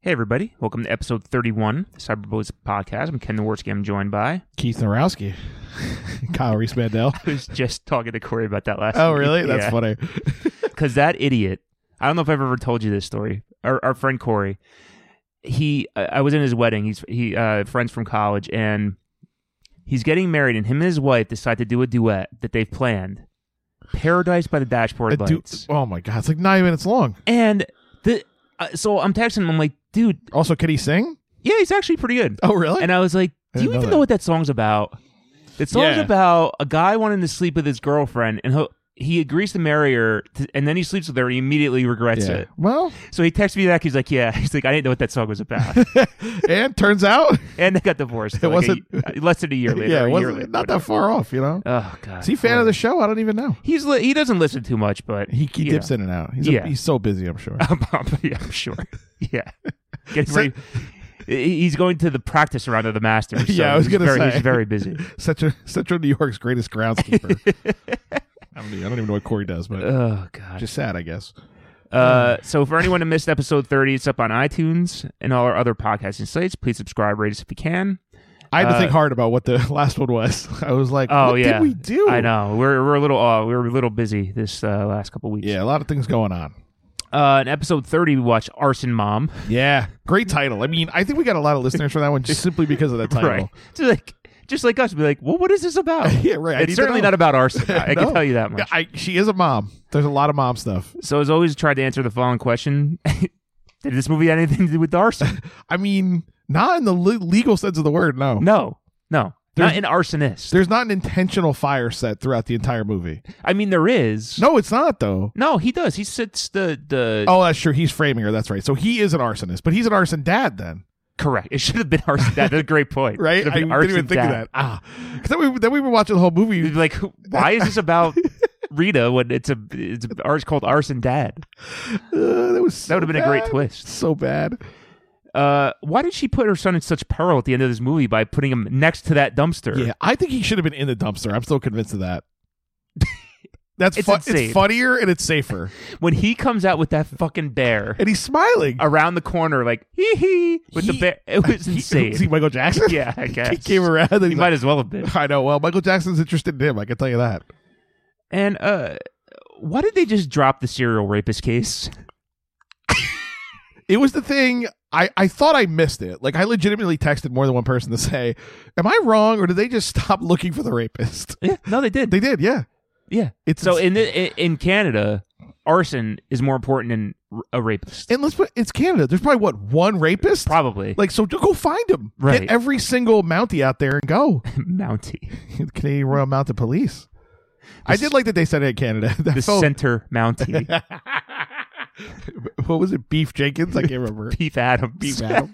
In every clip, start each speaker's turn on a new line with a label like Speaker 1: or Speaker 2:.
Speaker 1: Hey, everybody. Welcome to episode 31 of the Cyberbullies Podcast. I'm Ken Noworsky. I'm joined by.
Speaker 2: Keith Narowski, Kyle Reese Mandel.
Speaker 1: I was just talking to Corey about that last
Speaker 2: Oh, really? That's
Speaker 1: yeah.
Speaker 2: funny.
Speaker 1: Because that idiot, I don't know if I've ever told you this story. Our, our friend Corey, he, I I was in his wedding. He's he uh, friends from college, and he's getting married. And him and his wife decide to do a duet that they've planned, "Paradise by the Dashboard
Speaker 2: I do-
Speaker 1: Lights."
Speaker 2: oh my god, it's like nine minutes long.
Speaker 1: and the, uh, so I'm texting him. I'm like, dude,
Speaker 2: Also, can he sing?
Speaker 1: yeah, he's actually pretty good.
Speaker 2: Oh, really?
Speaker 1: And I was like,
Speaker 2: I
Speaker 1: do you
Speaker 2: didn't know
Speaker 1: even know,
Speaker 2: that.
Speaker 1: what that song's about? That song's
Speaker 2: Yeah.
Speaker 1: about a guy wanting to sleep with his girlfriend and he'll, he agrees to marry her t and then he sleeps with her and he immediately regrets
Speaker 2: yeah.
Speaker 1: it.
Speaker 2: Well,
Speaker 1: So he texts me back. He's like, yeah. He's like, I didn't know what that song was about.
Speaker 2: and turns out,
Speaker 1: and they got divorced.
Speaker 2: It wasn't-
Speaker 1: a, uh, less than a year later.
Speaker 2: yeah,
Speaker 1: a
Speaker 2: it
Speaker 1: year
Speaker 2: wasn't
Speaker 1: later,
Speaker 2: not that far off. You know,
Speaker 1: whatever. Oh, God.
Speaker 2: is he a fan of the show? I don't even know.
Speaker 1: He's li- he doesn't listen too much, but
Speaker 2: He, he
Speaker 1: you
Speaker 2: dips
Speaker 1: know.
Speaker 2: in and out. He's,
Speaker 1: Yeah.
Speaker 2: a, he's so busy. I'm sure.
Speaker 1: I'm, I'm- yeah, I'm sure. Yeah. Getting
Speaker 2: So-
Speaker 1: ready. He- He's going to the practice round of the Masters. so
Speaker 2: Yeah, I was
Speaker 1: he's
Speaker 2: gonna
Speaker 1: very,
Speaker 2: say.
Speaker 1: He's very busy.
Speaker 2: Central, Central New York's greatest groundskeeper. I, don't, I don't even know what Corey does, but
Speaker 1: Oh, God.
Speaker 2: just sad, I guess.
Speaker 1: Uh, so for anyone who missed episode 30, it's up on iTunes and all our other podcasting sites. Please subscribe, rate us if you can.
Speaker 2: I had
Speaker 1: Uh,
Speaker 2: to think hard about what the last one was. I was like,
Speaker 1: Oh,
Speaker 2: what
Speaker 1: yeah.
Speaker 2: did we do?
Speaker 1: I know we're we're a little uh, we were a little busy this uh, last couple weeks.
Speaker 2: Yeah, a lot of things going on.
Speaker 1: Uh, in episode 30, we watched Arson Mom.
Speaker 2: Yeah, great title. I mean, I think we got a lot of listeners for that one just simply because of that title.
Speaker 1: Right. Just like just like us, be like, well, what is this about?
Speaker 2: Yeah, right. I need
Speaker 1: It's
Speaker 2: to
Speaker 1: certainly
Speaker 2: know.
Speaker 1: not about arson. I I
Speaker 2: No.
Speaker 1: can tell you that much.
Speaker 2: I, she is a mom. There's a lot of mom stuff.
Speaker 1: So as always, tried to answer the following question: Did this movie have anything to do with arson?
Speaker 2: I mean, not in the le- legal sense of the word. No.
Speaker 1: No, no,
Speaker 2: There's-
Speaker 1: not an arsonist.
Speaker 2: there's not an intentional fire set throughout the entire movie.
Speaker 1: I mean, there is.
Speaker 2: No, it's not though.
Speaker 1: no, he does. He sits the the
Speaker 2: Oh, that's true. He's framing her. That's right. So he is an arsonist, but he's an arson dad then,
Speaker 1: Correct. It should have been arson dad. That's a great point.
Speaker 2: right?
Speaker 1: Should have
Speaker 2: I
Speaker 1: been
Speaker 2: didn't even
Speaker 1: arson
Speaker 2: think of
Speaker 1: dad.
Speaker 2: that. Ah, 'Cause then we then we were watching the whole
Speaker 1: You'd
Speaker 2: movie.
Speaker 1: be like, who- why is this about Rita when it's a it's, a, it's called arson dad?
Speaker 2: Uh, that was so
Speaker 1: That would have been a great
Speaker 2: bad.
Speaker 1: twist.
Speaker 2: So bad.
Speaker 1: Uh, why did she put her son in such peril at the end of this movie by putting him next to that dumpster?
Speaker 2: Yeah, I think he should have been in the dumpster. I'm still convinced of that. That's
Speaker 1: It's
Speaker 2: fu-
Speaker 1: insane.
Speaker 2: it's funnier and it's safer.
Speaker 1: When he comes out with that fucking bear
Speaker 2: And he's smiling.
Speaker 1: around the corner, like hee hee, with the
Speaker 2: He-
Speaker 1: bear, it was insane.
Speaker 2: Is he Michael Jackson?
Speaker 1: yeah, I guess
Speaker 2: he came around. And
Speaker 1: He
Speaker 2: he's like,
Speaker 1: might as well have been.
Speaker 2: I know. Well, Michael Jackson's interested in him. I can tell you that.
Speaker 1: And uh, why did they just drop the serial rapist case?
Speaker 2: It was the thing. I, I thought I missed it. Like I legitimately texted more than one person to say, "Am I wrong, or did they just stop looking for the rapist?"
Speaker 1: Yeah, no, they did.
Speaker 2: They did. Yeah.
Speaker 1: yeah.
Speaker 2: It's
Speaker 1: So in the, in in Canada, arson is more important than r- a rapist.
Speaker 2: and let's put it's Canada. There's probably what one rapist.
Speaker 1: Probably
Speaker 2: Like so, go find him.
Speaker 1: Right.
Speaker 2: Get every single Mountie out there and go.
Speaker 1: Mountie, Hmm.
Speaker 2: Canadian Royal Mounted Police. I did like that they said it in Canada. That
Speaker 1: the
Speaker 2: felt-
Speaker 1: center Mountie,
Speaker 2: what was it? Beef Jenkins? I can't remember.
Speaker 1: Beef Adams, Beef,
Speaker 2: Adam.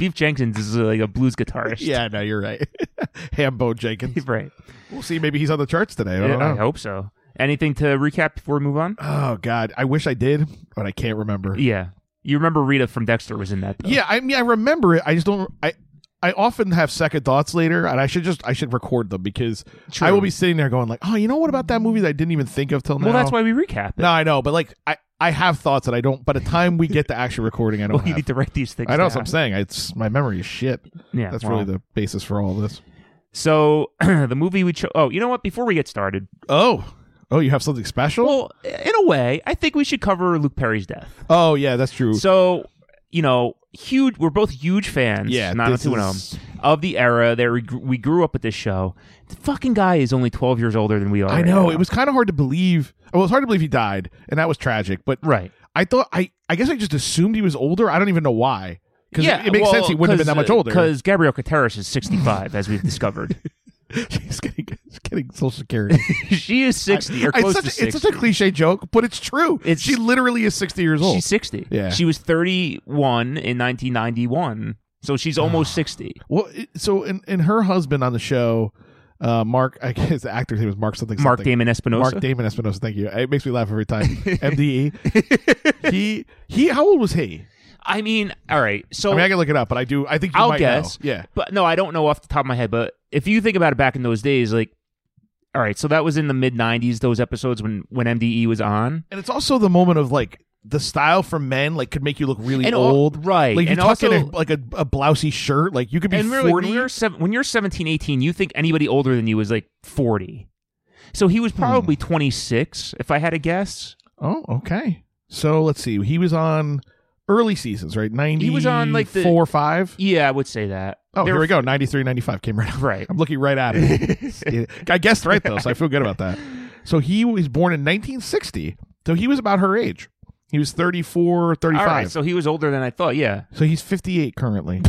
Speaker 1: Jenkins is uh, like a blues guitarist.
Speaker 2: yeah, no, you're right. Hambo Jenkins.
Speaker 1: right.
Speaker 2: We'll see. Maybe he's on the charts today. I don't
Speaker 1: I
Speaker 2: know.
Speaker 1: hope so. Anything to recap before we move on?
Speaker 2: Oh God, I wish I did, but I can't remember.
Speaker 1: Yeah, you remember Rita from Dexter was in that. Though.
Speaker 2: Yeah, I mean, I remember it. I just don't. I I often have second thoughts later, and I should just I should record them because
Speaker 1: True.
Speaker 2: I will be sitting there going like, oh, you know what about that movie that I didn't even think of till now.
Speaker 1: Well, that's why we recap it.
Speaker 2: No, I know, but like I I have thoughts that I don't. By the time we get to actual recording, I don't.
Speaker 1: well, you
Speaker 2: have.
Speaker 1: need to write these things.
Speaker 2: I know what
Speaker 1: down.
Speaker 2: I'm saying. It's my memory is shit.
Speaker 1: Yeah,
Speaker 2: That's
Speaker 1: well.
Speaker 2: really the basis for all this.
Speaker 1: So the movie we chose. Oh, you know what? Before we get started,
Speaker 2: Oh, oh, you have something special?
Speaker 1: well, in a way, I think we should cover Luke Perry's death.
Speaker 2: oh yeah, that's true.
Speaker 1: So you know, huge. We're both huge fans.
Speaker 2: yeah,
Speaker 1: not
Speaker 2: this
Speaker 1: two and oh,
Speaker 2: is-
Speaker 1: of the era that we, gr- we grew up with this show. The fucking guy is only 12 years older than we are.
Speaker 2: I
Speaker 1: right
Speaker 2: know
Speaker 1: now.
Speaker 2: it was kind of hard to believe. Well, it's hard to believe he died, and that was tragic. But
Speaker 1: right.
Speaker 2: I thought I I guess I just assumed he was older. I don't even know why. Because
Speaker 1: yeah,
Speaker 2: it, makes
Speaker 1: well, uh,
Speaker 2: sense he wouldn't have been that much older.
Speaker 1: Because Gabriel Cateras is 65, as we've discovered.
Speaker 2: he's getting he's getting social security.
Speaker 1: she is 60 or close
Speaker 2: it's, such,
Speaker 1: to
Speaker 2: a-
Speaker 1: 60.
Speaker 2: it's such a cliche joke, but it's true.
Speaker 1: It's-
Speaker 2: she literally is sixty years old.
Speaker 1: she's 60.
Speaker 2: Yeah.
Speaker 1: She was 31 in 1991, so she's almost 60.
Speaker 2: Well, it, so and and her husband on the show, uh, Mark, I guess the actor's name was Mark something.
Speaker 1: Mark
Speaker 2: something.
Speaker 1: Damon Espinosa.
Speaker 2: Mark Damon Espinosa. Thank you. It makes me laugh every time. MDE. he he. How old was he?
Speaker 1: I mean, all right. So,
Speaker 2: I mean, I can look it up, but I do. I think you
Speaker 1: I'll
Speaker 2: might
Speaker 1: guess.
Speaker 2: Know. Yeah.
Speaker 1: but no, I don't know off the top of my head. But if you think about it, back in those days, like, all right, so that was in the mid '90s. Those episodes when when MDE was on.
Speaker 2: And it's also the moment of like the style for men like could make you look really
Speaker 1: And al-
Speaker 2: old,
Speaker 1: right,
Speaker 2: Like if
Speaker 1: and
Speaker 2: you tuck in a,
Speaker 1: also-
Speaker 2: like a, a blousy shirt, like you could be
Speaker 1: and really,
Speaker 2: forty.
Speaker 1: when you're seven, when you're 17, 18, you think anybody older than you is like 40. So he was
Speaker 2: Hmm.
Speaker 1: probably 26, if I had to guess.
Speaker 2: oh, okay. So let's see. He was on early seasons, right? Ninety.
Speaker 1: was on, like, the-
Speaker 2: four five.
Speaker 1: Yeah, I would say that.
Speaker 2: Oh,
Speaker 1: They
Speaker 2: here
Speaker 1: were-
Speaker 2: we go. 93, 95 came right up.
Speaker 1: Right.
Speaker 2: I'm looking right at it. I guessed right though, so I feel good about that. So he was born in 1960. So he was about her age. He was 34, 35.
Speaker 1: All right, so he was older than I thought. Yeah.
Speaker 2: So he's 58 currently.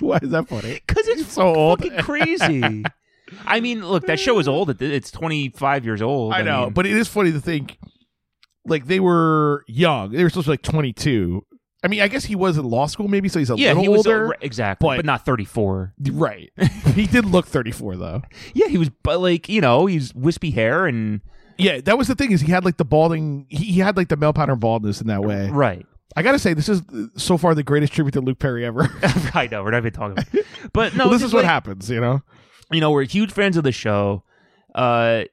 Speaker 2: Why is that funny?
Speaker 1: Because it's
Speaker 2: So old.
Speaker 1: fucking crazy. I mean, look, that show is old. It- It's 25 years old.
Speaker 2: I know,
Speaker 1: mean,
Speaker 2: but it is funny to think like they were young. They were supposed to be like 22. I mean, I guess he was in law school maybe, so he's a
Speaker 1: yeah,
Speaker 2: little
Speaker 1: he was
Speaker 2: older.
Speaker 1: older, exactly,
Speaker 2: but-
Speaker 1: but, not 34.
Speaker 2: right. he did look 34 though.
Speaker 1: Yeah, he was, but like you know, he's wispy hair and
Speaker 2: Yeah, that was the thing is he had like the balding he, he had like the male pattern baldness in that way.
Speaker 1: right.
Speaker 2: I got to say this is uh, so far the greatest tribute to Luke Perry ever.
Speaker 1: I know we're not even talking about, but no,
Speaker 2: Well, this
Speaker 1: just
Speaker 2: is what
Speaker 1: like,
Speaker 2: happens, you know.
Speaker 1: you know, we're huge fans of the show. Uh,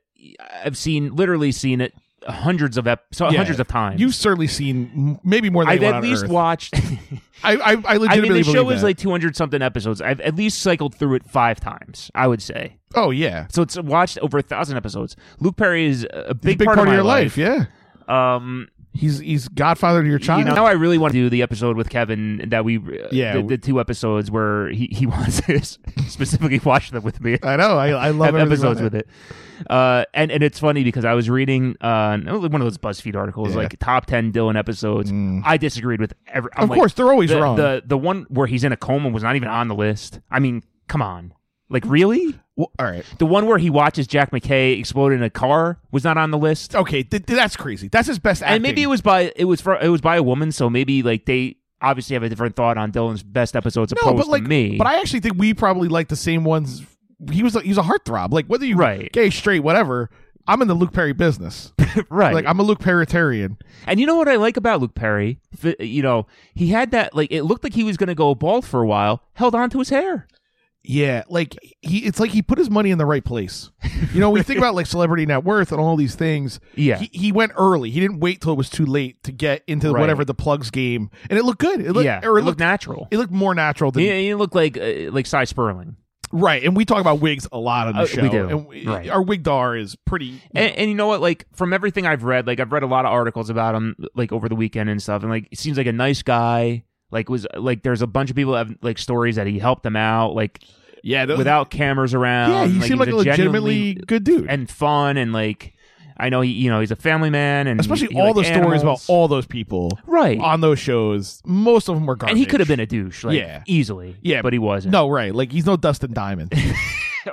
Speaker 1: I've seen literally seen it hundreds of ep- so
Speaker 2: Yeah.
Speaker 1: hundreds of times.
Speaker 2: You've certainly seen m- maybe more than
Speaker 1: I've
Speaker 2: anyone
Speaker 1: at
Speaker 2: on
Speaker 1: least
Speaker 2: Earth.
Speaker 1: watched.
Speaker 2: I, I, I legitimately
Speaker 1: I mean, the
Speaker 2: believe
Speaker 1: show is
Speaker 2: that.
Speaker 1: like two hundred something episodes. I've at least cycled through it five times. I would say
Speaker 2: oh yeah,
Speaker 1: so. It's watched over a thousand episodes. Luke Perry is a
Speaker 2: He's
Speaker 1: big, part, of my
Speaker 2: your life. Yeah,
Speaker 1: Yeah. Um,
Speaker 2: he's he's godfather to your
Speaker 1: you
Speaker 2: child.
Speaker 1: know, now I really want to do the episode with Kevin that we, uh,
Speaker 2: Yeah.
Speaker 1: the, the two episodes where he he wants to specifically watch them with me.
Speaker 2: I know. I, I love
Speaker 1: have
Speaker 2: everything
Speaker 1: episodes
Speaker 2: about
Speaker 1: with it. Uh, and and it's funny because I was reading uh, one of those BuzzFeed articles,
Speaker 2: Yeah. Mm.
Speaker 1: like top ten Dylan episodes. I disagreed with every. I'm
Speaker 2: Of
Speaker 1: like,
Speaker 2: course, they're always
Speaker 1: the,
Speaker 2: wrong.
Speaker 1: The the one where he's in a coma was not even on the list. I mean, come on, like really?
Speaker 2: Well, all right.
Speaker 1: The one where he watches Jack McKay explode in a car was not on the list.
Speaker 2: Okay, th- th- that's crazy. That's his best acting.
Speaker 1: And maybe it was by it was for, it was by a woman, so maybe like they obviously have a different thought on Dylan's best episodes
Speaker 2: no,
Speaker 1: opposed
Speaker 2: but like
Speaker 1: to me.
Speaker 2: But I actually think we probably like the same ones. He was a, he was a heartthrob. Like whether you
Speaker 1: Right.
Speaker 2: gay, straight, whatever. I'm in the Luke Perry business.
Speaker 1: right.
Speaker 2: Like I'm a Luke Perritarian.
Speaker 1: And you know what I like about Luke Perry? F- You know, he had that like it looked like he was going to go bald for a while. Held on to his hair.
Speaker 2: Yeah, like he it's like he put his money in the right place. You know, we think about like celebrity net worth and all these things.
Speaker 1: Yeah.
Speaker 2: He, he went early. He didn't wait till it was too late to get into
Speaker 1: Right.
Speaker 2: whatever the plugs game. And it looked good. It looked,
Speaker 1: yeah,
Speaker 2: or it, looked,
Speaker 1: natural.
Speaker 2: it looked more natural than
Speaker 1: He, he looked like uh, like Cy Sperling.
Speaker 2: right. And we talk about wigs a lot on the
Speaker 1: Uh, we
Speaker 2: show.
Speaker 1: do.
Speaker 2: And we-
Speaker 1: Right.
Speaker 2: our wig dar is pretty
Speaker 1: And, and you know what? Like from everything I've read, like I've read a lot of articles about him, like over the weekend and stuff. And like, he seems like a nice guy. Like was like there's a bunch of people that have like stories that he helped them out, like
Speaker 2: yeah, th-
Speaker 1: without cameras around.
Speaker 2: Yeah, he seemed
Speaker 1: was
Speaker 2: like a legitimately
Speaker 1: genuinely-
Speaker 2: good dude.
Speaker 1: and fun and like I know he you know he's a family man and
Speaker 2: Especially
Speaker 1: he- he
Speaker 2: all
Speaker 1: liked
Speaker 2: the stories about
Speaker 1: animals.
Speaker 2: all those people
Speaker 1: right.
Speaker 2: on those shows. Most of them were garbage.
Speaker 1: and he could have been a douche, like
Speaker 2: Yeah.
Speaker 1: easily.
Speaker 2: Yeah,
Speaker 1: but he wasn't.
Speaker 2: No, right. Like he's no Dustin Diamond.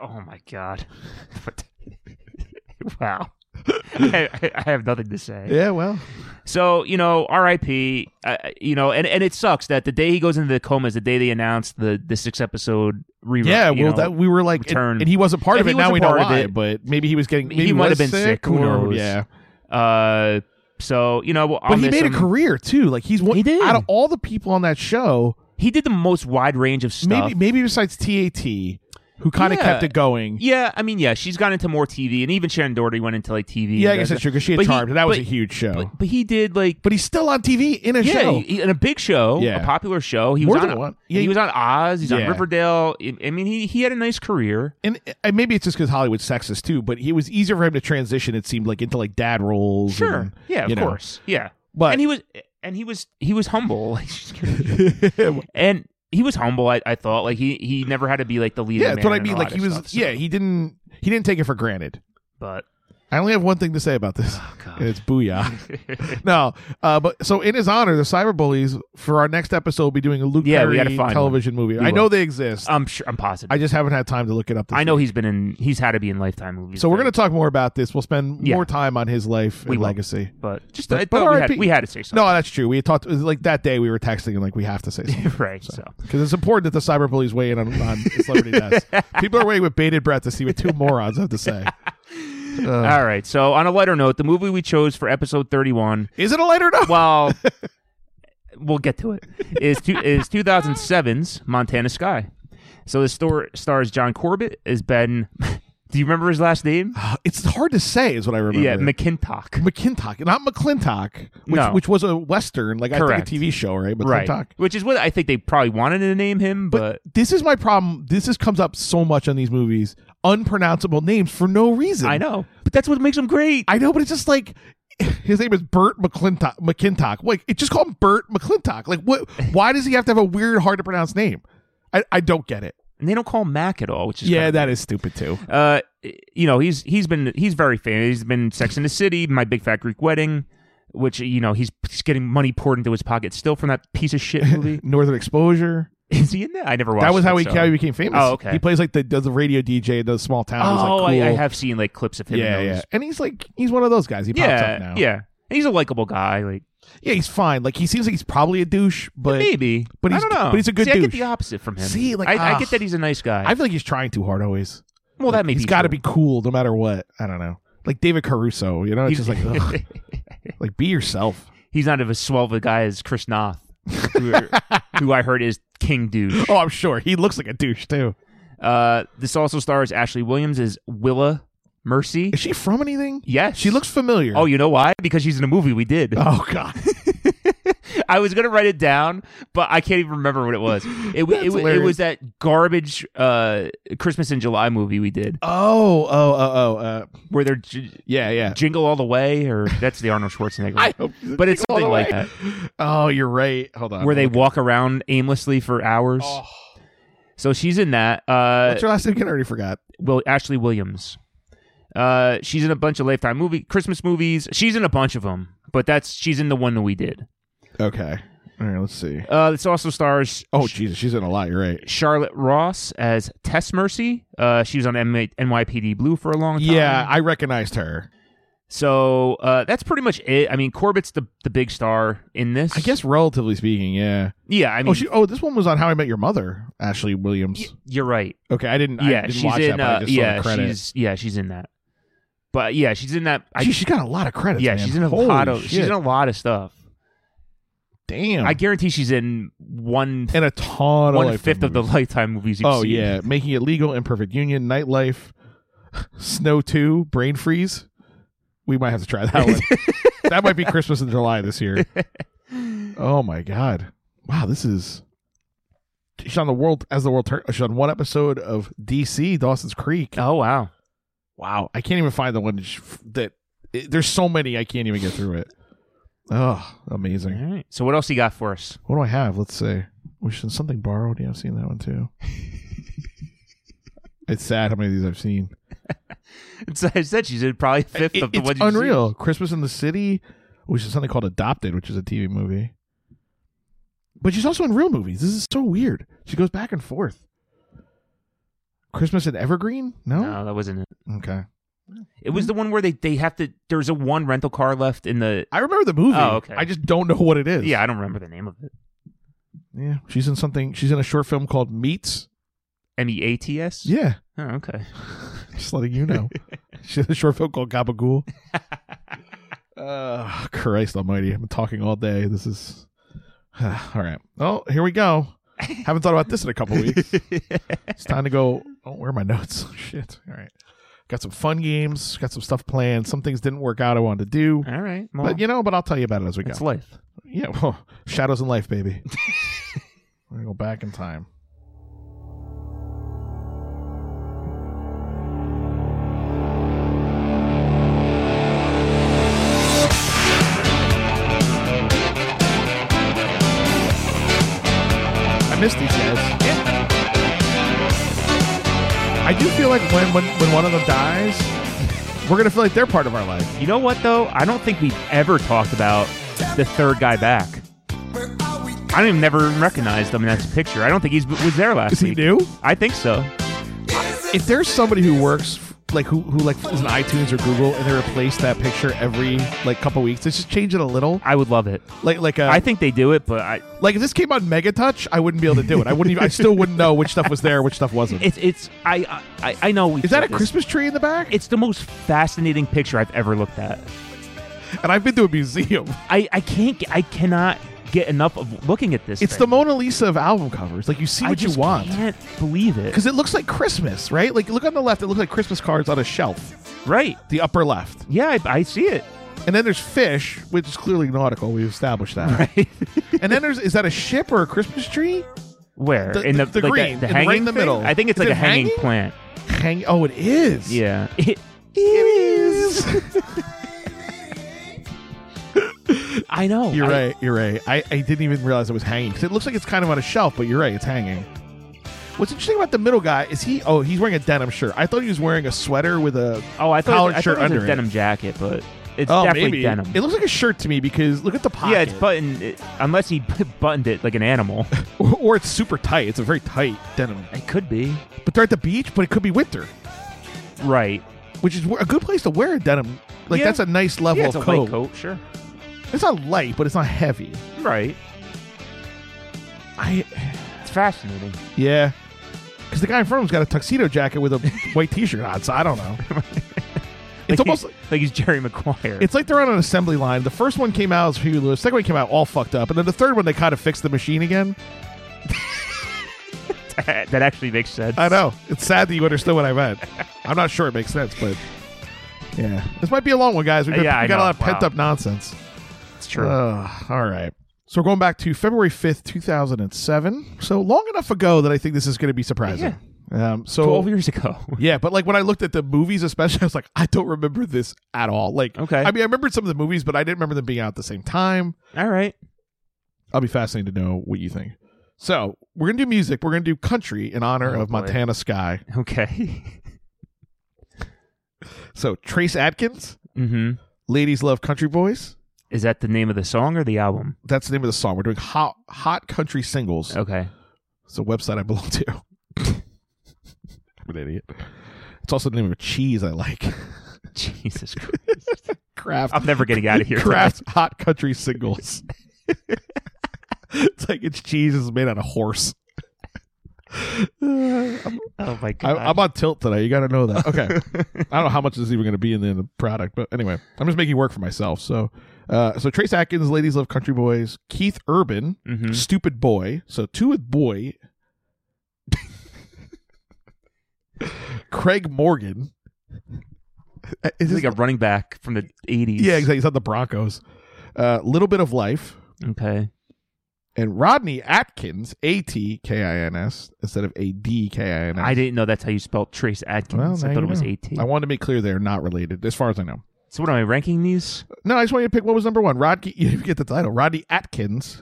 Speaker 1: Oh my god. But- wow. I, I- I have nothing to say.
Speaker 2: yeah, well.
Speaker 1: So you know, R.I.P. Uh, you know, and, and it sucks that the day he goes into the coma is the day they announced the the six episode rerun.
Speaker 2: Yeah,
Speaker 1: you
Speaker 2: well,
Speaker 1: know.
Speaker 2: that we were like,
Speaker 1: return.
Speaker 2: and, and he wasn't part
Speaker 1: Yeah,
Speaker 2: of it.
Speaker 1: he
Speaker 2: Now
Speaker 1: wasn't
Speaker 2: we know
Speaker 1: part of
Speaker 2: why,
Speaker 1: it.
Speaker 2: but maybe he was getting. Maybe
Speaker 1: might
Speaker 2: was
Speaker 1: have been sick, who
Speaker 2: or-
Speaker 1: knows?
Speaker 2: Yeah,
Speaker 1: Uh, so you know, well,
Speaker 2: but he made a career too. Like he's one
Speaker 1: He did.
Speaker 2: out of all the people on that show.
Speaker 1: He did the most wide range of stuff.
Speaker 2: Maybe maybe besides TAT, who kind of
Speaker 1: Yeah.
Speaker 2: kept it going.
Speaker 1: Yeah, I mean, yeah, she's gone into more TV, and even Shannon Doherty went into like TV.
Speaker 2: Yeah, I
Speaker 1: and
Speaker 2: guess
Speaker 1: does-
Speaker 2: that's true because she had
Speaker 1: but he-
Speaker 2: Charmed. and that was
Speaker 1: but-
Speaker 2: a huge show. But,
Speaker 1: But, but he did like
Speaker 2: he's still on TV in a
Speaker 1: yeah,
Speaker 2: show.
Speaker 1: he- in a big show,
Speaker 2: Yeah.
Speaker 1: a popular show. He
Speaker 2: More
Speaker 1: was
Speaker 2: than
Speaker 1: on
Speaker 2: one. Yeah,
Speaker 1: Yeah,
Speaker 2: he-
Speaker 1: he was on Oz. He's
Speaker 2: Yeah.
Speaker 1: on Riverdale. I I mean, he he had a nice career.
Speaker 2: and uh, maybe it's just because Hollywood's sexist too. But it was easier for him to transition. It seemed like into like dad roles. and,
Speaker 1: yeah,
Speaker 2: you
Speaker 1: of
Speaker 2: know.
Speaker 1: course. Yeah,
Speaker 2: But
Speaker 1: and he was and he was he was humble. Like, just kidding. and he was humble. I, I thought like he he never had to be like the leader.
Speaker 2: yeah, that's what
Speaker 1: man
Speaker 2: I
Speaker 1: and
Speaker 2: mean.
Speaker 1: all
Speaker 2: Like
Speaker 1: that
Speaker 2: he was.
Speaker 1: stuff, so-
Speaker 2: Yeah, he didn't. He didn't take it for granted.
Speaker 1: but
Speaker 2: I only have one thing to say about this.
Speaker 1: oh
Speaker 2: and
Speaker 1: god.
Speaker 2: it's booyah. no, uh, but so in his honor, the cyberbullies for our next episode will be doing a Luke
Speaker 1: Yeah, we
Speaker 2: Perry
Speaker 1: gotta find
Speaker 2: television movie. I
Speaker 1: will.
Speaker 2: know they exist.
Speaker 1: I'm sure. I'm positive.
Speaker 2: I just haven't had time to look it up. This
Speaker 1: I know
Speaker 2: week.
Speaker 1: he's been in. He's had to be in Lifetime movies.
Speaker 2: So we're
Speaker 1: but-
Speaker 2: gonna talk more about this. We'll spend
Speaker 1: Yeah.
Speaker 2: more time on his life
Speaker 1: We
Speaker 2: and
Speaker 1: will.
Speaker 2: legacy.
Speaker 1: But just
Speaker 2: But-
Speaker 1: I
Speaker 2: but
Speaker 1: thought we,
Speaker 2: RIP.
Speaker 1: had, we had to say something.
Speaker 2: No, that's true. We had talked it was like that day. We were texting and like we have to say something
Speaker 1: right. So.
Speaker 2: because it's important that the cyberbullies weigh in on, on celebrity deaths. People are waiting with bated breath to see what two morons have to say. Uh,
Speaker 1: All right. So on a lighter note, the movie we chose for episode 31,
Speaker 2: is it a lighter note?
Speaker 1: well, we'll get to it. Is two, is 2007's Montana Sky. So the store stars John Corbett as Ben Do you remember his last name?
Speaker 2: It's hard to say, is what I remember.
Speaker 1: Yeah, McKintock.
Speaker 2: McClintock, not McClintock, which,
Speaker 1: No.
Speaker 2: which was a western, like I
Speaker 1: Correct.
Speaker 2: think a TV show, right? McClintock.
Speaker 1: Right. Which is what I think they probably wanted to name him, but,
Speaker 2: This is my problem. This is comes up so much on these movies, unpronounceable names for no reason.
Speaker 1: I know. But that's what makes him great.
Speaker 2: I know, but it's just like his name is Burt McClintock. McClintock. Like, it just call him Burt McClintock. Like, what? Why does he have to have a weird, hard to pronounce name? I, I don't get it.
Speaker 1: and they don't call him Mac at all, which is
Speaker 2: yeah,
Speaker 1: kinda-
Speaker 2: that is stupid too.
Speaker 1: uh, you know, he's he's been he's very famous. He's been Sex in the City, My Big Fat Greek Wedding, which you know he's, he's getting money poured into his pocket still from that piece of shit movie.
Speaker 2: Northern Exposure.
Speaker 1: is he in that? I never watched.
Speaker 2: that was how
Speaker 1: it,
Speaker 2: he,
Speaker 1: so-
Speaker 2: how he became famous.
Speaker 1: Oh, okay.
Speaker 2: He plays like the does the radio DJ in the small town. He's, like,
Speaker 1: Oh, I, I
Speaker 2: cool.
Speaker 1: have seen like clips of him. in
Speaker 2: Yeah, yeah.
Speaker 1: those.
Speaker 2: And he's like he's one of those guys. He pops up
Speaker 1: yeah,
Speaker 2: now.
Speaker 1: yeah. And he's a likable guy. Like
Speaker 2: Yeah, he's fine. Like he seems like he's probably a douche, but
Speaker 1: maybe,
Speaker 2: but he's-
Speaker 1: I don't know.
Speaker 2: but he's a good
Speaker 1: See, I get
Speaker 2: douche.
Speaker 1: the opposite from him.
Speaker 2: See, like,
Speaker 1: I,
Speaker 2: ah.
Speaker 1: I get that he's a nice guy.
Speaker 2: I feel like he's trying too hard always.
Speaker 1: well, that makes
Speaker 2: he's got to be cool no matter what. I don't know. Like David Caruso, you know, it's
Speaker 1: He's
Speaker 2: just like ugh, like be yourself.
Speaker 1: he's not as swell of a guy as Chris Noth, who, who I heard is King Douche.
Speaker 2: Oh, I'm sure he looks like a douche too.
Speaker 1: Uh, this also stars Ashley Williams as Willa Mercy.
Speaker 2: Is she from anything?
Speaker 1: Yes,
Speaker 2: She looks familiar.
Speaker 1: Oh, you know why? Because she's in a movie we did.
Speaker 2: oh God.
Speaker 1: I was gonna write it down, but I can't even remember what it was. It w-
Speaker 2: That's
Speaker 1: it, w- it
Speaker 2: hilarious.
Speaker 1: was that garbage uh, Christmas in July movie we did,
Speaker 2: Oh, oh, oh, oh. Uh,
Speaker 1: where they're j-
Speaker 2: yeah, yeah.
Speaker 1: jingle all the way, or that's the Arnold Schwarzenegger. one.
Speaker 2: hope-
Speaker 1: but it's
Speaker 2: all the
Speaker 1: something like
Speaker 2: way.
Speaker 1: that,
Speaker 2: Oh, you're right. Hold on.
Speaker 1: where they
Speaker 2: Look.
Speaker 1: walk around aimlessly for hours.
Speaker 2: Oh.
Speaker 1: So she's in that. Uh,
Speaker 2: What's your last name? I already forgot.
Speaker 1: Will Ashley Williams. Uh, she's in a bunch of Lifetime movie Christmas movies. She's in a bunch of them, but that's she's in the one that we did.
Speaker 2: Okay. All right. Let's see.
Speaker 1: Uh, this also stars
Speaker 2: Oh Jesus, she's in a lot. You're right.
Speaker 1: Charlotte Ross as Tess Mercy. Uh, she was on M- NYPD Blue for a long time.
Speaker 2: Yeah, I recognized her.
Speaker 1: So uh, that's pretty much it. I mean, Corbett's the the big star in this.
Speaker 2: I guess relatively speaking, yeah.
Speaker 1: Yeah. I mean,
Speaker 2: oh, she, oh, this one was on How I Met Your Mother, Ashley Williams.
Speaker 1: you're right.
Speaker 2: okay, I didn't. I
Speaker 1: Yeah,
Speaker 2: didn't
Speaker 1: she's
Speaker 2: watch
Speaker 1: in.
Speaker 2: that, but I
Speaker 1: uh,
Speaker 2: just saw
Speaker 1: yeah,
Speaker 2: the credit.
Speaker 1: she's yeah, she's in that. But yeah, she's in that. I,
Speaker 2: Gee, she's got a lot of credits.
Speaker 1: yeah,
Speaker 2: man.
Speaker 1: she's in a
Speaker 2: Holy
Speaker 1: lot of she's
Speaker 2: shit.
Speaker 1: in a lot of stuff.
Speaker 2: damn.
Speaker 1: I guarantee she's in one
Speaker 2: and a ton
Speaker 1: one
Speaker 2: of
Speaker 1: fifth of the
Speaker 2: movies.
Speaker 1: lifetime movies. You've
Speaker 2: Oh
Speaker 1: seen.
Speaker 2: yeah, making it legal, imperfect union, nightlife, snow two, brain freeze. We might have to try that one. that might be Christmas in July this year. Oh my god! Wow, this is. She's on the world as the world turns. She's on one episode of DC Dawson's Creek.
Speaker 1: Oh wow.
Speaker 2: Wow, I can't even find the one that. sh- that it, there's so many, I can't even get through it. Oh,
Speaker 1: All
Speaker 2: amazing!
Speaker 1: right. So what else you got for us?
Speaker 2: What do I have? Let's see. Which is something borrowed? Yeah, I've seen that one too. it's sad how many of these I've seen.
Speaker 1: It's, I said she's in probably a fifth
Speaker 2: It-
Speaker 1: of the
Speaker 2: it's
Speaker 1: ones. you've
Speaker 2: unreal. Christmas in the City, which is something called Adopted, which is a TV movie. But she's also in real movies. This is so weird. She goes back and forth. Christmas in Evergreen?
Speaker 1: seen.
Speaker 2: No. Hmm.
Speaker 1: No, that wasn't it.
Speaker 2: Okay.
Speaker 1: It was the one where they they have to. There's a one rental car left in the.
Speaker 2: I remember the movie.
Speaker 1: Oh, okay.
Speaker 2: I just don't know what it is.
Speaker 1: Yeah, I don't remember the name of it.
Speaker 2: Yeah. She's in something. She's in a short film called Meats.
Speaker 1: M E A T S.
Speaker 2: Yeah.
Speaker 1: Oh, okay.
Speaker 2: Just letting you know. she's in a short film called Gabagool. uh, Christ Almighty! I've been talking all day. This is all right. Oh, here we go. Haven't thought about this in a couple weeks. It's time to go. Oh, where are my notes? Shit. All right. Got some fun games. Got some stuff planned. Some things didn't work out. I wanted to do,
Speaker 1: All right. Well,
Speaker 2: but you know. But I'll tell you about it as we go.
Speaker 1: it's life.
Speaker 2: Yeah, well, shadows in life, baby. We're gonna go back in time. I miss these guys. I do feel like when, when when one of them dies, we're gonna feel like they're part of our life.
Speaker 1: You know what though? I don't think we've ever talked about the third guy back. I don't even never even recognized him in that picture. I don't think he's was there last
Speaker 2: Is he
Speaker 1: week.
Speaker 2: new?
Speaker 1: I think so.
Speaker 2: if there's somebody who works like who, who like is in iTunes or Google and they replace that picture every like couple weeks, let's just change it a little.
Speaker 1: I would love it.
Speaker 2: Like like a
Speaker 1: I think they do it, but I,
Speaker 2: like if this came on Megatouch, I wouldn't be able to do it. I wouldn't even I still wouldn't know which stuff was there, which stuff wasn't.
Speaker 1: it's it's I I, I know we
Speaker 2: Is that a Christmas tree in the back?
Speaker 1: It's the most fascinating picture I've ever looked at.
Speaker 2: and I've been to a museum.
Speaker 1: I I can't get, I cannot get enough of looking at this.
Speaker 2: It's the
Speaker 1: thing.
Speaker 2: Mona Lisa of album covers. Like you see
Speaker 1: I
Speaker 2: what you
Speaker 1: just
Speaker 2: want.
Speaker 1: can't believe it.
Speaker 2: Because it looks like Christmas, right? Like look on the left, it looks like Christmas cards on a shelf,
Speaker 1: Right?
Speaker 2: the upper left.
Speaker 1: Yeah, I, I see it.
Speaker 2: And then there's fish, which is clearly nautical. We've established that.
Speaker 1: Right?
Speaker 2: And then there's is that a ship or a Christmas tree?
Speaker 1: Where
Speaker 2: The-
Speaker 1: in the,
Speaker 2: the
Speaker 1: like
Speaker 2: green,
Speaker 1: the,
Speaker 2: in- right
Speaker 1: hanging
Speaker 2: in the
Speaker 1: thing?
Speaker 2: middle.
Speaker 1: I think it's
Speaker 2: Is
Speaker 1: like
Speaker 2: it
Speaker 1: a hanging,
Speaker 2: hanging?
Speaker 1: plant.
Speaker 2: Hang. Oh, it is.
Speaker 1: Yeah. It,
Speaker 2: it is.
Speaker 1: I know.
Speaker 2: you're
Speaker 1: I-
Speaker 2: right. You're right. I, I didn't even realize it was hanging because it looks like it's kind of on a shelf, but you're right. It's hanging. What's interesting about the middle guy is he? Oh, he's wearing a denim shirt. I thought he was wearing a sweater with a
Speaker 1: Oh, I thought,
Speaker 2: collared
Speaker 1: I
Speaker 2: shirt
Speaker 1: thought it was
Speaker 2: under
Speaker 1: a
Speaker 2: it.
Speaker 1: denim jacket, but it's
Speaker 2: oh
Speaker 1: definitely
Speaker 2: maybe
Speaker 1: denim.
Speaker 2: It looks like a shirt to me because look at the pocket.
Speaker 1: yeah, it's buttoned it- unless he buttoned it like an animal.
Speaker 2: or, or it's super tight. It's a very tight denim.
Speaker 1: it could be.
Speaker 2: But they're at the beach, but it could be winter,
Speaker 1: Right.
Speaker 2: which is wh- a good place to wear a denim. Like
Speaker 1: Yeah.
Speaker 2: that's a nice level
Speaker 1: yeah, it's
Speaker 2: of
Speaker 1: a light coat, sure.
Speaker 2: It's not light, but it's not heavy.
Speaker 1: Right.
Speaker 2: I
Speaker 1: It's fascinating.
Speaker 2: yeah, because the guy in front of him's got a tuxedo jacket with a white T-shirt on. So I don't know. It's
Speaker 1: Like
Speaker 2: almost
Speaker 1: he- like he's Jerry Maguire.
Speaker 2: it's like they're on an assembly line. The first one came out as Huey Lewis. Second one came out all fucked up, and then the third one they kind of fixed the machine again.
Speaker 1: that actually makes sense.
Speaker 2: I know it's sad that you understood what I meant. I'm not sure it makes sense, but yeah, this might be a long one, guys. We've got,
Speaker 1: Yeah, I
Speaker 2: we got a
Speaker 1: know.
Speaker 2: lot of pent
Speaker 1: Wow.
Speaker 2: up nonsense.
Speaker 1: It's true.
Speaker 2: Uh, Ugh, all right. So we're going back to February 5th, 2007. So long enough ago that I think this is going to be surprising. Um, so,
Speaker 1: Twelve years ago.
Speaker 2: yeah, but like when I looked at the movies, especially, I was like, I don't remember this at all. Like,
Speaker 1: Okay.
Speaker 2: I mean, I remembered some of the movies, but I didn't remember them being out at the same time.
Speaker 1: All right.
Speaker 2: I'll be fascinated to know what you think. So we're going to do music. We're going to do country in honor
Speaker 1: Oh,
Speaker 2: of
Speaker 1: boy.
Speaker 2: Montana Sky.
Speaker 1: Okay.
Speaker 2: So Trace Adkins,
Speaker 1: mm-hmm.
Speaker 2: Ladies Love Country Boys.
Speaker 1: Is that the name of the song or the album?
Speaker 2: That's the name of the song. We're doing hot, hot country singles.
Speaker 1: Okay.
Speaker 2: It's a website I belong to. I'm an idiot. It's also the name of a cheese I like.
Speaker 1: Jesus Christ.
Speaker 2: Kraft.
Speaker 1: I'm never getting out of here.
Speaker 2: Kraft Hot Country Singles. it's like it's cheese is made out of horse. I'm,
Speaker 1: Oh my god.
Speaker 2: I, I'm on tilt today. You got to know that. Okay. I don't know how much is even going to be in the, in the product, but anyway, I'm just making work for myself. So, uh, so Trace Atkins, Ladies Love Country Boys, Keith Urban,
Speaker 1: Mhm.
Speaker 2: Stupid Boy. So two with boy. Craig Morgan. Uh, Is
Speaker 1: He's
Speaker 2: this,
Speaker 1: like a running back from the 80s.
Speaker 2: yeah, exactly. He's on the Broncos. uh, little bit of life
Speaker 1: Okay.
Speaker 2: and Rodney Atkins, A T K I N S instead of A D K I N S.
Speaker 1: I didn't know that's how you spelled Trace
Speaker 2: Well,
Speaker 1: Adkins.
Speaker 2: now
Speaker 1: I thought
Speaker 2: you
Speaker 1: it was
Speaker 2: know.
Speaker 1: 18.
Speaker 2: I wanted to make clear they're not related, as far as I know.
Speaker 1: so what am I ranking these?
Speaker 2: No, I just want you to pick what was number one. Rodney, you didn't get the title. Rodney Atkins.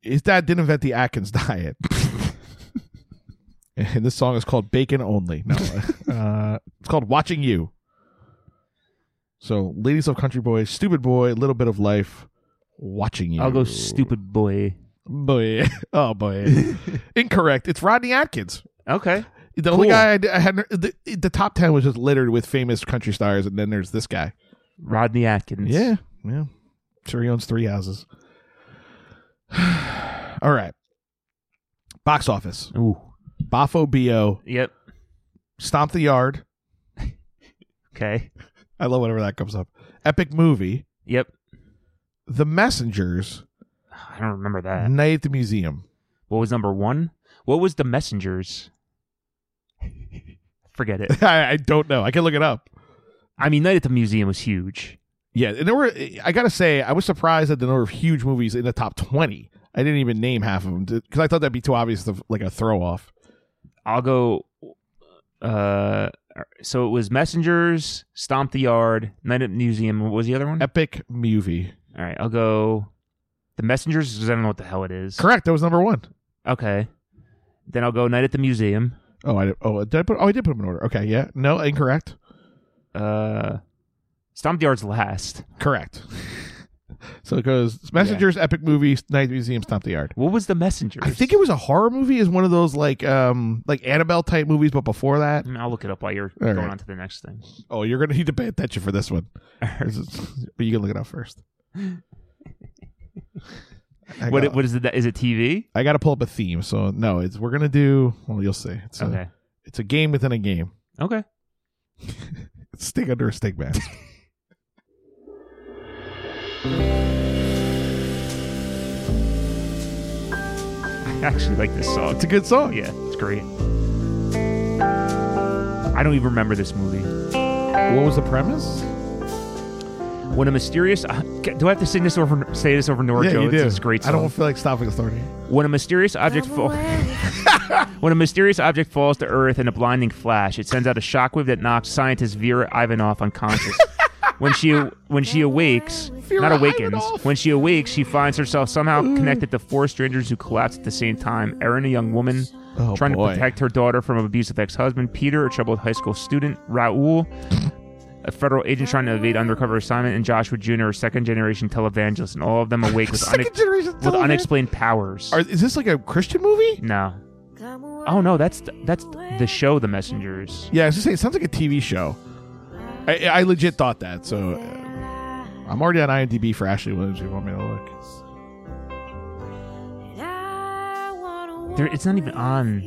Speaker 2: His dad didn't invent the Atkins diet. and this song is called Bacon Only. No, uh, it's called Watching You. So, Ladies of Country Boy, Stupid Boy, Little Bit of Life, Watching You.
Speaker 1: I'll go stupid boy.
Speaker 2: Boy. Oh, boy. Incorrect. It's Rodney Atkins.
Speaker 1: Okay.
Speaker 2: The only
Speaker 1: Cool.
Speaker 2: guy I, d- I had, the, the top 10 was just littered with famous country stars, and then there's this guy.
Speaker 1: Rodney Atkins.
Speaker 2: Yeah, yeah. Sure, he owns three houses. All right. Box office.
Speaker 1: Ooh.
Speaker 2: Bafo Bo.
Speaker 1: Yep.
Speaker 2: Stomp the Yard.
Speaker 1: Okay.
Speaker 2: I love whenever that comes up. Epic Movie.
Speaker 1: Yep.
Speaker 2: The Messengers.
Speaker 1: I don't remember that.
Speaker 2: Night at the Museum.
Speaker 1: What was number one? What was the messengers? Forget it.
Speaker 2: I, I don't know. I can look it up.
Speaker 1: I mean, Night at the Museum was huge.
Speaker 2: Yeah, and there were. I gotta say, I was surprised at the number of huge movies in the top twenty. I didn't even name half of them because I thought that'd be too obvious, of like a throw off.
Speaker 1: I'll go. Uh, so it was Messengers, Stomp the Yard, Night at the Museum. What was the other one?
Speaker 2: Epic Movie.
Speaker 1: All right, I'll go. The Messengers, 'cause I don't know what the hell it is.
Speaker 2: Correct. That was number one.
Speaker 1: Okay. Then I'll go Night at the Museum.
Speaker 2: Oh, I did, oh did I put oh I did put them in order. Okay, yeah, no, incorrect,
Speaker 1: Uh, Stomp the Yard's last.
Speaker 2: correct. so it goes Messengers, Epic Movie, Night Museum, Stomp the Yard.
Speaker 1: What was the Messengers?
Speaker 2: I think it was a horror movie. Is one of those like um like Annabelle type movies, but before that,
Speaker 1: I'll look it up while you're
Speaker 2: All
Speaker 1: going
Speaker 2: right.
Speaker 1: on to the next thing.
Speaker 2: oh, you're gonna need to pay attention for this one. This is- but you can look it up first. I
Speaker 1: what
Speaker 2: got-
Speaker 1: what is it? Is it TV?
Speaker 2: I got to pull up a theme. So no, it's we're gonna do. Well, you'll see. It's a
Speaker 1: Okay.
Speaker 2: it's a game within a game.
Speaker 1: Okay.
Speaker 2: It's Sting under a stick mask.
Speaker 1: actually like this song.
Speaker 2: It's a good song.
Speaker 1: Yeah, it's great. I don't even remember this movie.
Speaker 2: What was the premise?
Speaker 1: When a mysterious uh, do I have to sing this over say this over Nora
Speaker 2: yeah,
Speaker 1: Jones?
Speaker 2: you do.
Speaker 1: It's a great
Speaker 2: I
Speaker 1: song.
Speaker 2: don't feel like stopping the story.
Speaker 1: When a mysterious object falls when a mysterious object falls to Earth in a blinding flash, it sends out a shockwave that knocks scientist Vera Ivanov unconscious. when she when she awakes,
Speaker 2: Vera
Speaker 1: not awakens,
Speaker 2: Ivanov.
Speaker 1: when she awakes, she finds herself somehow connected to four strangers who collapse at the same time. Erin, a young woman
Speaker 2: Oh,
Speaker 1: trying
Speaker 2: boy.
Speaker 1: to protect her daughter from an abusive ex-husband, Peter, a troubled high school student, Raul. A federal agent trying to evade undercover assignment, and Joshua Jr., a second-generation televangelist, and all of them awake with,
Speaker 2: Second
Speaker 1: unex-
Speaker 2: generation
Speaker 1: with
Speaker 2: television?
Speaker 1: unexplained powers.
Speaker 2: Are, is this like a Christian movie?
Speaker 1: no,
Speaker 3: Oh
Speaker 1: Oh no, that's that's the show, The Messengers.
Speaker 2: Yeah, I was just saying, it sounds like a TV show. I, I legit thought that. So uh, I'm already on IMDb for Ashley Williams. If you want me to look?
Speaker 1: There, it's not even on.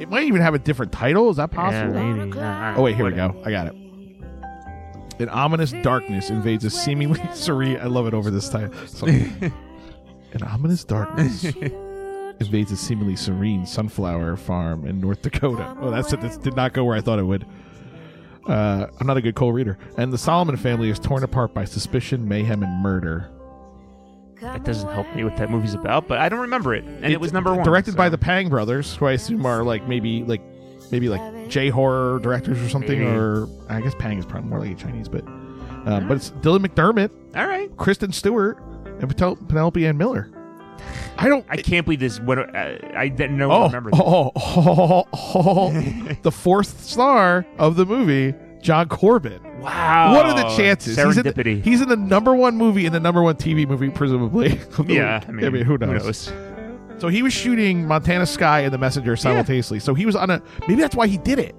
Speaker 2: It might even have a different title. Is that
Speaker 1: Yeah,
Speaker 2: possible?
Speaker 1: maybe. Yeah,
Speaker 2: Oh wait, here we
Speaker 1: whatever.
Speaker 2: go. I got it. An ominous darkness invades a seemingly serene. I love it over this time. Sorry. An ominous darkness invades a seemingly serene sunflower farm in North Dakota. Oh, that's it. This did not go where I thought it would. Uh, I'm not a good Cole reader. And the Solomon family is torn apart by suspicion, mayhem, and murder.
Speaker 1: That doesn't help me what that movie's about, but I don't remember it, and it, was number one.
Speaker 2: Directed
Speaker 1: so-
Speaker 2: by the Pang brothers, who I assume are like maybe like maybe like J horror directors or something,
Speaker 1: Maybe.
Speaker 2: or I guess Pang is probably more like a Chinese, but uh, but it's Dylan McDermott,
Speaker 1: All right,
Speaker 2: Kristen Stewart, and Petel- Penelope Ann Miller. I don't.
Speaker 1: I can't believe this. What uh, I didn't know.
Speaker 2: oh,
Speaker 1: remember this.
Speaker 2: oh, oh, oh, oh. the fourth star of the movie, John Corbett.
Speaker 1: Wow.
Speaker 2: what are the chances? He's in the-
Speaker 1: Oh, Serendipity.
Speaker 2: He's in the, number one movie and the number one TV movie, presumably. of the week.
Speaker 1: yeah, I mean,
Speaker 2: who knows? So he was shooting Montana Sky and The Messenger simultaneously. So he was on a. Maybe that's why he did it.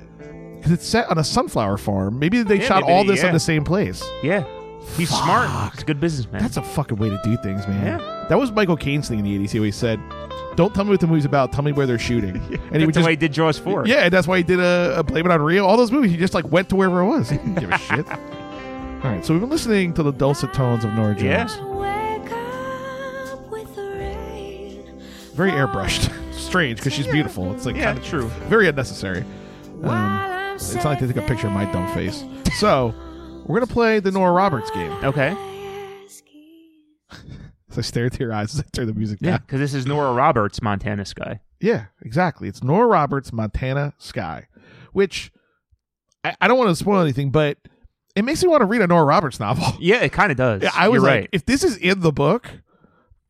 Speaker 2: Because it's set on a sunflower farm. Maybe they
Speaker 1: Yeah,
Speaker 2: shot
Speaker 1: maybe
Speaker 2: all
Speaker 1: they-
Speaker 2: this
Speaker 1: yeah.
Speaker 2: in the same place.
Speaker 1: Yeah, he's smart. He's a good businessman.
Speaker 2: That's a fucking way to do things, man.
Speaker 1: Yeah.
Speaker 2: That was Michael Caine's thing in the 80s. He always said, Don't tell me what the movie's about. Tell me where they're shooting. And
Speaker 1: That's
Speaker 2: he would
Speaker 1: the
Speaker 2: just.
Speaker 1: way he did Jaws four.
Speaker 2: Yeah, and that's why he did a, a Blame It on Rio. All those movies, he just like went to wherever it was. He didn't give a shit. All right, so we've been listening to the dulcet tones of Nora Jones.
Speaker 1: Yeah.
Speaker 2: Very airbrushed. Strange because she's beautiful. It's like
Speaker 1: Yeah,
Speaker 2: kind of
Speaker 1: true.
Speaker 2: Very unnecessary. Um, it's not like they took a picture of my dumb face. So we're gonna play the Nora Roberts game.
Speaker 1: Okay.
Speaker 2: So I stare into your eyes as I turn the music
Speaker 1: Yeah,
Speaker 2: down.
Speaker 1: because this is Nora Roberts, Montana Sky.
Speaker 2: Yeah, exactly. It's Nora Roberts, Montana Sky, which I, I don't want to spoil anything, but it makes me want to read a Nora Roberts novel.
Speaker 1: Yeah, it kind of does.
Speaker 2: Yeah, I was
Speaker 1: You're
Speaker 2: like,
Speaker 1: right.
Speaker 2: if this is in the book,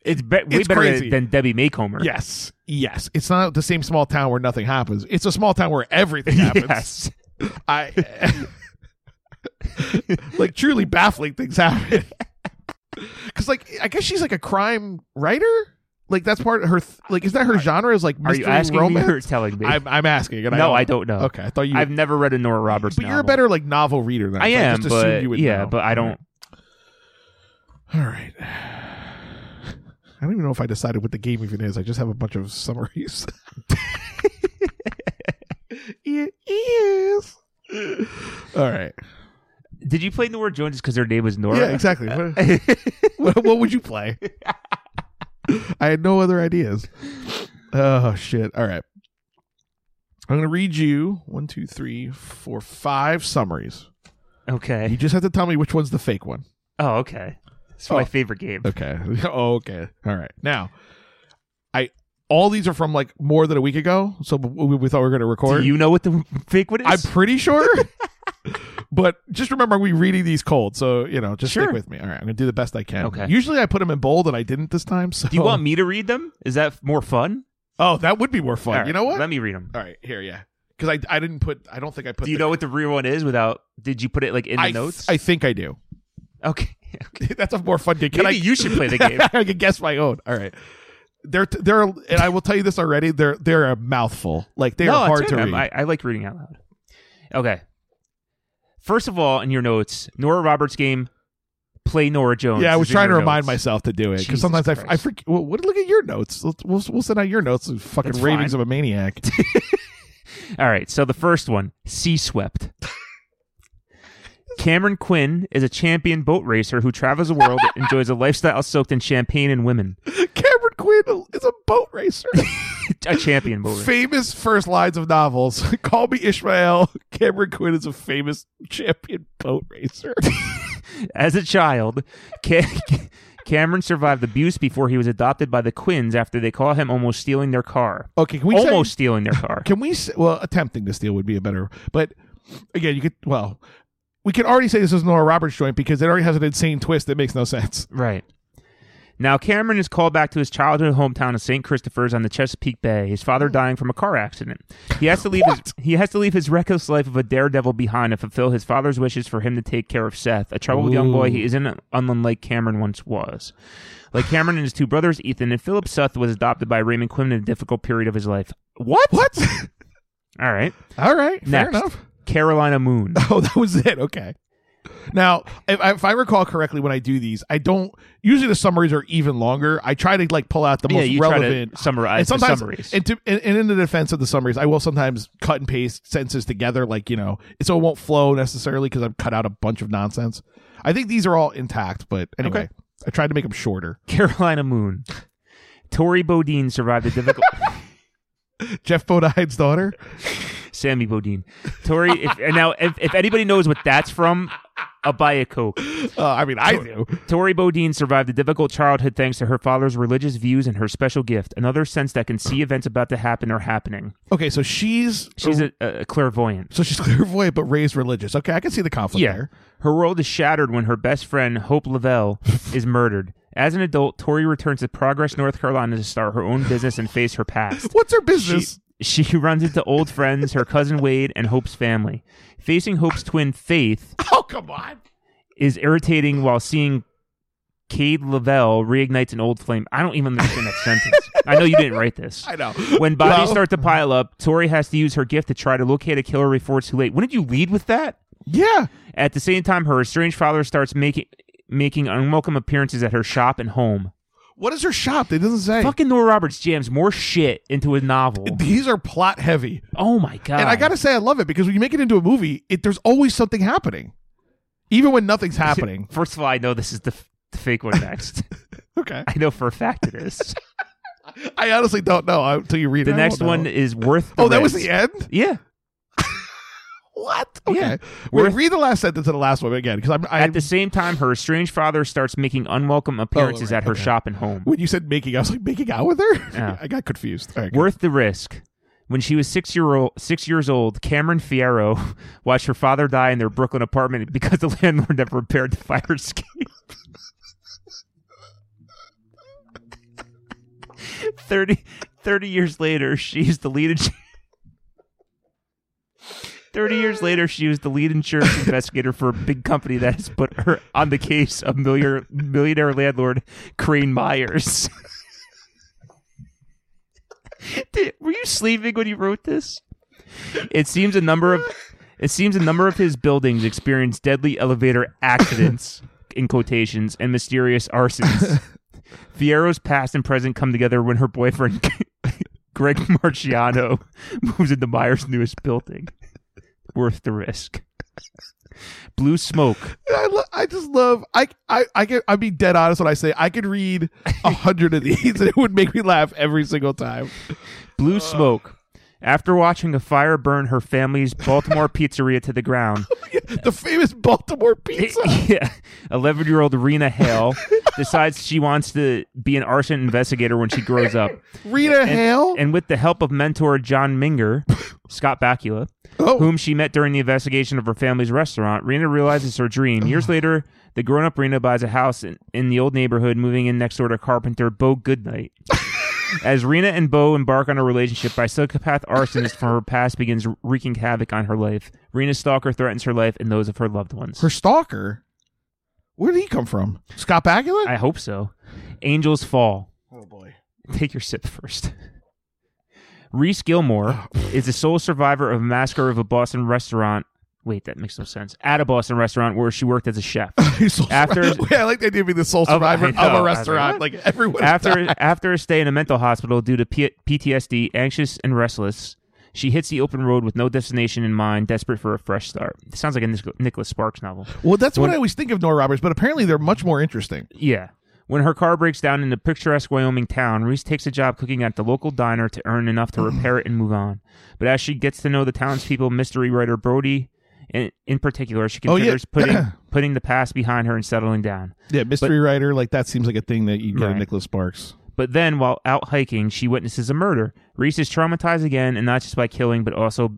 Speaker 1: It's be- way
Speaker 2: it's
Speaker 1: better
Speaker 2: crazy.
Speaker 1: than Debbie Maycomer.
Speaker 2: yes, yes, it's not the same small town where nothing happens. It's a small town where everything happens.
Speaker 1: yes.
Speaker 2: I like truly baffling things happen. Because like I guess she's like a crime writer. Like that's part of her. Th- like is that her genre? Is like
Speaker 1: Are
Speaker 2: mystery
Speaker 1: you asking
Speaker 2: romance?
Speaker 1: me or telling me?
Speaker 2: I'm, I'm asking. And
Speaker 1: no,
Speaker 2: I,
Speaker 1: I don't know.
Speaker 2: Okay, I thought you.
Speaker 1: I've never read a Nora Roberts.
Speaker 2: but you're a
Speaker 1: novel.
Speaker 2: better like novel reader than
Speaker 1: I
Speaker 2: so
Speaker 1: am,
Speaker 2: just assumed
Speaker 1: but
Speaker 2: you would
Speaker 1: yeah,
Speaker 2: know.
Speaker 1: but I don't.
Speaker 2: All right. I don't even know if I decided what the game even is. I just have a bunch of summaries. it is. All right.
Speaker 1: Did you play Nora Jones because her name was Nora?
Speaker 2: Yeah, exactly. What- what, what would you play? I had no other ideas. Oh shit! All right, I'm gonna read you one, two, three, four, five summaries. You
Speaker 1: okay.
Speaker 2: just have to tell me which one's the fake one.
Speaker 1: Oh, okay. It's
Speaker 2: Oh.
Speaker 1: my favorite game.
Speaker 2: Okay. Oh, okay. All right. Now, I all these are from like more than a week ago, so we, we thought we were gonna record.
Speaker 1: Do you know what the fake one is?
Speaker 2: I'm pretty sure. but just remember, we reading these cold, so you know, just stick
Speaker 1: Sure.
Speaker 2: with me. All right, I'm gonna do the best I can.
Speaker 1: Okay.
Speaker 2: Usually, I put them in bold, and I didn't this time. So
Speaker 1: Do you want me to read them? Is that f- more fun?
Speaker 2: Oh, that would be more fun.
Speaker 1: All right,
Speaker 2: you know what?
Speaker 1: Let me read them.
Speaker 2: All right, here, yeah, because I I didn't put. I don't think I put.
Speaker 1: Do you
Speaker 2: the,
Speaker 1: know what the real one is? Without did you put it like in the
Speaker 2: I,
Speaker 1: notes?
Speaker 2: I think I do.
Speaker 1: okay.
Speaker 2: That's a more fun game. Can
Speaker 1: Maybe
Speaker 2: I,
Speaker 1: you should play the game.
Speaker 2: I can guess my own. All right. They're t- they're and I will tell you this already. They're they're a mouthful. Like they
Speaker 1: no,
Speaker 2: are
Speaker 1: it's
Speaker 2: hard
Speaker 1: right,
Speaker 2: to
Speaker 1: I'm-
Speaker 2: read.
Speaker 1: I, I like reading out loud. Okay. First of all, in your notes, Nora Roberts game, play Nora Jones.
Speaker 2: yeah, I
Speaker 1: is
Speaker 2: was
Speaker 1: in
Speaker 2: trying to
Speaker 1: your
Speaker 2: remind
Speaker 1: notes.
Speaker 2: myself to do it because
Speaker 1: Jesus
Speaker 2: sometimes I, f- I
Speaker 1: Christ.
Speaker 2: forget. Well, what, look at your notes. Let's- We'll, we'll send out your notes. and Fucking
Speaker 1: That's
Speaker 2: ratings of a maniac.
Speaker 1: All right, so the first one, Sea Swept. Cameron Quinn is a champion boat racer who travels the world and enjoys a lifestyle soaked in champagne and women.
Speaker 2: Cameron Quinn is a boat racer.
Speaker 1: a champion movie.
Speaker 2: famous first lines of novels. Call me Ishmael. Cameron Quinn is a famous champion boat racer.
Speaker 1: As a child, Ca- Cameron survived abuse before he was adopted by the Quins after they caught him almost stealing their car.
Speaker 2: okay, can we say-
Speaker 1: almost stealing their car.
Speaker 2: can we? Say, well, attempting to steal would be a better. But again, you could. Well, we can already say this is Nora Roberts joint because it already has an insane twist that makes no sense.
Speaker 1: Right. Now, Cameron is called back to his childhood hometown of St. Christopher's on the Chesapeake Bay. His
Speaker 2: Hmm.
Speaker 1: father dying from a car accident. He has to leave his he has to leave his reckless life of a daredevil behind and fulfill his father's wishes for him to take care of Seth, a troubled young boy he isn't unlike Cameron once was. Like Cameron and his two brothers, Ethan and Philip, Seth was adopted by Raymond Quinn in a difficult period of his life. What?
Speaker 2: What?
Speaker 1: All right.
Speaker 2: All right, fair
Speaker 1: Next.
Speaker 2: enough.
Speaker 1: Carolina Moon.
Speaker 2: Oh, that was it. Okay. Now, if, if I recall correctly, when I do these, I don't usually the summaries are even longer. I try to like pull out the
Speaker 1: yeah,
Speaker 2: most
Speaker 1: you
Speaker 2: relevant.
Speaker 1: try to summarize
Speaker 2: and
Speaker 1: the
Speaker 2: sometimes,
Speaker 1: summaries.
Speaker 2: and, to, and, and in the defense of the summaries, I will sometimes cut and paste sentences together, like you know, so it won't flow necessarily because I've cut out a bunch of nonsense. I think these are all intact, but anyway,
Speaker 1: Okay.
Speaker 2: I tried to make them shorter.
Speaker 1: Carolina Moon. Tori Bodine survived a difficult.
Speaker 2: Jeff Bodine's daughter.
Speaker 1: Sammy Bodine. Tori, if, and now if, if anybody knows what that's from, I'll buy a Coke.
Speaker 2: Uh, I mean, I do.
Speaker 1: Tori Bodine survived a difficult childhood thanks to her father's religious views and her special gift, another sense that can see events about to happen or happening.
Speaker 2: Okay, so she's
Speaker 1: She's a, a clairvoyant.
Speaker 2: so she's clairvoyant but raised religious. Okay, I can see the conflict
Speaker 1: Yeah.
Speaker 2: there.
Speaker 1: Her world is shattered when her best friend, Hope Lavelle, is murdered. As an adult, Tori returns to Progress, North Carolina to start her own business and face her past.
Speaker 2: What's her business?
Speaker 1: She runs into old friends, her cousin Wade, and Hope's family. Facing Hope's twin, Faith,
Speaker 2: oh come on.
Speaker 1: is irritating while seeing Cade Lavelle reignites an old flame. I don't even understand that sentence. I know you didn't write this.
Speaker 2: I know.
Speaker 1: When bodies
Speaker 2: Well-
Speaker 1: start to pile up, Tori has to use her gift to try to locate a killer before it's too late. Wouldn't you lead with that?
Speaker 2: Yeah.
Speaker 1: At the same time, her estranged father starts making making unwelcome appearances at her shop and home.
Speaker 2: What is her shop? It doesn't say.
Speaker 1: Fucking Nora Roberts jams more shit into a novel.
Speaker 2: These are plot heavy.
Speaker 1: Oh my god!
Speaker 2: And I gotta say I love it because when you make it into a movie, it there's always something happening. Even when nothing's happening.
Speaker 1: First of all, I know this is the, f- the fake one next.
Speaker 2: okay.
Speaker 1: I know for a fact it is.
Speaker 2: I honestly don't know until you read
Speaker 1: The
Speaker 2: it. I
Speaker 1: next
Speaker 2: won't
Speaker 1: one
Speaker 2: know.
Speaker 1: is worth.
Speaker 2: Oh, that was
Speaker 1: risk.
Speaker 2: the end?
Speaker 1: yeah.
Speaker 2: What? Okay.
Speaker 1: Yeah.
Speaker 2: We're
Speaker 1: Worth-
Speaker 2: read the last sentence of the last one again because I'm I, Oh,
Speaker 1: At the same time, her estranged father starts making unwelcome appearances
Speaker 2: right,
Speaker 1: at her
Speaker 2: okay.
Speaker 1: shop and home.
Speaker 2: when you said making, I was like making out with her?
Speaker 1: Yeah.
Speaker 2: I got confused. All right, good.
Speaker 1: Worth the risk. When she was six year old, six years old, Cameron Fierro watched her father die in their Brooklyn apartment because the landlord never repaired the fire escape. Thirty, thirty years later, she's the lead. ins- Thirty years later, she was the lead insurance investigator for a big company that has put her on the case of millionaire, millionaire landlord Crane Myers. Did, were you sleeping when you wrote this? It seems a number of it seems a number of his buildings experienced deadly elevator accidents in quotations and mysterious arsons. Fierro's past and present come together when her boyfriend Greg Marciano moves into Meyer's newest building. Worth the risk. Blue smoke.
Speaker 2: I, lo- I just love I I I can I be dead honest when I say I could read a hundred of these and it would make me laugh every single time.
Speaker 1: Blue smoke. After watching a fire burn her family's Baltimore pizzeria to the ground,
Speaker 2: the famous Baltimore pizza.
Speaker 1: yeah. 11 year old Rena Hale decides she wants to be an arson investigator when she grows up.
Speaker 2: Rita Hale.
Speaker 1: And with the help of mentor John Minger, Scott Bakula,
Speaker 2: oh,
Speaker 1: whom she met during the investigation of her family's restaurant, Rena realizes her dream. Years later, the grown up Rena buys a house in, in the old neighborhood, moving in next door to carpenter Bo Goodnight. As Rena and Bo embark on a relationship, by psychopath arsonist from her past begins wreaking havoc on her life. Rena's stalker threatens her life and those of her loved ones.
Speaker 2: her stalker. Where did he come from? Scott Bakula.
Speaker 1: I hope so. Angels Fall.
Speaker 2: oh boy.
Speaker 1: Take your sip first. Reese Gilmore is the sole survivor of a massacre of a Boston restaurant. Wait, that makes no sense. At a Boston restaurant where she worked as a chef.
Speaker 2: He's sole
Speaker 1: After-
Speaker 2: survivor. Yeah, I like the idea of being the sole
Speaker 1: I
Speaker 2: survivor
Speaker 1: know,
Speaker 2: of
Speaker 1: I
Speaker 2: a
Speaker 1: know.
Speaker 2: restaurant. Like everyone.
Speaker 1: After after a stay in a mental hospital due to P- PTSD, anxious and restless, she hits the open road with no destination in mind, desperate for a fresh start. sounds like a Nic- Nicholas Sparks novel.
Speaker 2: well, that's what
Speaker 1: when-
Speaker 2: I always think of Nora Roberts, but apparently they're much more interesting.
Speaker 1: Yeah. When her car breaks down in the picturesque Wyoming town, Reese takes a job cooking at the local diner to earn enough to repair it and move on. But as she gets to know the townspeople, mystery writer Brody, in, in particular, she
Speaker 2: Oh, yeah.
Speaker 1: considers putting putting the past behind her and settling down.
Speaker 2: Yeah, mystery writer, like that seems like a thing that you get
Speaker 1: Right.
Speaker 2: in Nicholas Sparks.
Speaker 1: But then, while out hiking, she witnesses a murder. Reese is traumatized again, and not just by killing, but also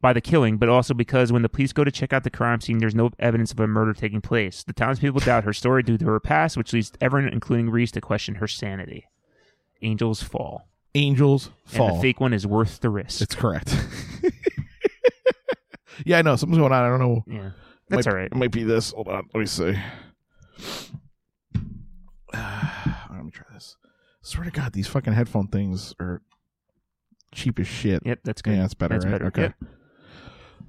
Speaker 1: by the killing, but also because when the police go to check out the crime scene, there's no evidence of a murder taking place. The townspeople doubt her story due to her past, which leads everyone, including Reese, to question her sanity. Angels fall,
Speaker 2: Angels fall.
Speaker 1: and the fake one is worth the risk.
Speaker 2: It's correct. yeah, I know something's going on. I don't know.
Speaker 1: yeah, that's
Speaker 2: might,
Speaker 1: all right.
Speaker 2: It might be this. Hold on. Let me see. let me try this. Swear to God, these fucking headphone things are cheap as shit.
Speaker 1: Yep, that's good.
Speaker 2: Yeah, that's better,
Speaker 1: That's
Speaker 2: right?
Speaker 1: better.
Speaker 2: Okay.
Speaker 1: Yep.
Speaker 2: Uh,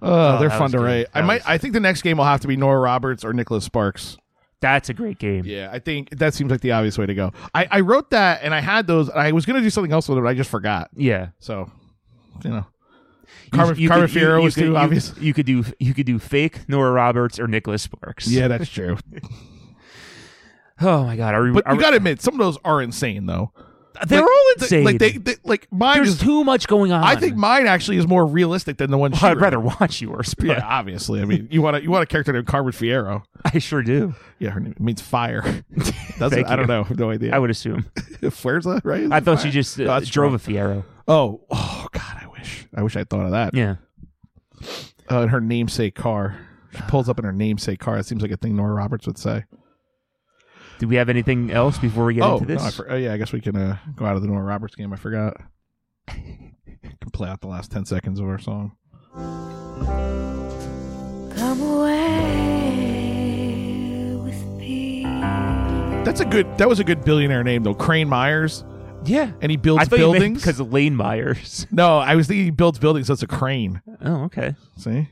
Speaker 1: Oh,
Speaker 2: they're
Speaker 1: that
Speaker 2: fun
Speaker 1: was
Speaker 2: to
Speaker 1: good.
Speaker 2: write. I
Speaker 1: That
Speaker 2: might.
Speaker 1: was-
Speaker 2: I think the next game will have to be Nora Roberts or Nicholas Sparks.
Speaker 1: That's a great game.
Speaker 2: Yeah, I think that seems like the obvious way to go. I, I wrote that and I had those. I was gonna do something else with it, but I just forgot.
Speaker 1: Yeah.
Speaker 2: So, you know,
Speaker 1: You-
Speaker 2: Carmen,
Speaker 1: you
Speaker 2: Carmen
Speaker 1: could- you-
Speaker 2: Fierro
Speaker 1: you
Speaker 2: was
Speaker 1: could-
Speaker 2: too
Speaker 1: you-
Speaker 2: obvious.
Speaker 1: You could do you could do fake Nora Roberts or Nicholas Sparks.
Speaker 2: Yeah, that's true.
Speaker 1: Oh my God. Are we?
Speaker 2: But
Speaker 1: are
Speaker 2: you
Speaker 1: we-
Speaker 2: gotta admit, some of those are insane though.
Speaker 1: they're
Speaker 2: Like-
Speaker 1: all
Speaker 2: th-
Speaker 1: insane.
Speaker 2: Like they, they like mine
Speaker 1: There's
Speaker 2: is.
Speaker 1: too much going on.
Speaker 2: I think mine actually is more realistic than the one.
Speaker 1: Well,
Speaker 2: she
Speaker 1: I'd
Speaker 2: wrote.
Speaker 1: rather watch yours, but
Speaker 2: Yeah, obviously. I mean, you want a, you want a character named Carmen Fierro.
Speaker 1: I sure do.
Speaker 2: Yeah, her name means fire. Does
Speaker 1: Thank
Speaker 2: it? I don't
Speaker 1: you.
Speaker 2: know. No idea.
Speaker 1: I would assume.
Speaker 2: Fuerza, right? Is
Speaker 1: I
Speaker 2: it
Speaker 1: thought she
Speaker 2: fire?
Speaker 1: just uh,
Speaker 2: No, that's
Speaker 1: drove a Fiero.
Speaker 2: Oh, oh God! I wish. I wish I thought of that.
Speaker 1: Yeah.
Speaker 2: Uh, in her namesake car, she pulls up in her namesake car. That seems like a thing Nora Roberts would say.
Speaker 1: Do we have anything else before we get
Speaker 2: oh,
Speaker 1: into
Speaker 2: no, I
Speaker 1: this?
Speaker 2: for- oh, yeah. I guess we can uh, go out of the Nora Roberts game. I forgot. can play out the last ten seconds of our song.
Speaker 3: Come away with me.
Speaker 2: That's a good. That was a good billionaire name though. Crane Myers,
Speaker 1: yeah.
Speaker 2: and he builds
Speaker 1: I thought
Speaker 2: buildings.
Speaker 1: because of Lane Myers.
Speaker 2: no, I was thinking he builds buildings. That's a crane.
Speaker 1: Oh, okay.
Speaker 2: See,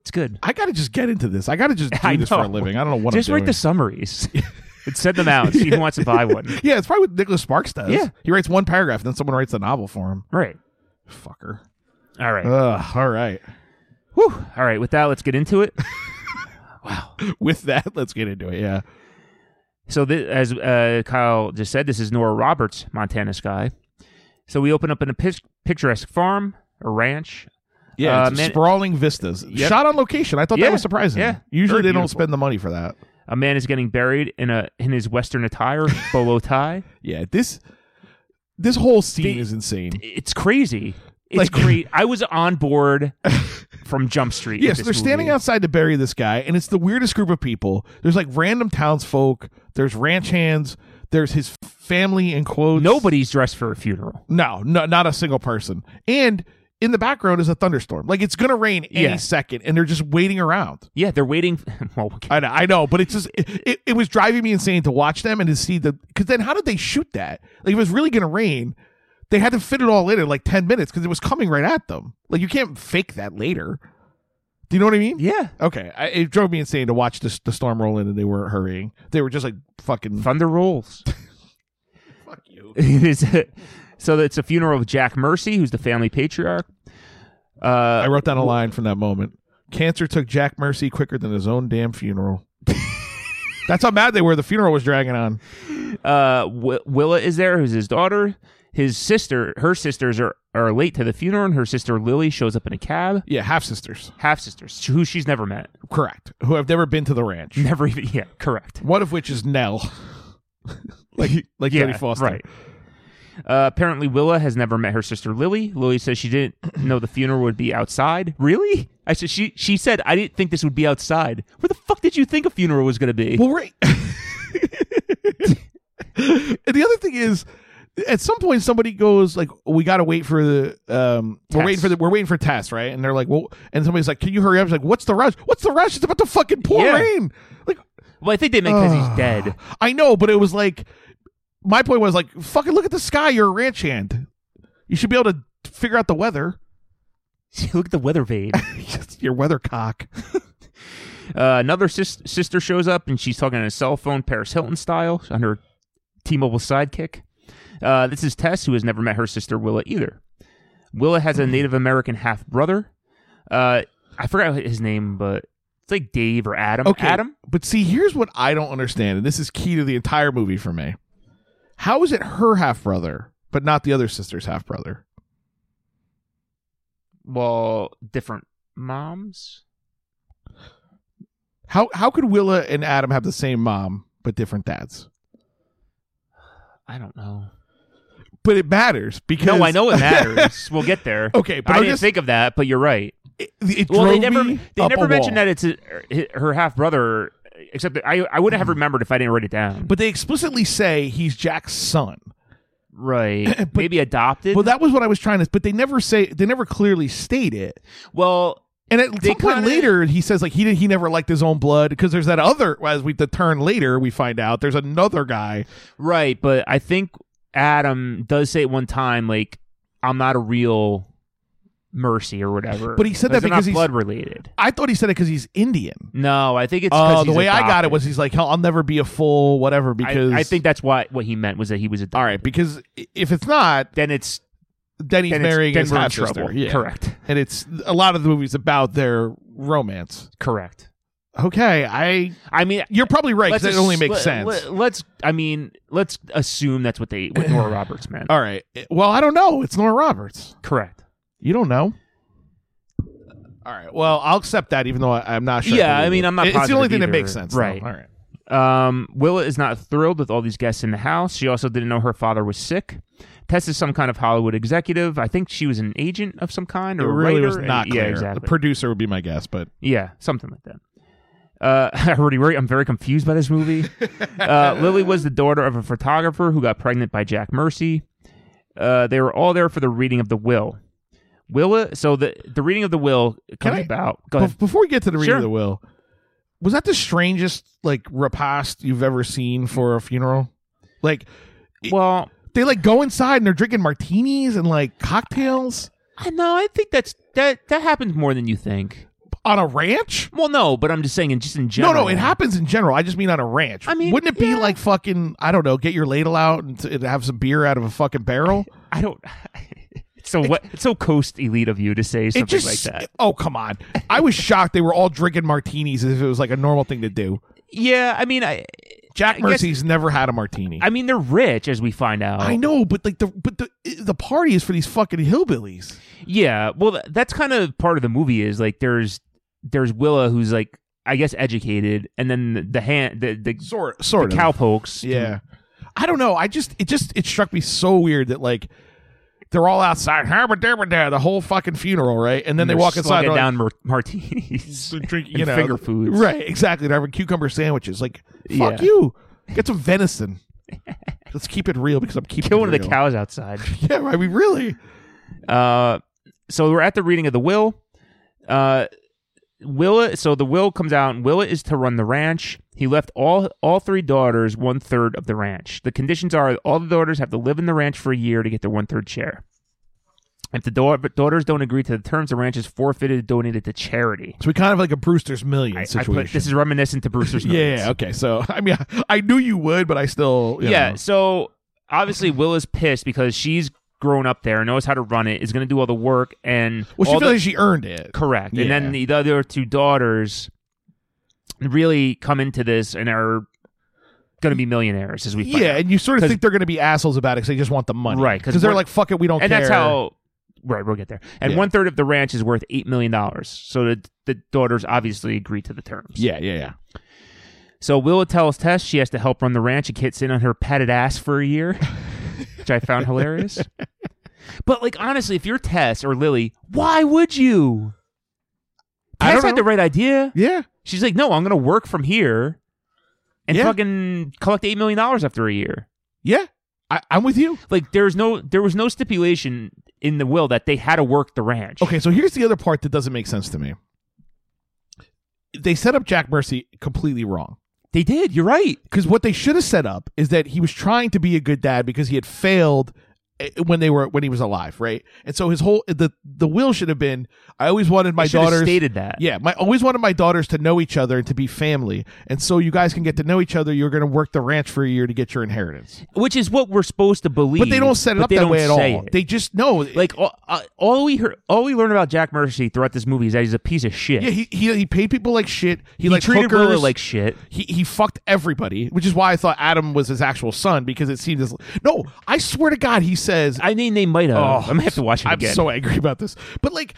Speaker 1: It's good.
Speaker 2: I got to just get into this. I got to just
Speaker 1: I
Speaker 2: do this for a
Speaker 1: know.
Speaker 2: living. I don't know what.
Speaker 1: Just
Speaker 2: I'm
Speaker 1: write
Speaker 2: doing.
Speaker 1: the summaries. and send them out. See who wants to buy one.
Speaker 2: Yeah, it's probably what Nicholas Sparks does.
Speaker 1: Yeah.
Speaker 2: he writes one paragraph, then someone writes a novel for him.
Speaker 1: Right.
Speaker 2: Fucker.
Speaker 1: All right.
Speaker 2: Ugh, all right.
Speaker 1: Whew. All right. With that, let's get into it.
Speaker 2: With that, let's get into it. Yeah.
Speaker 1: So, thi- as uh, Kyle just said, this is Nora Roberts, Montana Sky. So, we open up in a pic- picturesque farm, a ranch.
Speaker 2: Yeah,
Speaker 1: Uh,
Speaker 2: it's
Speaker 1: man-
Speaker 2: sprawling vistas.
Speaker 1: Yep.
Speaker 2: Shot on location. I thought
Speaker 1: Yeah,
Speaker 2: that was surprising.
Speaker 1: yeah.
Speaker 2: Usually
Speaker 1: Very
Speaker 2: they don't
Speaker 1: beautiful.
Speaker 2: spend the money for that.
Speaker 1: A man is getting buried in a in his western attire, bolo tie.
Speaker 2: Yeah, this this whole scene
Speaker 1: The-
Speaker 2: is insane.
Speaker 1: It's crazy. It's
Speaker 2: Like-
Speaker 1: great. I was on board from Jump Street.
Speaker 2: Yes, they're standing outside to bury this guy, and it's the weirdest group of people. There's like random townsfolk, there's ranch hands, there's his family in quotes.
Speaker 1: Nobody's dressed for a funeral.
Speaker 2: No, no, not a single person. And in the background is a thunderstorm. Like it's gonna rain any
Speaker 1: Yeah.
Speaker 2: second, and they're just waiting around.
Speaker 1: Yeah, they're waiting. Well, okay.
Speaker 2: I know, I know, but it's just it, it, it was driving me insane to watch them and to see the because then how did they shoot that? Like if it was really gonna rain, they had to fit it all in in like ten minutes because it was coming right at them. Like you can't fake that later. Do you know what I mean?
Speaker 1: yeah,
Speaker 2: Okay, I, it drove me insane to watch this, the storm roll in and they weren't hurrying. They were just like fucking
Speaker 1: thunder rolls.
Speaker 2: fuck you.
Speaker 1: It is- so it's a funeral of Jack Mercy, who's the family patriarch.
Speaker 2: I
Speaker 1: Uh,
Speaker 2: wrote down a line from that moment. Cancer took Jack Mercy quicker than his own damn funeral. That's how mad they were. The funeral was dragging on.
Speaker 1: uh, Wi- Willa is there, who's his daughter. His sister, her sisters are are late to the funeral, and her sister Lily shows up in a cab.
Speaker 2: Yeah, half sisters.
Speaker 1: Half sisters, who she's never met,
Speaker 2: Correct. Who have never been to the ranch.
Speaker 1: never even. Yeah, correct.
Speaker 2: One of which is Nell. like like
Speaker 1: yeah,
Speaker 2: Jodie Foster.
Speaker 1: Right. Uh, apparently, Willa has never met her sister Lily. Lily says she didn't know the funeral would be outside. Really? I said she. She said I didn't think this would be outside. Where the fuck did you think a funeral was going to be?
Speaker 2: Well, right. and the other thing is, at some point, somebody goes like, "We got to wait for the um, we're
Speaker 1: Test.
Speaker 2: waiting for the we're waiting for tests, right?" And they're like, "Well," and somebody's like, "Can you hurry up?" It's like, "What's the rush? What's the rush? It's about to fucking pour
Speaker 1: Yeah.
Speaker 2: rain." Like,
Speaker 1: Well, I think they meant because he's
Speaker 2: ugh.
Speaker 1: dead.
Speaker 2: I know, but it was like, my point was like, "Fucking look at the sky. You're a ranch hand. You should be able to figure out the weather."
Speaker 1: Look at the weather vane.
Speaker 2: Your weathercock.
Speaker 1: Uh, another sis- sister shows up and she's talking on a cell phone, Paris Hilton style, on her T-Mobile sidekick. Uh, this is Tess, who has never met her sister Willa either.
Speaker 2: Hmm.
Speaker 1: Willa has a Native American half brother. Uh, I forgot his name, but It's like Dave or Adam.
Speaker 2: Okay.
Speaker 1: Adam.
Speaker 2: But see, here's what I don't understand, and this is key to the entire movie for me. How is it her half brother, but not the other sister's half brother?
Speaker 1: Well, different moms.
Speaker 2: How how could Willa and Adam have the same mom but different dads?
Speaker 1: I don't know.
Speaker 2: But it matters because
Speaker 1: No, I know it matters. we'll get there.
Speaker 2: okay, but
Speaker 1: I
Speaker 2: I'm
Speaker 1: didn't
Speaker 2: just
Speaker 1: think of that, but you're right.
Speaker 2: it, it
Speaker 1: Well, they
Speaker 2: drove
Speaker 1: never
Speaker 2: me
Speaker 1: they
Speaker 2: up
Speaker 1: never
Speaker 2: a
Speaker 1: mentioned
Speaker 2: wall.
Speaker 1: that it's a, her half brother. Except that I I wouldn't
Speaker 2: Hmm.
Speaker 1: have remembered if I didn't write it down.
Speaker 2: But they explicitly say he's Jack's son.
Speaker 1: right, maybe adopted.
Speaker 2: Well, that was what I was trying to. But they never say they never clearly state it.
Speaker 1: well,
Speaker 2: And at
Speaker 1: They
Speaker 2: some point
Speaker 1: kinda-
Speaker 2: later, he says like he did, he never liked his own blood because there's that other as we the turn later we find out there's another guy.
Speaker 1: Right, but I think Adam does say at one time, like, I'm not a real mercy or whatever.
Speaker 2: But he said that
Speaker 1: they're
Speaker 2: because
Speaker 1: not
Speaker 2: he's-
Speaker 1: blood related.
Speaker 2: I thought he said it because he's Indian.
Speaker 1: No, I think it's
Speaker 2: Oh,
Speaker 1: 'cause
Speaker 2: the
Speaker 1: he's
Speaker 2: way I got it
Speaker 1: adopted.
Speaker 2: was he's like hell, I'll never be a full whatever
Speaker 1: I-
Speaker 2: because
Speaker 1: I, think that's what what he meant was that he was adopted.
Speaker 2: all right because i- if it's not
Speaker 1: then it's
Speaker 2: then he's
Speaker 1: then it's,
Speaker 2: marrying
Speaker 1: then
Speaker 2: his
Speaker 1: we're in
Speaker 2: half
Speaker 1: trouble.
Speaker 2: sister. Yeah.
Speaker 1: Correct,
Speaker 2: and it's a lot of the movies about their romance.
Speaker 1: correct.
Speaker 2: Okay, I
Speaker 1: I mean,
Speaker 2: you're probably right
Speaker 1: let's
Speaker 2: because it
Speaker 1: ass-
Speaker 2: only makes
Speaker 1: let-
Speaker 2: sense.
Speaker 1: let- Let's, I mean, let's assume that's what they what Nora Roberts meant.
Speaker 2: all right, well I don't know. It's Nora Roberts.
Speaker 1: Correct.
Speaker 2: You don't know. All right. Well, I'll accept that, even though I, I'm not sure.
Speaker 1: Yeah,
Speaker 2: believe
Speaker 1: I mean,
Speaker 2: it.
Speaker 1: I'm not
Speaker 2: It- It's the only
Speaker 1: positive
Speaker 2: thing that
Speaker 1: either.
Speaker 2: makes sense.
Speaker 1: Right.
Speaker 2: though. All right.
Speaker 1: Um, Willa is not thrilled with all these guests in the house. She also didn't know her father was sick. Tess is some kind of Hollywood executive. I think she was an agent of some kind
Speaker 2: it
Speaker 1: or a
Speaker 2: really
Speaker 1: writer.
Speaker 2: was not
Speaker 1: And-
Speaker 2: clear.
Speaker 1: Yeah, exactly.
Speaker 2: The producer would be my guess, but
Speaker 1: yeah, something like that. Uh, I already worry. I'm very confused by this movie. uh, Lily was the daughter of a photographer who got pregnant by Jack Mercy. Uh, they were all there for the reading of the will. Willa. So the the reading of the will
Speaker 2: Can
Speaker 1: comes
Speaker 2: I-
Speaker 1: about. Go
Speaker 2: Bef-
Speaker 1: ahead.
Speaker 2: before we get to the reading
Speaker 1: Sure.
Speaker 2: of the will, was that the strangest like repast you've ever seen for a funeral? Like
Speaker 1: Well,
Speaker 2: they like go inside and they're drinking martinis and like cocktails
Speaker 1: I know. I think that's that that happens more than you think.
Speaker 2: on a ranch.
Speaker 1: Well, no, but I'm just saying, in just in general.
Speaker 2: No, no, it happens in general. I just mean on a ranch.
Speaker 1: I mean,
Speaker 2: wouldn't it be
Speaker 1: yeah.
Speaker 2: like fucking? I don't know. Get your ladle out and, t- and have some beer out of a fucking barrel.
Speaker 1: I don't. It's so what? It's so coast elite of you to say something like that.
Speaker 2: Oh come on! I was shocked they were all drinking martinis as if it was like a normal thing to do.
Speaker 1: Yeah, I mean, I,
Speaker 2: Jack
Speaker 1: I guess-
Speaker 2: Mercy's never had a martini. Oh.
Speaker 1: I mean, they're rich, as we find out.
Speaker 2: I know, but like the but the the party is for these fucking hillbillies.
Speaker 1: Yeah, well, th- that's kind of part of the movie. Is like there's there's Willa who's like I guess educated, and then the, the hand the the,
Speaker 2: Sort
Speaker 1: the
Speaker 2: sort of.
Speaker 1: cowpokes. can-
Speaker 2: yeah. I don't know. I just it just it struck me so weird that like they're all outside "Habba-dabba-da," the whole fucking funeral, right? And then they
Speaker 1: they're
Speaker 2: walk inside
Speaker 1: slugging
Speaker 2: and
Speaker 1: down mar- martinis,
Speaker 2: they're like, drink, you
Speaker 1: and
Speaker 2: know,
Speaker 1: finger foods.
Speaker 2: right? Exactly. They're having cucumber sandwiches. Like fuck
Speaker 1: Yeah.
Speaker 2: you. Get some venison. Let's keep it real because I'm keeping
Speaker 1: Kill
Speaker 2: it
Speaker 1: one of the
Speaker 2: real.
Speaker 1: cows outside.
Speaker 2: Yeah, I mean, really.
Speaker 1: Uh, so we're at the reading of the will. Uh, Willa, so the will comes out, and Willa is to run the ranch. He left all all three daughters one third of the ranch. The conditions are all the daughters have to live in the ranch for a year to get their one third share. If the da- daughters don't agree to the terms, the ranch is forfeited and donated to charity.
Speaker 2: So we kind of like a Brewster's Million
Speaker 1: I- I put-
Speaker 2: situation.
Speaker 1: this is reminiscent to Brewster's. Millions.
Speaker 2: yeah, yeah, okay. So I mean, I knew you would, but I still, you
Speaker 1: Yeah,
Speaker 2: know.
Speaker 1: so obviously Willa's pissed because she's grown up there, knows how to run it, is going to do all the work, and
Speaker 2: Well, she
Speaker 1: all
Speaker 2: feels
Speaker 1: the-
Speaker 2: like she earned it.
Speaker 1: Correct. And
Speaker 2: Yeah.
Speaker 1: then the other two daughters really come into this and are going to be millionaires as we find
Speaker 2: Yeah,
Speaker 1: out.
Speaker 2: and you sort of
Speaker 1: 'Cause-
Speaker 2: think they're going to be assholes about it because they just want the money,
Speaker 1: Right, 'cause
Speaker 2: Because they're
Speaker 1: one-
Speaker 2: like, "Fuck it, we don't
Speaker 1: And
Speaker 2: care."
Speaker 1: that's how right, we'll get there. And
Speaker 2: Yeah.
Speaker 1: one third of the ranch is worth eight million dollars. So the the daughters obviously agree to the terms.
Speaker 2: Yeah, yeah, yeah.
Speaker 1: So Willa tells Tess she has to help run the ranch and Kit's in on her padded ass for a year, which I found hilarious. But like honestly, if you're Tess or Lily, why would you?
Speaker 2: I
Speaker 1: Tess
Speaker 2: don't
Speaker 1: had the right idea.
Speaker 2: Yeah,
Speaker 1: She's like, no, I'm going to work from here and
Speaker 2: Yeah.
Speaker 1: fucking collect $8 million after a year.
Speaker 2: yeah. I, I'm with you.
Speaker 1: Like, there's no, there was no stipulation in the will that they had to work the ranch.
Speaker 2: Okay, so here's the other part that doesn't make sense to me. They set up Jack Mercy completely wrong.
Speaker 1: They did. You're right.
Speaker 2: Because what they should have set up is that he was trying to be a good dad because he had failed eh, when they were when he was alive, right? And so his whole the the will should have been I always wanted my
Speaker 1: I should have
Speaker 2: daughters
Speaker 1: stated that.
Speaker 2: yeah, my always wanted my daughters to know each other and to be family. And so you guys can get to know each other. You're going to work the ranch for a year to get your inheritance.
Speaker 1: which is what we're supposed to believe.
Speaker 2: But they don't set it
Speaker 1: but
Speaker 2: up
Speaker 1: they
Speaker 2: that
Speaker 1: don't
Speaker 2: way at all.
Speaker 1: say it.
Speaker 2: They just no.
Speaker 1: like all, uh, all we heard, all we learn about Jack Mercy throughout this movie is that he's a piece of shit.
Speaker 2: yeah, he, he he paid people like shit. He,
Speaker 1: He
Speaker 2: like
Speaker 1: treated
Speaker 2: hookers.
Speaker 1: Willow like shit.
Speaker 2: he he fucked everybody, which is why I thought Adam was his actual son because it seemed as no. I swear to God, he says
Speaker 1: I mean, they might have.
Speaker 2: Oh,
Speaker 1: I'm gonna have to watch it
Speaker 2: I'm
Speaker 1: again.
Speaker 2: so angry about this. But like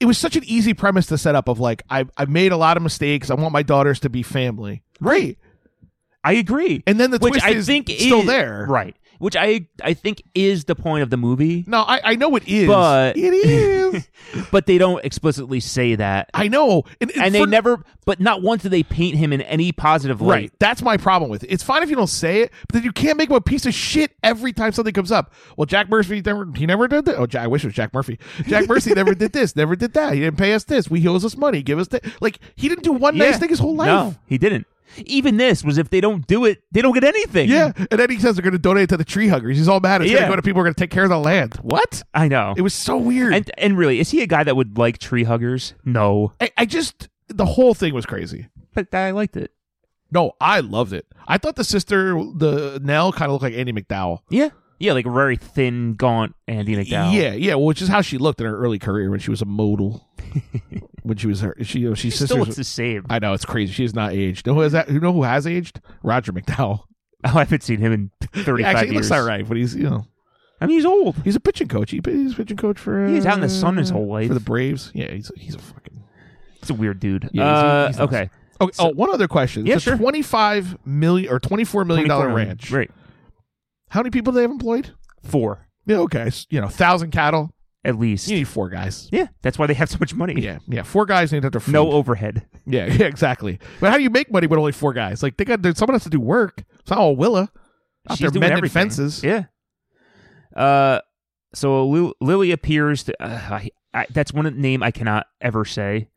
Speaker 2: it was such an easy premise to set up of like I I made a lot of mistakes. I want my daughters to be family. Right.
Speaker 1: I agree.
Speaker 2: And then the
Speaker 1: which
Speaker 2: twist
Speaker 1: I
Speaker 2: is
Speaker 1: think
Speaker 2: still
Speaker 1: is-
Speaker 2: there.
Speaker 1: right? Which I I think is the point of the movie,
Speaker 2: No, I, I know it is.
Speaker 1: But-
Speaker 2: it is.
Speaker 1: but they don't explicitly say that,
Speaker 2: I know. And,
Speaker 1: and they
Speaker 2: for-
Speaker 1: never. But not once do they paint him in any positive light.
Speaker 2: Right. That's my problem with it. It's fine if you don't say it, but then you can't make him a piece of shit every time something comes up. Well, Jack Murphy never he never did that. Oh, Jack, I wish it was Jack Murphy. Jack Murphy never did this, never did that. He didn't pay us this. We he owes us money. Give us that. Like he didn't do one
Speaker 1: Yeah.
Speaker 2: nice thing his whole life.
Speaker 1: No, he didn't. Even this was if they don't do it, they don't get anything.
Speaker 2: Yeah, and then he says they're going to donate to the tree huggers. He's all mad. It's going
Speaker 1: Yeah.
Speaker 2: to go to people who are going to take care of the land. What?
Speaker 1: I know.
Speaker 2: It was so weird.
Speaker 1: and and really, is he a guy that would like tree huggers? No,
Speaker 2: I, I just the whole thing was crazy.
Speaker 1: but I liked it.
Speaker 2: No, I loved it. I thought the sister, the Nell, kind of looked like Andy McDowell.
Speaker 1: Yeah. Yeah, like a very thin, gaunt Andy McDowell.
Speaker 2: Yeah, yeah, which is how she looked in her early career when she was a model. when she was her, she, you know, she's
Speaker 1: She still
Speaker 2: sisters.
Speaker 1: looks the same.
Speaker 2: I know it's crazy. She's not aged. Who is that? Who know who has aged? Roger McDowell.
Speaker 1: Oh, I haven't seen him in 35
Speaker 2: Actually, he
Speaker 1: years.
Speaker 2: looks all right, but he's you know
Speaker 1: I mean, he's old.
Speaker 2: he's a pitching coach. He, he's a pitching coach for uh,
Speaker 1: He's out in the sun his whole life.
Speaker 2: for the Braves. Yeah, he's he's a fucking
Speaker 1: He's a weird dude.
Speaker 2: Yeah, he's-
Speaker 1: Uh,
Speaker 2: he's
Speaker 1: okay.
Speaker 2: Okay. oh, one other question.
Speaker 1: Yeah,
Speaker 2: the
Speaker 1: sure.
Speaker 2: Twenty-five million or twenty-four million dollar
Speaker 1: 24
Speaker 2: ranch.
Speaker 1: Right.
Speaker 2: How many people they have employed?
Speaker 1: Four,
Speaker 2: Yeah. Okay. s- You know, thousand cattle.
Speaker 1: at least.
Speaker 2: You need four guys.
Speaker 1: Yeah, that's why they have so much money.
Speaker 2: Yeah. Yeah. Four guys need after food.
Speaker 1: No overhead.
Speaker 2: Yeah. Yeah. Exactly. But how do you make money with only four guys? Like they got there- someone has to do work. It's not all Willa out
Speaker 1: She's
Speaker 2: there
Speaker 1: doing
Speaker 2: mending
Speaker 1: everything.
Speaker 2: fences.
Speaker 1: Yeah. Uh, so Lil- Lily appears to. Uh, I, I, that's one name I cannot ever say.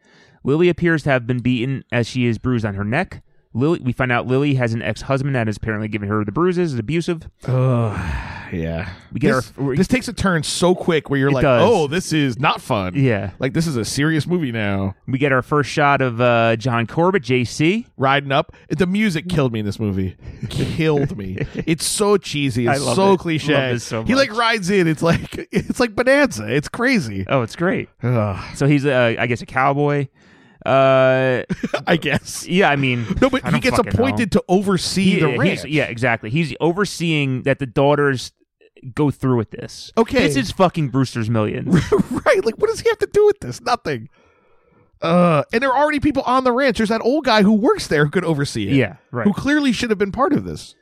Speaker 1: Lily appears to have been beaten as she is bruised on her neck. Lily, we find out Lily has an ex-husband that is apparently giving her the bruises, is abusive.
Speaker 2: Ugh, yeah.
Speaker 1: We get
Speaker 2: this,
Speaker 1: our- we-
Speaker 2: this takes a turn so quick where you're
Speaker 1: It
Speaker 2: like,
Speaker 1: does.
Speaker 2: oh, this is not fun.
Speaker 1: Yeah,
Speaker 2: Like this is a serious movie now.
Speaker 1: we get our first shot of uh, John Corbett, JC.
Speaker 2: riding up. The music killed me in this movie. killed me. It's so cheesy. It's
Speaker 1: I love
Speaker 2: so
Speaker 1: it.
Speaker 2: cliche.
Speaker 1: Love it so
Speaker 2: He like
Speaker 1: much.
Speaker 2: rides in. It's like it's like bonanza. It's crazy.
Speaker 1: Oh, it's great.
Speaker 2: Ugh,
Speaker 1: So he's, uh, I guess, a cowboy. Uh,
Speaker 2: I guess.
Speaker 1: yeah, I mean,
Speaker 2: No, but
Speaker 1: I
Speaker 2: he
Speaker 1: don't
Speaker 2: gets
Speaker 1: fucking
Speaker 2: appointed
Speaker 1: know.
Speaker 2: to oversee
Speaker 1: He-
Speaker 2: the
Speaker 1: he's-
Speaker 2: ranch.
Speaker 1: Yeah, exactly. He's overseeing that the daughters go through with this.
Speaker 2: Okay.
Speaker 1: this is fucking Brewster's Millions.
Speaker 2: right. Like, what does he have to do with this? Nothing. Uh, and there are already people on the ranch. There's that old guy who works there who could oversee it.
Speaker 1: yeah, right.
Speaker 2: Who
Speaker 1: Who,
Speaker 2: clearly should have been part of this.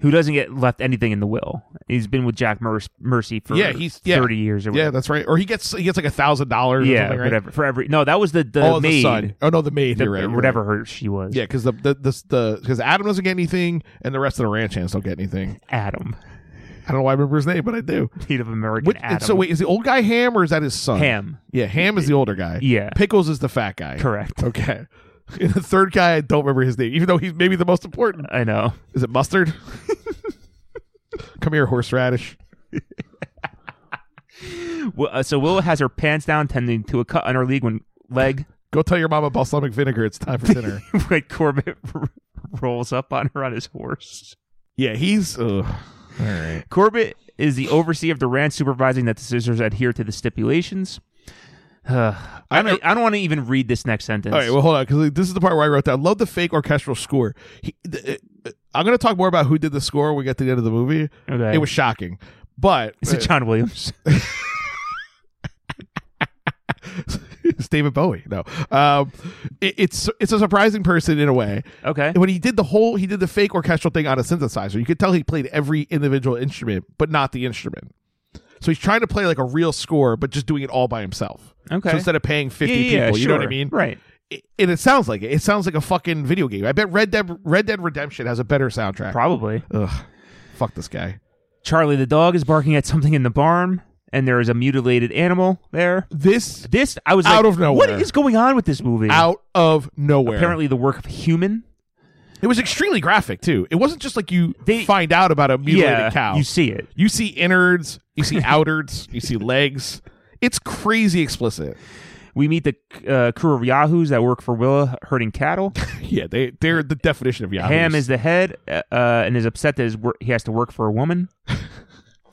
Speaker 1: doesn't get left anything in the will? He's been with Jack Mer- Mercy for
Speaker 2: Yeah, he's- yeah.
Speaker 1: thirty years or
Speaker 2: Yeah,
Speaker 1: whatever.
Speaker 2: that's right. Or he gets he gets like a thousand dollars.
Speaker 1: yeah,
Speaker 2: something, right?
Speaker 1: whatever. For every no, that was the the
Speaker 2: Oh, the
Speaker 1: maid,
Speaker 2: son. Oh no, the maid.
Speaker 1: the-
Speaker 2: you're right, you're right.
Speaker 1: whatever her she was.
Speaker 2: Yeah, because the the the the because Adam doesn't get anything, and the rest of the ranch hands don't get anything.
Speaker 1: Adam,
Speaker 2: I don't know why I remember his name, but I do.
Speaker 1: Native American
Speaker 2: Which,
Speaker 1: Adam.
Speaker 2: so wait, is the old guy Ham or is that his son?
Speaker 1: Ham.
Speaker 2: Yeah, Ham is the older guy.
Speaker 1: Yeah.
Speaker 2: Pickles is the fat guy.
Speaker 1: Correct.
Speaker 2: Okay. And the third guy, I don't remember his name, even though he's maybe the most important.
Speaker 1: I know.
Speaker 2: Is it mustard? Come here, horseradish.
Speaker 1: Well, uh, so Willow has her pants down, tending to a cut on her leg when leg
Speaker 2: Go tell your mom about balsamic vinegar. It's time for dinner.
Speaker 1: when Corbett r- rolls up on her on his horse.
Speaker 2: yeah, he's. Ugh. All right.
Speaker 1: Corbett is the overseer of the ranch, supervising that the sisters adhere to the stipulations. Ugh. I don't. e, I don't want to even read this next sentence.
Speaker 2: All right, well, hold on, because this is the part where I wrote down. Love the fake orchestral score. He, th- uh, I'm going to talk more about who did the score when we get to the end of the movie.
Speaker 1: okay.
Speaker 2: It was shocking, but
Speaker 1: Is it
Speaker 2: uh,
Speaker 1: John Williams?
Speaker 2: it's David Bowie. No, um, it, it's it's a surprising person in a way.
Speaker 1: Okay.
Speaker 2: When he did the whole, he did the fake orchestral thing on a synthesizer. You could tell he played every individual instrument, but not the instrument. So he's trying to play like a real score, but just doing it all by himself.
Speaker 1: Okay.
Speaker 2: So instead of paying 50
Speaker 1: Yeah, yeah,
Speaker 2: people, you know what I
Speaker 1: sure.
Speaker 2: mean?
Speaker 1: Right.
Speaker 2: it- and it sounds like it. It sounds like a fucking video game. I bet Red Dead Red Dead Redemption has a better soundtrack.
Speaker 1: Probably.
Speaker 2: Ugh, fuck this guy.
Speaker 1: Charlie the dog is barking at something in the barn, and there is a mutilated animal there.
Speaker 2: This
Speaker 1: This I was
Speaker 2: Out
Speaker 1: like,
Speaker 2: of nowhere.
Speaker 1: What is going on with this movie?
Speaker 2: out of nowhere.
Speaker 1: Apparently, the work of human.
Speaker 2: it was extremely graphic too. It wasn't just like you
Speaker 1: They-
Speaker 2: find out about a mutilated
Speaker 1: yeah,
Speaker 2: cow.
Speaker 1: you see it.
Speaker 2: You see innards. You see outards. you see legs. It's crazy explicit.
Speaker 1: We meet the uh, crew of Yahoos that work for Willa herding cattle.
Speaker 2: Yeah, they they're the definition of Yahoo.
Speaker 1: Ham is the head uh, and is upset that his wor- he has to work for a woman.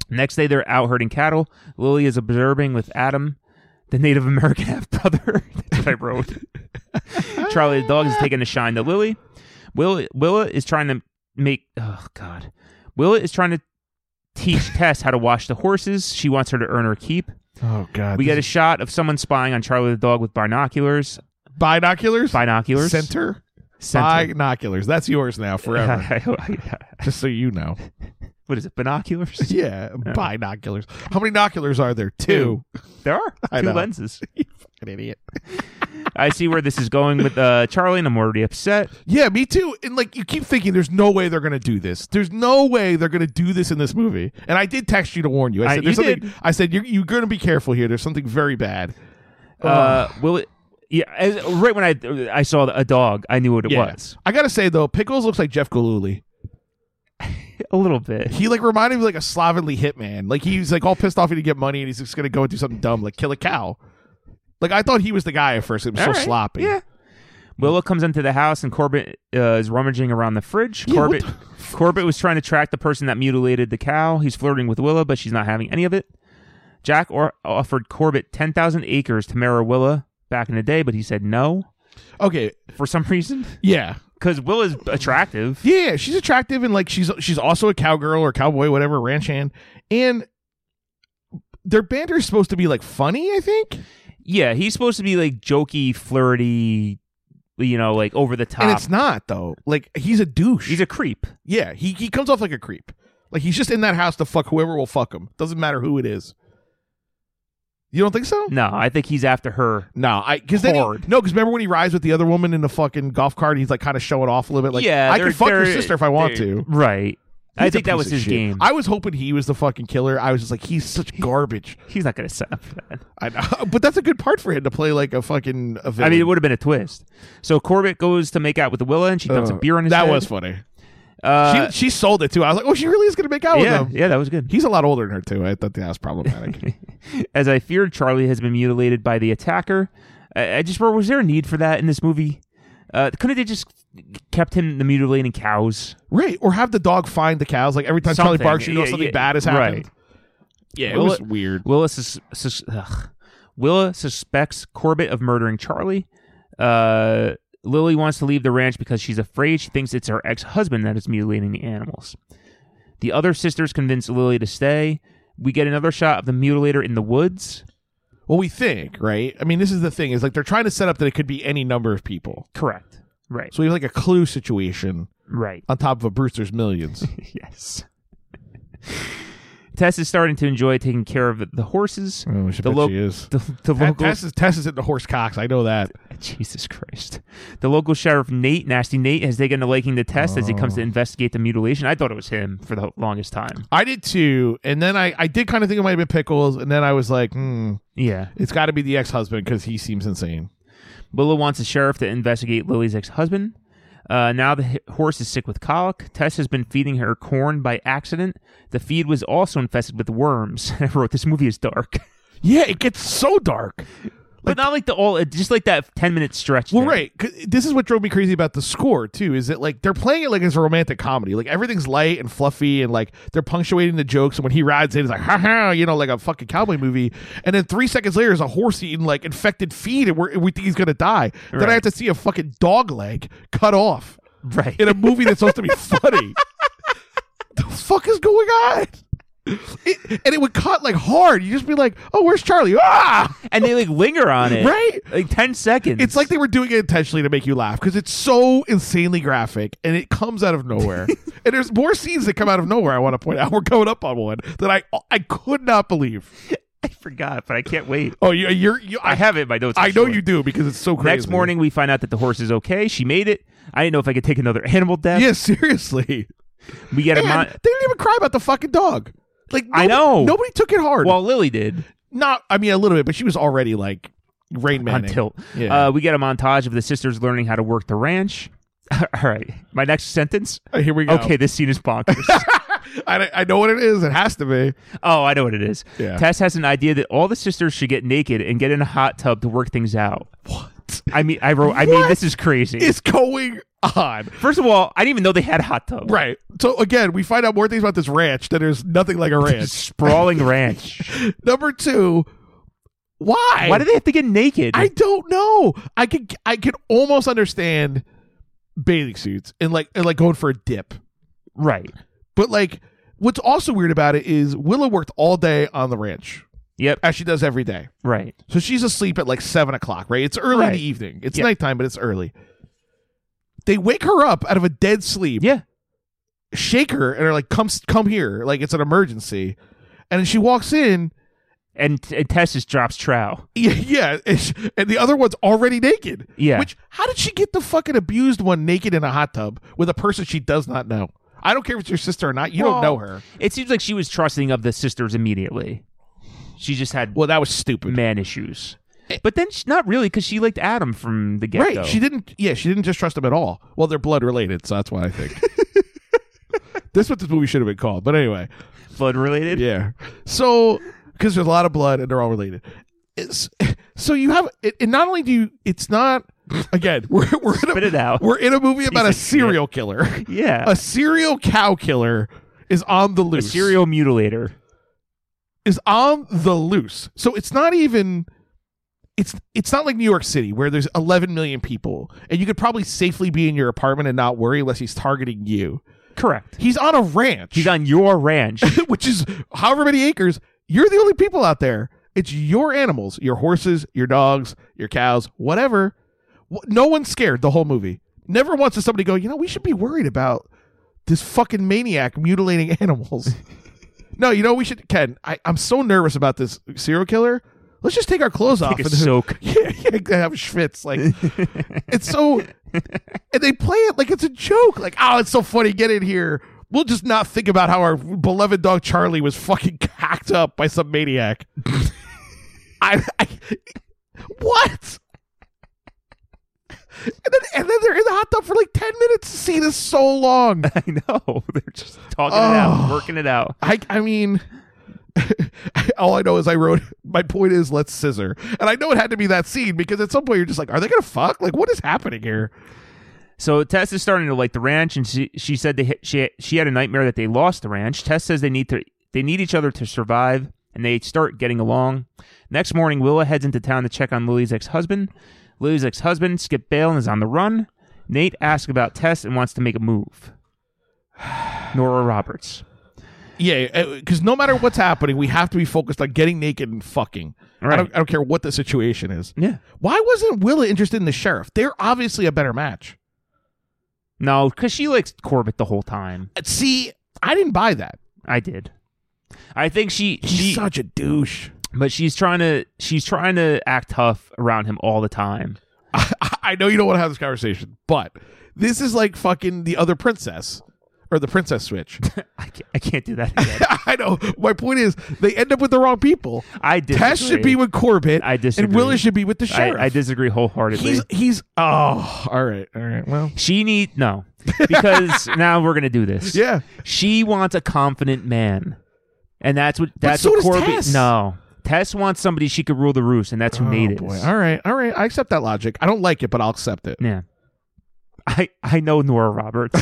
Speaker 1: Next day, they're out herding cattle. Lily is observing with Adam, the Native American half brother. That's what I wrote. Charlie the dog is taking a shine to Lily. Will Willa is trying to make. Oh God, Willa is trying to teach Tess how to wash the horses. She wants her to earn her keep.
Speaker 2: oh god.
Speaker 1: We
Speaker 2: this
Speaker 1: get a
Speaker 2: is-
Speaker 1: shot of someone spying on Charlie the dog with binoculars.
Speaker 2: binoculars.
Speaker 1: Binoculars.
Speaker 2: Center.
Speaker 1: Center.
Speaker 2: Binoculars. That's yours now forever. just so you know.
Speaker 1: what is it? Binoculars.
Speaker 2: Yeah, binoculars. How many binoculars are there? Two.
Speaker 1: Two. There are
Speaker 2: I
Speaker 1: two
Speaker 2: know.
Speaker 1: lenses.
Speaker 2: An idiot.
Speaker 1: I see where this is going with uh, Charlie, and I'm already upset.
Speaker 2: Yeah, me too. And like you keep thinking there's no way they're gonna do this. There's no way they're gonna do this in this movie. And I did text you to warn you. I
Speaker 1: I-
Speaker 2: said there's
Speaker 1: you
Speaker 2: something
Speaker 1: did.
Speaker 2: I said you're you're gonna be careful here. There's something very bad.
Speaker 1: Uh, will it? Yeah, as, right when I I saw a dog, I knew what it
Speaker 2: Yeah.
Speaker 1: was.
Speaker 2: I gotta say though, Pickles looks like Jeff Galooly.
Speaker 1: A little bit.
Speaker 2: He like reminded me of, like a slovenly hitman. Like he's like all pissed off he didn't get money and he's just gonna go and do something dumb, like kill a cow. Like I thought he was the guy at first. It was
Speaker 1: All
Speaker 2: so
Speaker 1: right.
Speaker 2: sloppy.
Speaker 1: Yeah. Willow comes into the house and Corbett uh, is rummaging around the fridge.
Speaker 2: Yeah, what
Speaker 1: Corbett Corbett was trying to track the person that mutilated the cow. He's flirting with Willa, but she's not having any of it. Jack or- offered Corbett 10,000 acres to marry Willa back in the day, but he said no
Speaker 2: Okay.
Speaker 1: for some reason
Speaker 2: Yeah.
Speaker 1: cuz Willa's attractive.
Speaker 2: Yeah, she's attractive and like she's she's also a cowgirl or cowboy, whatever, ranch hand. And their banter is supposed to be like funny, I think.
Speaker 1: Yeah, he's supposed to be like jokey, flirty, you know, like over the
Speaker 2: And
Speaker 1: top.
Speaker 2: it's not though. Like he's a douche.
Speaker 1: He's a creep.
Speaker 2: yeah, he he comes off like a creep. Like he's just in that house to fuck whoever will fuck him. Doesn't matter who it is. You don't think so?
Speaker 1: No, I think he's after her.
Speaker 2: No, I because then he-
Speaker 1: Hard.
Speaker 2: no, because remember when he rides with the other woman in the fucking golf cart, he's like kind of showing off a little bit. Like,
Speaker 1: yeah,
Speaker 2: I
Speaker 1: they're-
Speaker 2: can fuck your
Speaker 1: they're-
Speaker 2: sister if I want
Speaker 1: they're-
Speaker 2: to.
Speaker 1: Right. I
Speaker 2: He's a
Speaker 1: think that
Speaker 2: piece
Speaker 1: was
Speaker 2: of
Speaker 1: his
Speaker 2: shit.
Speaker 1: game.
Speaker 2: I was hoping he was the fucking killer. I was just like, he's such garbage.
Speaker 1: he's not going to set up for that.
Speaker 2: I know, but that's a good part for him to play like a fucking. A
Speaker 1: I
Speaker 2: villain.
Speaker 1: mean, it would have been a twist. So Corbett goes to make out with Willa, and she dumps a
Speaker 2: Uh,
Speaker 1: beer on his
Speaker 2: That
Speaker 1: head.
Speaker 2: was funny.
Speaker 1: Uh,
Speaker 2: she she sold it too. I was like, oh, she really is gonna make out
Speaker 1: yeah,
Speaker 2: with him.
Speaker 1: yeah, that was good.
Speaker 2: He's a lot older than her too. I thought that was problematic.
Speaker 1: As I feared, Charlie has been mutilated by the attacker. I, I just wrote, was there a need for that in this movie? Uh, couldn't they just kept him the mutilating cows?
Speaker 2: right? Or have the dog find the cows. Like every time Charlie
Speaker 1: Something.
Speaker 2: barks, you know
Speaker 1: Yeah,
Speaker 2: something
Speaker 1: yeah,
Speaker 2: bad has happened.
Speaker 1: right.
Speaker 2: Yeah, it
Speaker 1: Well,
Speaker 2: was
Speaker 1: it-
Speaker 2: weird.
Speaker 1: Willa, sus- sus- ugh. Willa suspects Corbett of murdering Charlie. Uh, Lily wants to leave the ranch because she's afraid. She thinks it's her ex husband that is mutilating the animals. The other sisters convince Lily to stay. We get another shot of the mutilator in the woods.
Speaker 2: Well, we think right. I mean, this is the thing is like they're trying to set up that it could be any number of people.
Speaker 1: Correct. Right.
Speaker 2: So we have like a clue situation
Speaker 1: Right.
Speaker 2: on top of a Brewster's Millions.
Speaker 1: yes. Tess is starting to enjoy taking care of the horses.
Speaker 2: oh, she
Speaker 1: The
Speaker 2: bet
Speaker 1: lo-
Speaker 2: she is.
Speaker 1: The, the
Speaker 2: Te-
Speaker 1: locals,
Speaker 2: Tess is Tess is at the horse cocks. I know that.
Speaker 1: Jesus Christ. The local sheriff, Nate, Nasty Nate, has taken a liking to Tess as he comes to
Speaker 2: Oh.
Speaker 1: investigate the mutilation. I thought it was him for the longest time.
Speaker 2: I did too, and then I, I did kind of think it might have been pickles, and then I was like, hmm,
Speaker 1: Yeah.
Speaker 2: it's got to be the ex husband because he seems insane.
Speaker 1: Willa wants the sheriff to investigate Lily's ex husband. Uh, now the h- horse is sick with colic. Tess has been feeding her corn by accident. The feed was also infested with worms. I wrote, This movie is dark.
Speaker 2: Yeah, it gets so dark.
Speaker 1: but not like the all, uh, just like that 10 minute stretch.
Speaker 2: Well,
Speaker 1: there.
Speaker 2: right. 'cause This is what drove me crazy about the score too. Is that like they're playing it like it's a romantic comedy. Like everything's light and fluffy, and like they're punctuating the jokes. And when he rides in, it's like ha ha, you know, like a fucking cowboy movie. And then three seconds later is a horse eating like infected feed, and we're, and we think he's gonna die. Then I
Speaker 1: Right.
Speaker 2: have to see a fucking dog leg cut off
Speaker 1: Right.
Speaker 2: in a movie that's supposed to be funny. the fuck is going on? It, and it would cut like hard. You just be like, "Oh, where's Charlie?" Ah,
Speaker 1: and they like linger on it.
Speaker 2: right.
Speaker 1: Like 10 seconds.
Speaker 2: It's like they were doing it intentionally to make you laugh because it's so insanely graphic and it comes out of nowhere. and there's more scenes that come out of nowhere. I want to point out we're going up on one that I I could not believe.
Speaker 1: I forgot, but I can't wait.
Speaker 2: Oh, you, you're you, I
Speaker 1: I
Speaker 2: have
Speaker 1: have it in my notes.
Speaker 2: I know
Speaker 1: actually.
Speaker 2: you do because it's so crazy.
Speaker 1: Next morning, we find out that the horse is okay. She made it. I didn't know if I could take another animal death.
Speaker 2: Yeah, seriously.
Speaker 1: We get a
Speaker 2: And
Speaker 1: mon-
Speaker 2: they didn't even cry about the fucking dog. Like
Speaker 1: I
Speaker 2: nobody-
Speaker 1: know.
Speaker 2: nobody took it hard.
Speaker 1: well, Lily did
Speaker 2: not I mean a little bit, but she was already like Rain Man.
Speaker 1: on tilt.
Speaker 2: Yeah.
Speaker 1: Uh, we get a montage of the sisters learning how to work the ranch. All right, my next sentence.
Speaker 2: Uh, here we go.
Speaker 1: Okay, this scene is bonkers.
Speaker 2: I, I know what it is. It has to be.
Speaker 1: Oh, I know what it is.
Speaker 2: Yeah.
Speaker 1: Tess has an idea that all the sisters should get naked and get in a hot tub to work things out.
Speaker 2: What
Speaker 1: I mean, I wrote. I mean,
Speaker 2: What
Speaker 1: this is crazy.
Speaker 2: is going on?
Speaker 1: First of all, I didn't even know they had hot tubs.
Speaker 2: Right. So again, we find out more things about this ranch that is nothing like a ranch.
Speaker 1: sprawling ranch.
Speaker 2: Number two, why?
Speaker 1: Why do they have to get naked?
Speaker 2: I don't know. I could I could almost understand bathing suits and like and like going for a dip.
Speaker 1: right.
Speaker 2: But like what's also weird about it is Willow worked all day on the ranch.
Speaker 1: Yep.
Speaker 2: As she does every day.
Speaker 1: Right.
Speaker 2: So she's asleep at like seven o'clock, right? It's early in
Speaker 1: Right.
Speaker 2: the evening. It's
Speaker 1: Yeah.
Speaker 2: nighttime, but it's early. They wake her up out of a dead sleep,
Speaker 1: Yeah.
Speaker 2: shake her, and are like, "Come, s- come here!" Like it's an emergency. And then she walks in,
Speaker 1: And, and Tess just drops trow.
Speaker 2: Yeah, yeah, and, sh- and the other one's already naked.
Speaker 1: Yeah.
Speaker 2: Which how did she get the fucking abused one naked in a hot tub with a person she does not know? I don't care if it's your sister or not. You don't
Speaker 1: Well-
Speaker 2: know her.
Speaker 1: It seems like she was trusting of the sisters immediately. She just had
Speaker 2: Well, that was stupid.
Speaker 1: man issues. But then she, not really because she liked Adam from the get
Speaker 2: right?
Speaker 1: go.
Speaker 2: She didn't. Yeah, she didn't just trust him at all. Well, they're blood related, so that's why I think. That's what this movie should have been called. But anyway,
Speaker 1: blood related.
Speaker 2: yeah. So because there's a lot of blood and they're all related. It's, so you have it, and not only do you, it's not again we're we're in
Speaker 1: Spit
Speaker 2: a,
Speaker 1: it out.
Speaker 2: we're in a movie about
Speaker 1: of
Speaker 2: a
Speaker 1: shit.
Speaker 2: serial killer.
Speaker 1: Yeah.
Speaker 2: a serial cow killer is on
Speaker 1: A
Speaker 2: the loose.
Speaker 1: serial mutilator.
Speaker 2: is on the loose. So it's not even it's it's not like New York City where there's 11 million people and you could probably safely be in your apartment and not worry unless he's targeting you.
Speaker 1: Correct.
Speaker 2: He's on a ranch.
Speaker 1: He's on your ranch.
Speaker 2: which is however many acres. You're the only people out there. It's your animals, your horses, your dogs, your cows, whatever. Wh- No one's scared the whole movie. Never once does somebody go, you know, we should be worried about this fucking maniac mutilating animals. no, you know, we should, Ken, I, I'm so nervous about this serial killer. Let's just take our clothes off
Speaker 1: a
Speaker 2: and
Speaker 1: soak.
Speaker 2: Yeah, yeah, have schwitz. Like, it's so, and they play it like it's a joke. Like, oh, it's so funny. Get in here. We'll just not think about how our beloved dog Charlie was fucking hacked up by some maniac. I, I what? And then, and then they're in the hot tub for like ten minutes. The scene is so long.
Speaker 1: I know. They're just talking it out,
Speaker 2: Oh.
Speaker 1: working it out.
Speaker 2: I, I mean, all I know is I wrote. My point is, let's scissor. And I know it had to be that scene because at some point you're just like, are they gonna fuck? Like, what is happening here?
Speaker 1: So Tess is starting to like the ranch, and she she said they hit, she she had a nightmare that they lost the ranch. Tess says they need to they need each other to survive, and they start getting along. Next morning, Willa heads into town to check on Lily's ex husband. Lily's ex husband Skip Bale and is on the run. Nate asks about Tess and wants to make a move. Nora Roberts.
Speaker 2: Yeah, because no matter what's happening, we have to be focused on getting naked and fucking. I,
Speaker 1: Right.
Speaker 2: don't, I don't care what the situation is.
Speaker 1: Yeah.
Speaker 2: Why wasn't Willa interested in the sheriff? They're obviously a better match.
Speaker 1: No, because she likes Corbett the whole time.
Speaker 2: Uh, See, I didn't buy that.
Speaker 1: I did. I think she
Speaker 2: He's
Speaker 1: she
Speaker 2: such a douche.
Speaker 1: but she's trying to she's trying to act tough around him all the time.
Speaker 2: I, I know you don't want to have this conversation, but this is like fucking the other princess or the princess switch.
Speaker 1: I can't, I can't do that again.
Speaker 2: I know. My point is, they end up with the wrong people.
Speaker 1: I disagree.
Speaker 2: Tess should be with Corbett.
Speaker 1: I disagree.
Speaker 2: And Willis should be with the
Speaker 1: I,
Speaker 2: sheriff.
Speaker 1: I disagree wholeheartedly.
Speaker 2: He's he's oh all right all right well
Speaker 1: she need no because now we're gonna do this.
Speaker 2: yeah
Speaker 1: she wants a confident man, and that's what that's
Speaker 2: so
Speaker 1: what
Speaker 2: does
Speaker 1: Corby.
Speaker 2: Tess.
Speaker 1: No, Tess wants somebody she could rule the roost, and that's who Nate
Speaker 2: oh,
Speaker 1: is.
Speaker 2: boy all right all right I accept that logic I don't like it but I'll accept it
Speaker 1: Yeah, I I know Nora Roberts.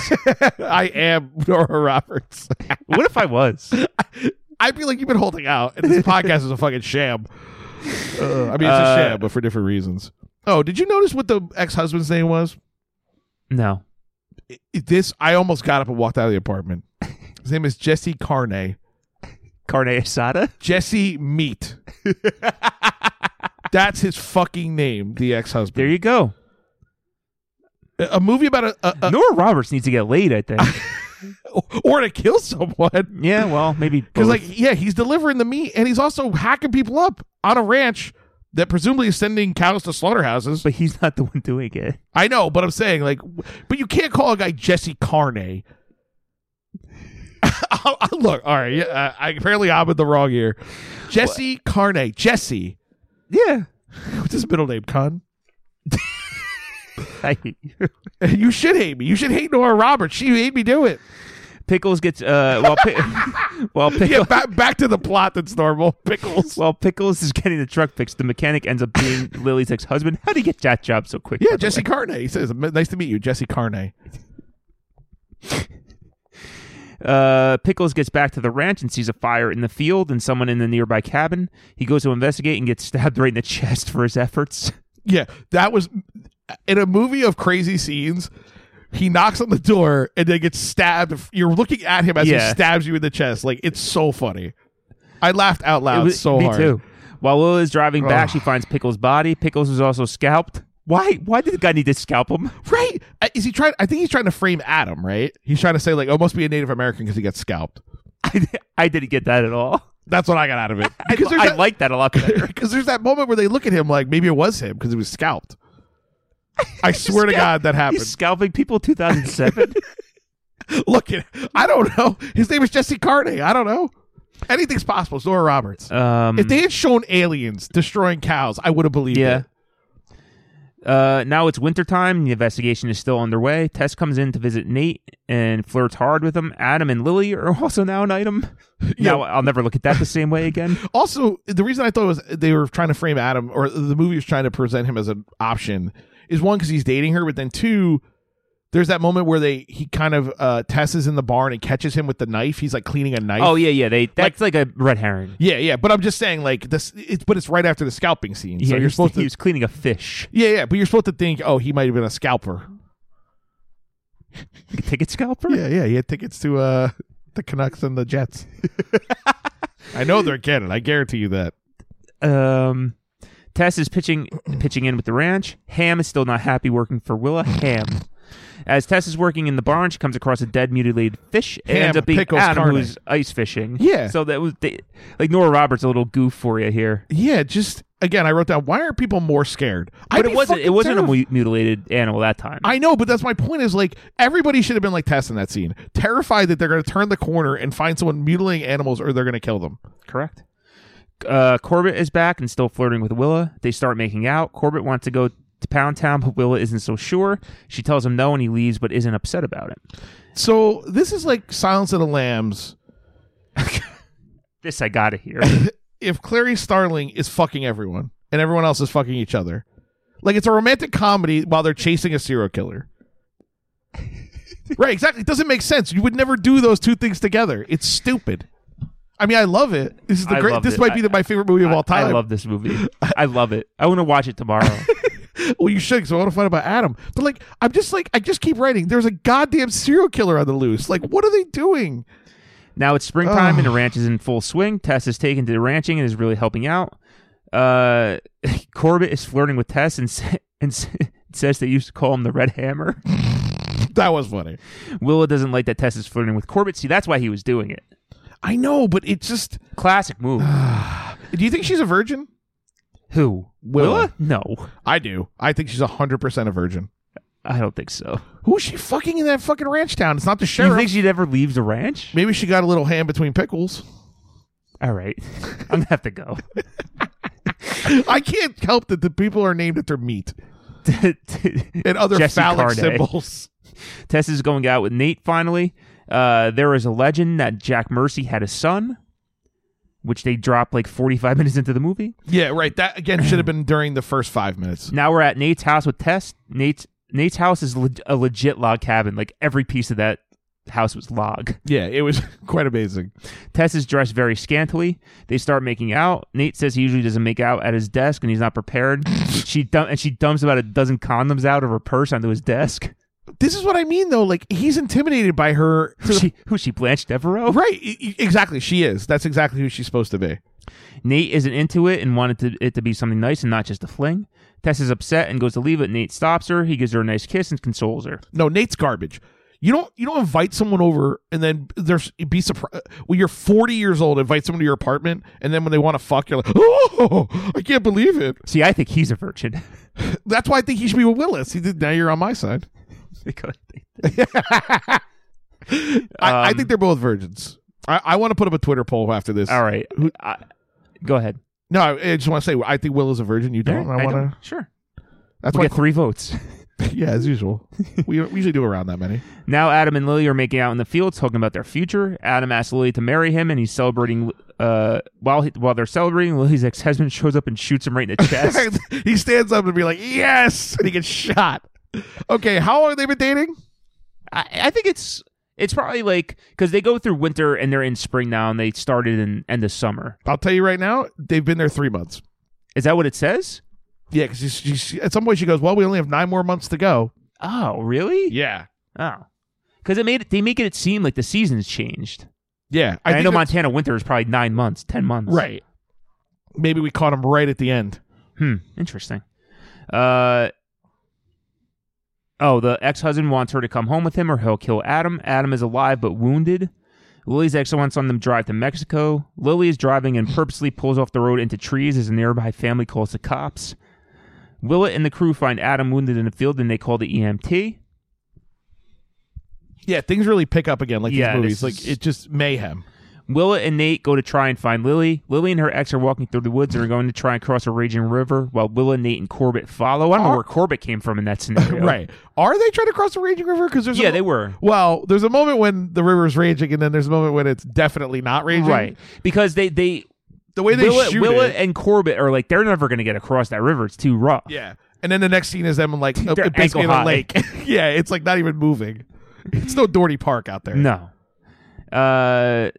Speaker 2: I am Nora Roberts
Speaker 1: what if I was?
Speaker 2: I feel like you've been holding out and this podcast is a fucking sham Uh, I mean it's a
Speaker 1: Uh,
Speaker 2: sham but for different reasons oh did you notice what the ex husband's name was
Speaker 1: No,
Speaker 2: I- this I almost got up and walked out of the apartment his name is Jesse Carney
Speaker 1: carne asada.
Speaker 2: Jesse Meat. That's his fucking name, the ex-husband.
Speaker 1: There you go.
Speaker 2: a a movie about a, a, a-
Speaker 1: Nora Roberts needs to get laid. I think.
Speaker 2: or to kill someone.
Speaker 1: yeah. Well, maybe
Speaker 2: Because
Speaker 1: both.
Speaker 2: like, yeah, he's delivering the meat and he's also hacking people up on a ranch that presumably is sending cows to slaughterhouses.
Speaker 1: but he's not the one doing it.
Speaker 2: I know, but I'm saying like, w- but you can't call a guy Jesse Carney. I- I- Look, all right, yeah, I, I apparently I'm in the wrong year. Jesse Carney, Jesse.
Speaker 1: Yeah.
Speaker 2: What's his middle name? Con.
Speaker 1: I hate you.
Speaker 2: You should hate me. You should hate Nora Roberts. She made me do it.
Speaker 1: Pickles gets uh while Pi- while
Speaker 2: Yeah,
Speaker 1: Pickles
Speaker 2: back, back to the plot that's normal. Pickles.
Speaker 1: while Pickles is getting the truck fixed, the mechanic ends up being Lily's ex-husband. How would he get that job so quick?
Speaker 2: Yeah,
Speaker 1: by the
Speaker 2: Jesse
Speaker 1: way?
Speaker 2: Carney. He says, "Nice to meet you, Jesse Carney."
Speaker 1: Uh, Pickles gets back to the ranch and sees a fire in the field and someone in the nearby cabin. He goes to investigate and gets stabbed right in the chest for his efforts.
Speaker 2: Yeah, that was in a movie of crazy scenes. He knocks on the door and then gets stabbed. You're looking at him as
Speaker 1: Yeah.
Speaker 2: he stabs you in the chest. Like it's so funny. I laughed out
Speaker 1: It
Speaker 2: loud
Speaker 1: was-
Speaker 2: so
Speaker 1: me
Speaker 2: hard.
Speaker 1: too. While Lila is driving back,
Speaker 2: Ugh.
Speaker 1: she finds Pickles' body. Pickles was also scalped. Why? Why did the guy need to scalp him?
Speaker 2: Right? Uh, Is he trying? I think he's trying to frame Adam. Right? He's trying to say like, "Oh, must be a Native American because he got scalped."
Speaker 1: I, I didn't get that at all.
Speaker 2: That's what I got out of it.
Speaker 1: I,
Speaker 2: Because there's,
Speaker 1: I
Speaker 2: that,
Speaker 1: like that a lot better.
Speaker 2: 'cause there's that moment where they look at him like maybe it was him because he was scalped. I swear to God that happened.
Speaker 1: He's scalping people 2007.
Speaker 2: Look at I don't know. His name is Jesse Carney. I don't know. Anything's possible. It's Nora Roberts.
Speaker 1: um,
Speaker 2: if they had shown aliens destroying cows, I would have believed
Speaker 1: yeah.
Speaker 2: it.
Speaker 1: Uh, now it's wintertime. and The investigation is still underway. Tess comes in to visit Nate and flirts hard with him. Adam and Lily are also now an item.
Speaker 2: Yeah.
Speaker 1: Now I'll never look at that the same way again.
Speaker 2: Also, the reason I thought it was they were trying to frame Adam or the movie was trying to present him as an option is one because he's dating her, but then two, there's that moment where they he kind of uh Tess is in the barn and catches him with the knife. He's like cleaning a knife.
Speaker 1: Oh yeah, yeah. They that's like, a red herring.
Speaker 2: yeah, yeah. But I'm just saying, like this, it's but it's right after the scalping scene, so
Speaker 1: yeah,
Speaker 2: you're
Speaker 1: he's-
Speaker 2: supposed
Speaker 1: he
Speaker 2: to.
Speaker 1: was cleaning a fish.
Speaker 2: Yeah, yeah. But you're supposed to think, oh, he might have been a scalper.
Speaker 1: Ticket scalper.
Speaker 2: Yeah, yeah. He had tickets to uh the Canucks and the Jets. I know they're getting. I guarantee you that.
Speaker 1: Um, Tess is pitching pitching in with the ranch. Ham is still not happy working for Willa. Ham. As Tess is working in the barn, she comes across a dead, mutilated fish. It
Speaker 2: Ham,
Speaker 1: ends up being
Speaker 2: pickles,
Speaker 1: Adam,
Speaker 2: carne.
Speaker 1: who's ice fishing.
Speaker 2: Yeah.
Speaker 1: So that was they, like Nora Roberts, a little goof for you here.
Speaker 2: Yeah, just again, I wrote down. Why are people more scared? I'd
Speaker 1: But it
Speaker 2: be
Speaker 1: wasn't. It
Speaker 2: fucking
Speaker 1: wasn't a
Speaker 2: terrified.
Speaker 1: mu- mutilated animal that time.
Speaker 2: I know, but that's my point. Is like everybody should have been like Tess in that scene, terrified that they're going to turn the corner and find someone mutilating animals, or they're going to kill them.
Speaker 1: Correct. Uh, Corbett is back and still flirting with Willa. They start making out. Corbett wants to go to Pound Town, but Willa isn't so sure. She tells him no, and he leaves, but isn't upset about it.
Speaker 2: So this is like Silence of the Lambs.
Speaker 1: This I gotta hear.
Speaker 2: If Clary Starling is fucking everyone, and everyone else is fucking each other, like it's a romantic comedy while they're chasing a serial killer. right? Exactly. It doesn't make sense. You would never do those two things together. It's stupid. I mean, I love it. This is the
Speaker 1: I
Speaker 2: great.
Speaker 1: loved
Speaker 2: This
Speaker 1: it.
Speaker 2: might be the, my favorite movie of
Speaker 1: I-
Speaker 2: all time.
Speaker 1: I love this movie. I love it. I want to watch it tomorrow.
Speaker 2: Well, you should, because I want to find out about Adam. But like, I'm just like, I just keep writing. There's a goddamn serial killer on the loose. Like, what are they doing?
Speaker 1: now it's springtime
Speaker 2: Ugh.
Speaker 1: and the ranch is in full swing. Tess is taken to the ranching and is really helping out. Uh, Corbett is flirting with Tess and sa- and s- says they used to call him the Red Hammer.
Speaker 2: That was funny.
Speaker 1: Willa doesn't like that Tess is flirting with Corbett. See, that's why he was doing it.
Speaker 2: I know, but it just.
Speaker 1: Classic move.
Speaker 2: Do you think she's a virgin?
Speaker 1: Who?
Speaker 2: Willa?
Speaker 1: No,
Speaker 2: I do. I think she's hundred percent a virgin.
Speaker 1: I don't think so.
Speaker 2: Who is she fucking in that fucking ranch town? It's not the
Speaker 1: Do you
Speaker 2: sheriff.
Speaker 1: think she'd ever leave the ranch?
Speaker 2: Maybe she got a little hand between pickles.
Speaker 1: All right, I'm gonna have to go.
Speaker 2: I can't help that the people are named after meat and other
Speaker 1: Jesse
Speaker 2: phallic
Speaker 1: Carney.
Speaker 2: symbols.
Speaker 1: Tess is going out with Nate finally. Uh, there is a legend that Jack Mercy had a son, which they dropped like 45 minutes into the movie.
Speaker 2: Yeah, right. That again should have been during the first five minutes.
Speaker 1: Now we're at Nate's house with Tess. Nate's Nate's house is leg a legit log cabin. Like every piece of that house was log.
Speaker 2: Yeah, it was quite amazing.
Speaker 1: Tess is dressed very scantily. They start making out. Nate says he usually doesn't make out at his desk, and he's not prepared. she dump- and she dumps about a dozen condoms out of her purse onto his desk.
Speaker 2: This is what I mean, though. Like he's intimidated by her. to the-
Speaker 1: She, who's she? Blanche Devereaux.
Speaker 2: right, e- e- exactly. She is. That's exactly who she's supposed to be.
Speaker 1: Nate isn't into it and wanted to, it to be something nice and not just a fling. Tess is upset and goes to leave, but Nate stops her. He gives her a nice kiss and consoles her.
Speaker 2: No, Nate's garbage. You don't. You don't invite someone over and then there's be surprised when you're 40 years old. Invite someone to your apartment and then when they want to fuck, you're like, oh, I can't believe it.
Speaker 1: See, I think he's a virgin.
Speaker 2: That's why I think he should be with Willis. He did, now you're on my side.
Speaker 1: Because-
Speaker 2: I, I
Speaker 1: Um,
Speaker 2: think they're both virgins. I, I want to put up a Twitter poll after this.
Speaker 1: All right. I, go ahead.
Speaker 2: No, I, I just want to say I think Will is a virgin. You don't.
Speaker 1: All right,
Speaker 2: I
Speaker 1: I
Speaker 2: want
Speaker 1: don't-
Speaker 2: to.
Speaker 1: Sure.
Speaker 2: That's
Speaker 1: We'll
Speaker 2: why
Speaker 1: get three votes.
Speaker 2: yeah, as usual. we we usually do around that many.
Speaker 1: Now Adam and Lily are making out in the field, talking about their future. Adam asks Lily to marry him, and he's celebrating. Uh, while he, while they're celebrating, Lily's ex husband shows up and shoots him right in the chest.
Speaker 2: he stands up and be like, "Yes," and he gets shot. Okay, how long have they been dating?
Speaker 1: I, I think it's it's probably like because they go through winter and they're in spring now, and they started in end of summer.
Speaker 2: I'll tell you right now, they've been there three months.
Speaker 1: Is that what it says?
Speaker 2: Yeah, because at some point she goes, "Well, we only have nine more months to go."
Speaker 1: Oh, really?
Speaker 2: Yeah,
Speaker 1: Oh, because it made it, they make it seem like the seasons changed.
Speaker 2: yeah.
Speaker 1: I,
Speaker 2: think
Speaker 1: know
Speaker 2: that's-
Speaker 1: Montana winter is probably nine months, ten months.
Speaker 2: Right. Maybe we caught him right at the end.
Speaker 1: Hmm. Interesting. Uh. Oh, the ex-husband wants her to come home with him, or he'll kill Adam. Adam is alive but wounded. Lily's ex wants on them to drive to Mexico. Lily is driving and purposely pulls off the road into trees as a nearby family calls the cops. Willett and the crew find Adam wounded in a field, and they call the E EMT.
Speaker 2: Yeah, things really pick up again, like
Speaker 1: Yeah,
Speaker 2: these movies.
Speaker 1: this is-
Speaker 2: Like it's just mayhem.
Speaker 1: Willa and Nate go to try and find Lily. Lily and her ex are walking through the woods and are going to try and cross a raging river while Willa, Nate, and Corbett follow. I don't know where Corbett came from in that scenario.
Speaker 2: Right? Are they trying to cross the raging river? Because there's a
Speaker 1: Yeah,
Speaker 2: mo-
Speaker 1: they were.
Speaker 2: Well, there's a moment when the river's raging, and then there's a moment when it's definitely not raging.
Speaker 1: Right. Because they, they,
Speaker 2: The way they
Speaker 1: Willa,
Speaker 2: shoot
Speaker 1: Willa
Speaker 2: it.
Speaker 1: and Corbett are like, they're never going to get across that river. It's too rough.
Speaker 2: yeah. And then the next scene is them like uh,
Speaker 1: They're
Speaker 2: basically in
Speaker 1: ankle
Speaker 2: a
Speaker 1: high.
Speaker 2: lake. yeah, it's like not even moving. It's no Doherty Park out there.
Speaker 1: No. Uh,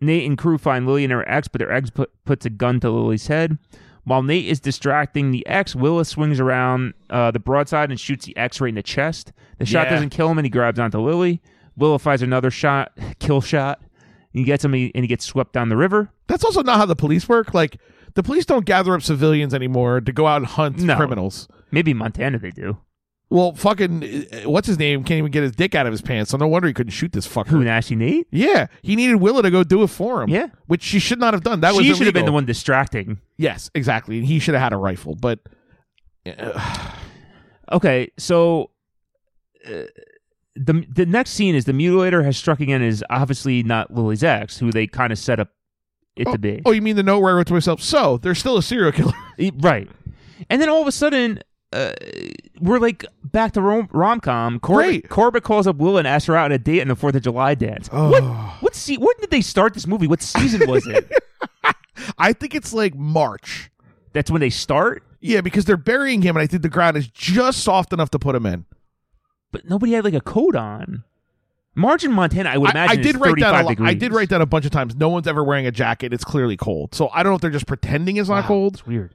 Speaker 1: Nate and crew find Lily and her ex, but their ex put, puts a gun to Lily's head. While Nate is distracting the ex, Willa swings around uh, the broadside and shoots the ex right in the chest. The shot
Speaker 2: Yeah.
Speaker 1: doesn't kill him, and he grabs onto Lily. Willa fires another shot, kill shot. He gets him, and he- and he gets swept down the river.
Speaker 2: That's also not how the police work. Like the police don't gather up civilians anymore to go out and hunt
Speaker 1: No.
Speaker 2: criminals.
Speaker 1: Maybe Montana they do.
Speaker 2: Well, fucking, uh, what's his name? Can't even get his dick out of his pants. So no wonder he couldn't shoot this fucker.
Speaker 1: Who, Nasty Nate?
Speaker 2: Yeah, he needed Willa to go do it for him.
Speaker 1: Yeah.
Speaker 2: which she should not have done. That was
Speaker 1: she should have been the
Speaker 2: illegal.
Speaker 1: one distracting.
Speaker 2: Yes, exactly. And he should have had a rifle. But
Speaker 1: Okay, so uh, the the next scene is the mutilator has struck again. Is obviously not Lily's ex, who they kind of set up it to be,
Speaker 2: oh, you mean the no where I wrote to myself? So there's still a serial killer.
Speaker 1: E- right? And then all of a sudden, uh, we're like back to rom com. Corbett,
Speaker 2: Great.
Speaker 1: Corbett calls up Will and asks her out on a date in the Fourth of July dance.
Speaker 2: Oh.
Speaker 1: What? What? Se- when did they start this movie? What season was it?
Speaker 2: I think it's like March.
Speaker 1: That's when they start.
Speaker 2: Yeah, because they're burying him, and I think the ground is just soft enough to put him in.
Speaker 1: But nobody had like a coat on. Margin Montana, I would
Speaker 2: I, I
Speaker 1: imagine.
Speaker 2: did
Speaker 1: is
Speaker 2: write that.
Speaker 1: 35
Speaker 2: A lot. I did
Speaker 1: degrees.
Speaker 2: write that a bunch of times. No one's ever wearing a jacket. It's clearly cold. So I don't know if they're just pretending it's not
Speaker 1: Wow,
Speaker 2: cold.
Speaker 1: It's weird.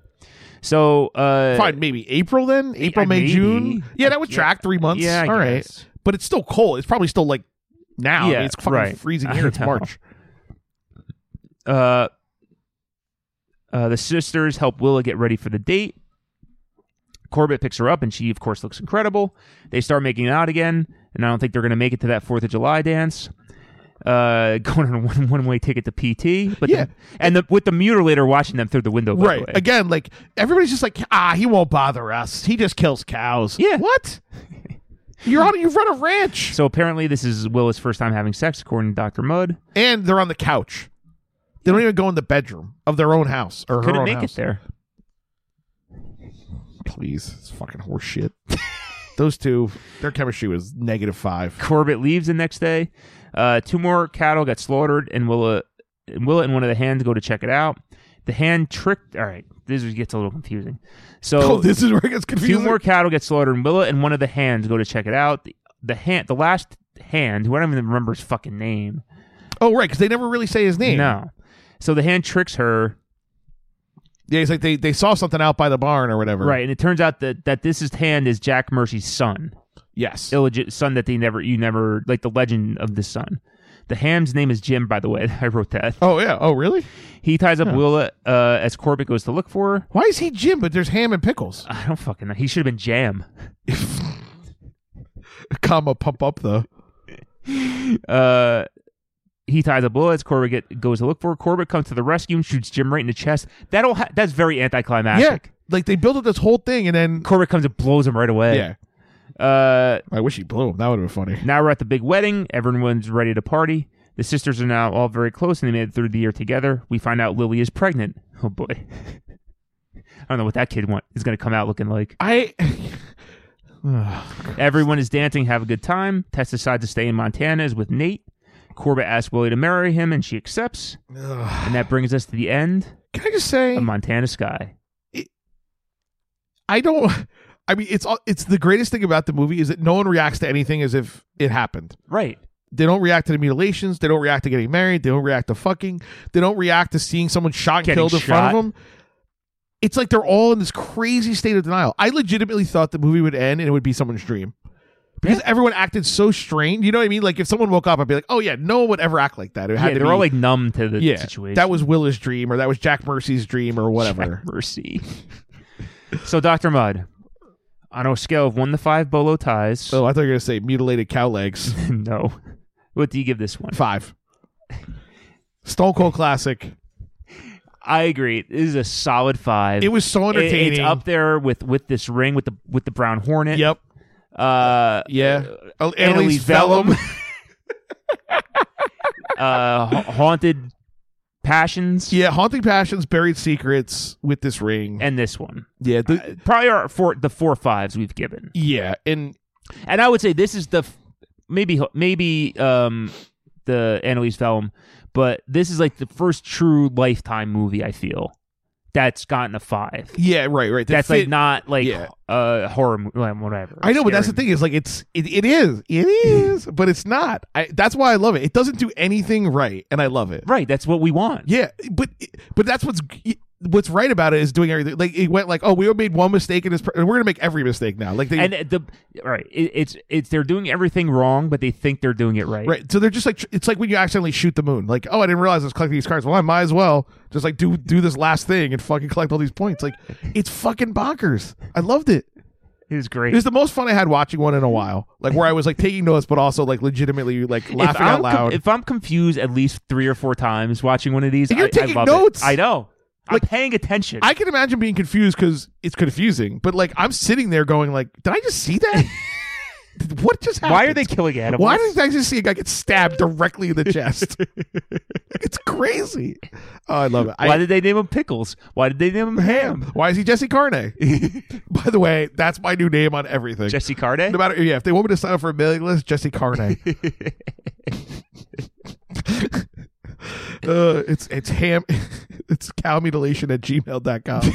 Speaker 1: So uh,
Speaker 2: Fine, maybe April then. April, May,
Speaker 1: maybe.
Speaker 2: June. Yeah, that would
Speaker 1: Yeah.
Speaker 2: track three months.
Speaker 1: Yeah, I
Speaker 2: all right.
Speaker 1: guess.
Speaker 2: But it's still cold. It's probably still like now. I mean,
Speaker 1: Yeah,
Speaker 2: it's fucking
Speaker 1: right.
Speaker 2: freezing
Speaker 1: I
Speaker 2: here. It's
Speaker 1: know.
Speaker 2: March.
Speaker 1: uh, uh, the sisters help Willa get ready for the date. Corbett picks her up, and she, of course, looks incredible. They start making out again, and I don't think they're going to make it to that Fourth of July dance. Uh, going on a one one way ticket to PT, but
Speaker 2: Yeah.
Speaker 1: the- and the, with the mutilator watching them through the window, by
Speaker 2: Right.
Speaker 1: The way.
Speaker 2: Again, like everybody's just like, ah, he won't bother us. He just kills cows.
Speaker 1: Yeah.
Speaker 2: What? You're on. You run a ranch,
Speaker 1: So apparently, this is Willa's first time having sex, according to Doctor Mudd.
Speaker 2: and they're on the couch. They don't even go in the bedroom of their own house or her
Speaker 1: Couldn't
Speaker 2: own
Speaker 1: make
Speaker 2: house.
Speaker 1: it there.
Speaker 2: Please, it's fucking horseshit. Those two, their chemistry was negative five.
Speaker 1: Corbett leaves the next day. Uh, two more cattle got slaughtered, and Willa, and Willa and one of the hands go to check it out. The hand tricked. All right, this is- gets a little confusing.
Speaker 2: Oh,
Speaker 1: So
Speaker 2: this is where it gets
Speaker 1: two
Speaker 2: confusing.
Speaker 1: more cattle get slaughtered, and Willa and one of the hands go to check it out. The, the hand, the last hand, who I don't even remember his fucking name.
Speaker 2: Oh, right, because they never really say his name.
Speaker 1: No, so the hand tricks her,
Speaker 2: Yeah, it's like they, they saw something out by the barn or whatever.
Speaker 1: right? And it turns out that that this is hand is Jack Mercy's son.
Speaker 2: Yes.
Speaker 1: illegit son that they never you never like the legend of the son. The ham's name is Jim, by the way. I wrote that.
Speaker 2: oh yeah. Oh really?
Speaker 1: He ties up Willa uh, as Corbett goes to look for her.
Speaker 2: Why is he Jim? But there's ham and pickles.
Speaker 1: I don't fucking know. He should have been Jam.
Speaker 2: Comma pump up the.
Speaker 1: Uh, he ties up Willa as Corbett get, goes to look for her. Corbett comes to the rescue and shoots Jim right in the chest. That'll ha- that's very
Speaker 2: Yeah.
Speaker 1: anticlimactic.
Speaker 2: Like they built up this whole thing and then.
Speaker 1: Corbett comes and blows him right away.
Speaker 2: Yeah.
Speaker 1: Uh,
Speaker 2: I wish he blew him. That would have been funny.
Speaker 1: Now we're at the big wedding. Everyone's ready to party. The sisters are now all very close and they made it through the year together. We find out Lily is pregnant. Oh boy. I don't know what that kid want, is going to come out looking like.
Speaker 2: I.
Speaker 1: Everyone is dancing, have a good time. Tess decides to stay in Montana is with Nate. Corbett asks Willie to marry him, and she accepts.
Speaker 2: Ugh.
Speaker 1: And that brings us to the end
Speaker 2: Can I just say
Speaker 1: of Montana Sky.
Speaker 2: I don't. I mean, it's all- it's the greatest thing about the movie is that no one reacts to anything as if it happened.
Speaker 1: Right.
Speaker 2: They don't react to the mutilations. They don't react to getting married. They don't react to fucking. They don't react to seeing someone shot and
Speaker 1: Getting
Speaker 2: killed in front
Speaker 1: shot.
Speaker 2: of them. It's like they're all in this crazy state of denial. I legitimately thought the movie would end and it would be someone's dream because everyone acted so strained. You know what I mean? Like if someone woke up, I'd be like, "Oh yeah, no one would ever act like that." It had
Speaker 1: Yeah,
Speaker 2: to
Speaker 1: they're
Speaker 2: be,
Speaker 1: all like numb to the
Speaker 2: yeah,
Speaker 1: situation.
Speaker 2: that was Willa's dream or that was Jack Mercy's dream or whatever.
Speaker 1: Have mercy. so, Dr. Mudd, on a scale of one to five bolo ties,
Speaker 2: Oh, I thought you were gonna say mutilated cow legs.
Speaker 1: no. What do you give this one?
Speaker 2: Five. Stone Cold Classic.
Speaker 1: I agree. This is a solid five.
Speaker 2: It was so
Speaker 1: It-
Speaker 2: entertaining.
Speaker 1: it's up there with with this ring with the with the brown hornet.
Speaker 2: Yep.
Speaker 1: Uh,
Speaker 2: Yeah. Uh,
Speaker 1: Annalise Vellum. uh, ha- haunted passions.
Speaker 2: yeah. Haunting Passions, Buried Secrets with this ring.
Speaker 1: And this one,
Speaker 2: yeah. the-
Speaker 1: probably our four, the four fives we've given,
Speaker 2: yeah. And
Speaker 1: and I would say this is the f- maybe maybe um the Annalise Vellum, but this is like the first true lifetime movie I feel that's gotten a five.
Speaker 2: yeah, right, right. That
Speaker 1: that's
Speaker 2: fit-
Speaker 1: like not like
Speaker 2: yeah.
Speaker 1: uh horror movie, whatever.
Speaker 2: I know, but that's the
Speaker 1: Scary
Speaker 2: thing is like it's it, it is it is, but it's not. I that's why I love it. It doesn't do anything right, and I love it.
Speaker 1: Right, that's what we want.
Speaker 2: Yeah, but but that's what's what's right about it is doing everything. Like it went like, oh, we made one mistake in this, pr- and we're gonna make every mistake now. Like they
Speaker 1: And the all right, it, it's it's they're doing everything wrong, but they think they're doing it right.
Speaker 2: Right. So they're just like tr- it's like when you accidentally shoot the moon. Like, oh, I didn't realize I was collecting these cards. Well, I might as well just like do do this last thing and fucking collect all these points. Like, it's fucking bonkers. I loved it.
Speaker 1: It was great.
Speaker 2: It was the most fun I had watching one in a while. Like where I was like taking notes, but also like legitimately like
Speaker 1: if
Speaker 2: laughing
Speaker 1: I'm
Speaker 2: out loud.
Speaker 1: com- if I'm confused at least three or four times watching one of these,
Speaker 2: You're
Speaker 1: I, I
Speaker 2: taking
Speaker 1: love
Speaker 2: notes.
Speaker 1: It. I know.
Speaker 2: Like-
Speaker 1: I'm paying attention.
Speaker 2: I can imagine being confused because it's confusing. But like I'm sitting there going like, did I just see that? what just happened?
Speaker 1: Why are they killing animals?
Speaker 2: Why did I just see a guy get stabbed directly in the chest? it's crazy. Oh, I love it. I-
Speaker 1: Why did they name him Pickles? Why did they name him Ham?
Speaker 2: Why is he Jesse Carney? By the way, that's my new name on everything.
Speaker 1: Jesse Carday?
Speaker 2: no matter yeah, if they want me to sign up for a mailing list, Jesse Carney. uh, it's it's ham it's cowmutilation at gmail.com.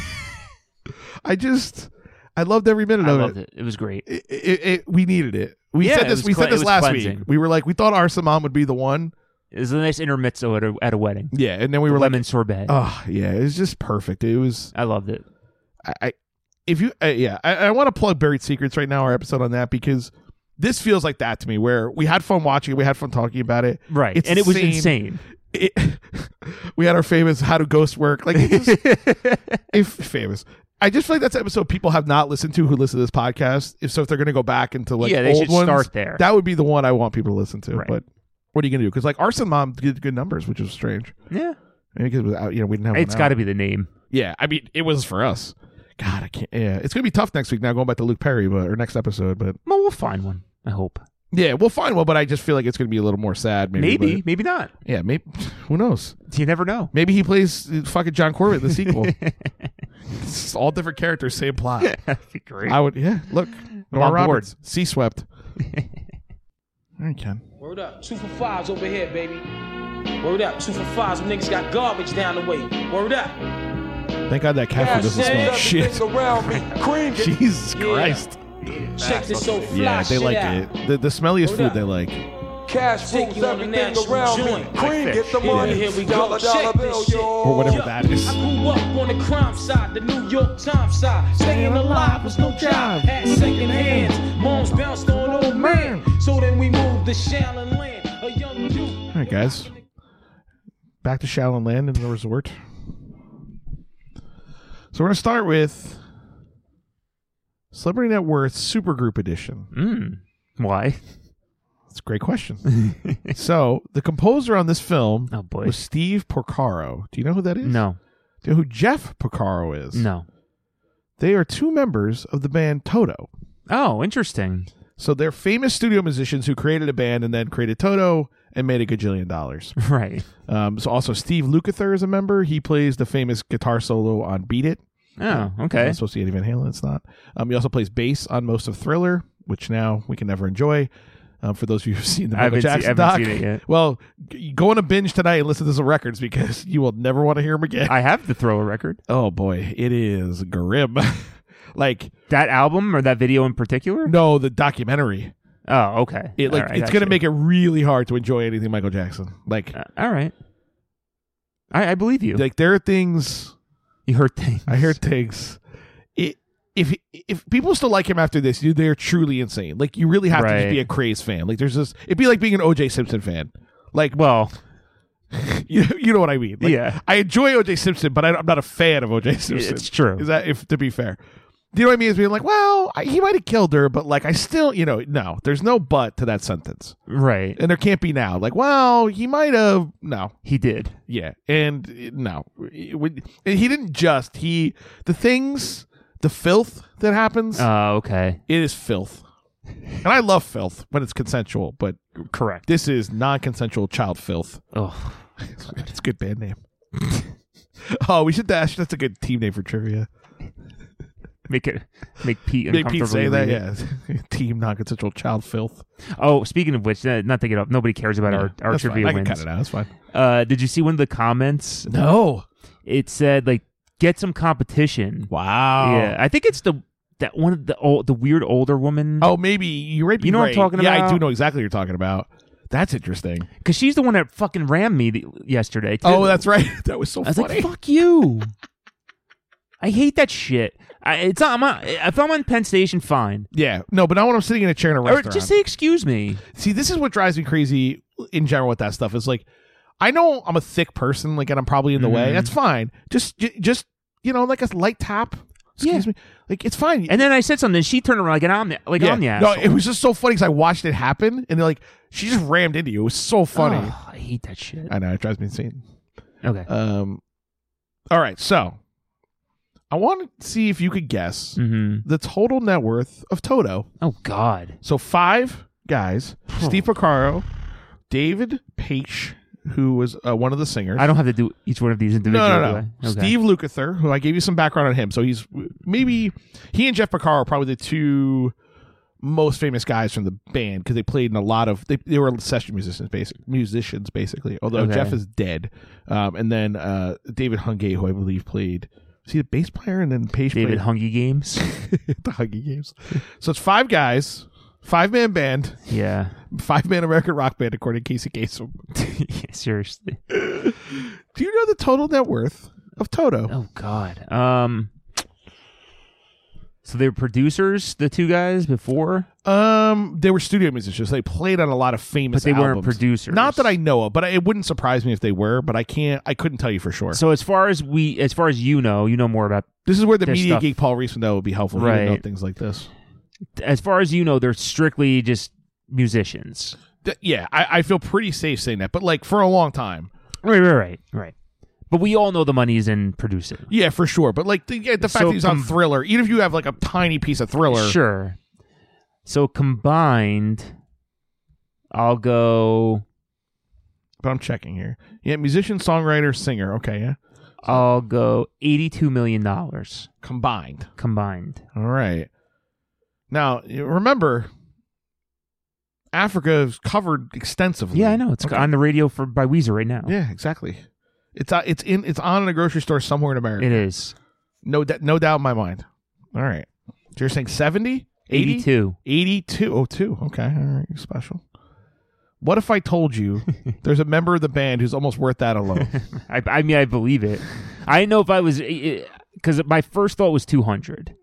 Speaker 2: I just I loved every minute
Speaker 1: I
Speaker 2: of
Speaker 1: loved it. It was great.
Speaker 2: It, it, it- we needed it. We
Speaker 1: Yeah,
Speaker 2: said
Speaker 1: it
Speaker 2: this
Speaker 1: was
Speaker 2: we
Speaker 1: cle-
Speaker 2: said
Speaker 1: it
Speaker 2: this
Speaker 1: was
Speaker 2: last
Speaker 1: cleansing.
Speaker 2: week. We were like we thought Arsamon would be the one.
Speaker 1: It was a nice intermezzo at a, at a wedding.
Speaker 2: Yeah, and then we were like
Speaker 1: Lemon sorbet.
Speaker 2: oh yeah, it was just perfect. It was
Speaker 1: I loved it.
Speaker 2: I, I if you uh, yeah i, I want to plug buried secrets right now our episode on that because this feels like that to me where we had fun watching it we had fun talking about it
Speaker 1: Right.
Speaker 2: It's
Speaker 1: and it was
Speaker 2: insane.
Speaker 1: insane.
Speaker 2: it, we had our famous how do ghosts work like it's just, if famous i just feel like that's an episode people have not listened to who listen to this podcast if so if they're going to go back into like
Speaker 1: yeah, they
Speaker 2: old
Speaker 1: should
Speaker 2: ones,
Speaker 1: start there.
Speaker 2: that would be the one i want people to listen to
Speaker 1: Right.
Speaker 2: but what are you going to do because like arson mom did good numbers which is strange
Speaker 1: yeah.
Speaker 2: Maybe because without you know we didn't have
Speaker 1: It's
Speaker 2: got
Speaker 1: got to be the name.
Speaker 2: yeah, I mean, it was for us. God, I can't. Yeah, it's gonna be tough next week now, going back to Luke Perry, but or next episode, but
Speaker 1: Well, we'll find one. I hope.
Speaker 2: yeah, we'll find one. But I just feel like it's gonna be a little more sad, maybe.
Speaker 1: Maybe.
Speaker 2: but-
Speaker 1: maybe not.
Speaker 2: yeah, maybe. Who knows?
Speaker 1: You never know.
Speaker 2: Maybe he plays uh, fucking John Corbett in the sequel. it's all different characters, same plot.
Speaker 1: That'd be great.
Speaker 2: I would. Yeah, look, Nora
Speaker 1: on board.
Speaker 2: Roberts, sea swept. All right, Ken.
Speaker 4: Word up, two for fives over here, baby. Word up, two for fives. Them niggas got garbage down the way. Word up.
Speaker 2: Thank God that cat food doesn't smell like shit.
Speaker 5: around me. Cream
Speaker 2: Jesus
Speaker 4: Yeah.
Speaker 2: Christ.
Speaker 4: Check this old fly
Speaker 2: Yeah, they
Speaker 4: shit
Speaker 2: like
Speaker 4: out.
Speaker 2: it. The, the smelliest
Speaker 4: Hold
Speaker 2: food
Speaker 4: up.
Speaker 2: they like.
Speaker 5: cash
Speaker 4: Take
Speaker 5: rules
Speaker 4: you on a
Speaker 5: everything
Speaker 4: national
Speaker 5: around me.
Speaker 4: joint.
Speaker 5: Cream
Speaker 1: Like
Speaker 5: get the
Speaker 1: fish.
Speaker 5: money.
Speaker 4: Yeah, here we go.
Speaker 5: Dollar, dollar
Speaker 4: Check this
Speaker 5: bill,
Speaker 4: shit.
Speaker 5: yo.
Speaker 2: Or whatever that is.
Speaker 4: I grew up on the crime side, the New York Times side. Staying alive was no job. Had second hands. Moms bounced on old man. So then we moved to Shallon Land. A young youth.
Speaker 2: All right, guys. Back to Shallon Land and the resort. So we're going to start with Celebrity Net Worth Supergroup Edition.
Speaker 1: Mm. Why?
Speaker 2: That's a great question. so the composer on this film
Speaker 1: Oh, boy.
Speaker 2: was Steve Porcaro. Do you know who that is?
Speaker 1: No.
Speaker 2: Do you know who Jeff Porcaro is?
Speaker 1: No.
Speaker 2: They are two members of the band Toto.
Speaker 1: Oh, interesting.
Speaker 2: So they're famous studio musicians who created a band and then created Toto and made a gajillion dollars.
Speaker 1: Right.
Speaker 2: Um, so also Steve Lukather is a member. He plays the famous guitar solo on "Beat It."
Speaker 1: Oh, okay.
Speaker 2: It's supposed to be Eddie Van Halen. It's not. Um, he also plays bass on most of Thriller, which now we can never enjoy. Um, for those of you who've seen the
Speaker 1: I
Speaker 2: Michael
Speaker 1: haven't seen-
Speaker 2: Jackson
Speaker 1: I
Speaker 2: doc,
Speaker 1: haven't seen it yet.
Speaker 2: well, g- go on a binge tonight and listen to some records because you will never want to hear them again.
Speaker 1: I have the Thriller record.
Speaker 2: oh boy, it is grim. like
Speaker 1: That album or that video in particular?
Speaker 2: no, the documentary.
Speaker 1: Oh, okay.
Speaker 2: It like
Speaker 1: All right,
Speaker 2: it's
Speaker 1: gotcha.
Speaker 2: gonna make it really hard to enjoy anything Michael Jackson. Like
Speaker 1: Uh, all right. I, I believe you.
Speaker 2: like there are things
Speaker 1: you heard things.
Speaker 2: I hear things. It, if if people still like him after this, dude, they're truly insane. Like you really have to just
Speaker 1: Right.
Speaker 2: be a crazed fan. Like there's this. It'd be like being an OJ Simpson fan. Like
Speaker 1: Well,
Speaker 2: you, you know what I mean. Like,
Speaker 1: Yeah.
Speaker 2: I enjoy OJ Simpson, but I, I'm not a fan of OJ Simpson.
Speaker 1: it's true.
Speaker 2: Is that if to be fair? Do you know what I mean? Is being like, well, I, he might have killed her, but like I still, you know, no, there's no but to that sentence,
Speaker 1: right.
Speaker 2: and there can't be now. Like, well, he might have. No,
Speaker 1: He did.
Speaker 2: yeah, and uh, no, It would- and he didn't just he the things the filth that happens.
Speaker 1: Oh, okay.
Speaker 2: it is filth, and I love filth when it's consensual, but
Speaker 1: Correct.
Speaker 2: this is non-consensual child filth.
Speaker 1: Oh,
Speaker 2: It's a good band name. oh, we should dash. That's a good team name for trivia.
Speaker 1: make it make Pete
Speaker 2: Make Pete
Speaker 1: uncomfortable.
Speaker 2: say that. Yeah, team non-consensual child filth.
Speaker 1: Oh, speaking of which, uh, not to get up. Nobody cares about our, our
Speaker 2: That's fine.
Speaker 1: trivia
Speaker 2: I can
Speaker 1: wins.
Speaker 2: cut it out. That's fine.
Speaker 1: Uh, did you see one of the comments?
Speaker 2: No.
Speaker 1: It said like, "Get some competition."
Speaker 2: Wow.
Speaker 1: Yeah, I think it's the that one of the old, the weird older woman
Speaker 2: Oh, maybe you're right.
Speaker 1: You know what I'm
Speaker 2: right.
Speaker 1: talking
Speaker 2: Yeah, I
Speaker 1: about?
Speaker 2: do know exactly what you're talking about. That's interesting.
Speaker 1: because she's the one that fucking rammed me the, yesterday. Too.
Speaker 2: Oh, that's right. That was so
Speaker 1: I was
Speaker 2: funny.
Speaker 1: like, "Fuck you." I hate that shit. I, it's not, I'm not, if I'm on Penn Station, fine.
Speaker 2: Yeah, no, but not when I'm sitting in a chair in a
Speaker 1: Or
Speaker 2: restaurant.
Speaker 1: just say excuse me.
Speaker 2: See, this is what drives me crazy in general with that stuff. Is like, I know I'm a thick person, like, and I'm probably in the way.
Speaker 1: Mhm.
Speaker 2: That's fine. Just, j- just you know, like a light tap. Excuse me. Like, it's fine.
Speaker 1: And then I said something. She turned around like an omni, like
Speaker 2: yeah.
Speaker 1: I'm the
Speaker 2: no,
Speaker 1: asshole.
Speaker 2: it was just so funny because I watched it happen, and they're like, she just rammed into you. It was so funny.
Speaker 1: Ugh, I hate that shit.
Speaker 2: I know it drives me insane.
Speaker 1: Okay.
Speaker 2: Um, all right, so I want to see if you could guess
Speaker 1: mm-hmm.
Speaker 2: the total net worth of Toto.
Speaker 1: Oh God.
Speaker 2: So five guys: Steve Picaro, David Paich, who was uh, one of the singers.
Speaker 1: I don't have to do each one of these individually.
Speaker 2: No, no, no.
Speaker 1: do I? Okay.
Speaker 2: Steve Lukather, who I gave you some background on him. So he's maybe he and Jeff Picaro are probably the two most famous guys from the band because they played in a lot of they, they were session musicians basic musicians basically although
Speaker 1: Okay.
Speaker 2: jeff is dead um and then uh david hungate who i believe played was he the bass player and then Page
Speaker 1: David
Speaker 2: played
Speaker 1: Hungy Games.
Speaker 2: the huggy games so it's five guys five man band
Speaker 1: yeah.
Speaker 2: five man American rock band, according to Casey Kasem.
Speaker 1: Yeah, Seriously.
Speaker 2: Do you know the total net worth of Toto?
Speaker 1: Oh God. Um. So they were producers, the two guys before,
Speaker 2: Um, they were studio musicians. They played on a lot of
Speaker 1: but
Speaker 2: famous.
Speaker 1: they weren't
Speaker 2: albums.
Speaker 1: producers.
Speaker 2: Not that I know of, but I, it wouldn't surprise me if they were. But I can't. I couldn't tell you for sure.
Speaker 1: So as far as we, as far as you know, you know more about.
Speaker 2: this is where the
Speaker 1: their
Speaker 2: media
Speaker 1: stuff-
Speaker 2: geek Paul Reese would know would be helpful. He would know
Speaker 1: Right.
Speaker 2: things like this.
Speaker 1: As far as you know, they're strictly just musicians.
Speaker 2: Th- yeah, I, I feel pretty safe saying that. But like for a long time,
Speaker 1: Right, right, right, right. But we all know the money's in producing.
Speaker 2: yeah, for sure. But like the, yeah, the fact
Speaker 1: So
Speaker 2: that he's on
Speaker 1: com-
Speaker 2: Thriller, even if you have like a tiny piece of Thriller,
Speaker 1: Sure. So combined, I'll go.
Speaker 2: But I'm checking here. Yeah, musician, songwriter, singer. Okay, yeah,
Speaker 1: I'll go eighty-two million dollars
Speaker 2: combined.
Speaker 1: combined.
Speaker 2: All right. Now you remember, Africa is covered extensively.
Speaker 1: Yeah, I know it's
Speaker 2: Okay.
Speaker 1: on the radio for by Weezer right now.
Speaker 2: Yeah, exactly. It's uh, it's in it's on in a grocery store somewhere in America.
Speaker 1: It is
Speaker 2: No, d- no doubt in my mind. All right. So you're saying 70? 80?
Speaker 1: eighty-two.
Speaker 2: 82. Oh, two. Okay. All right. You're special. What if I told you there's a member of the band who's almost worth that alone?
Speaker 1: I, I mean, I believe it. I didn't know if I was because my first thought was two hundred,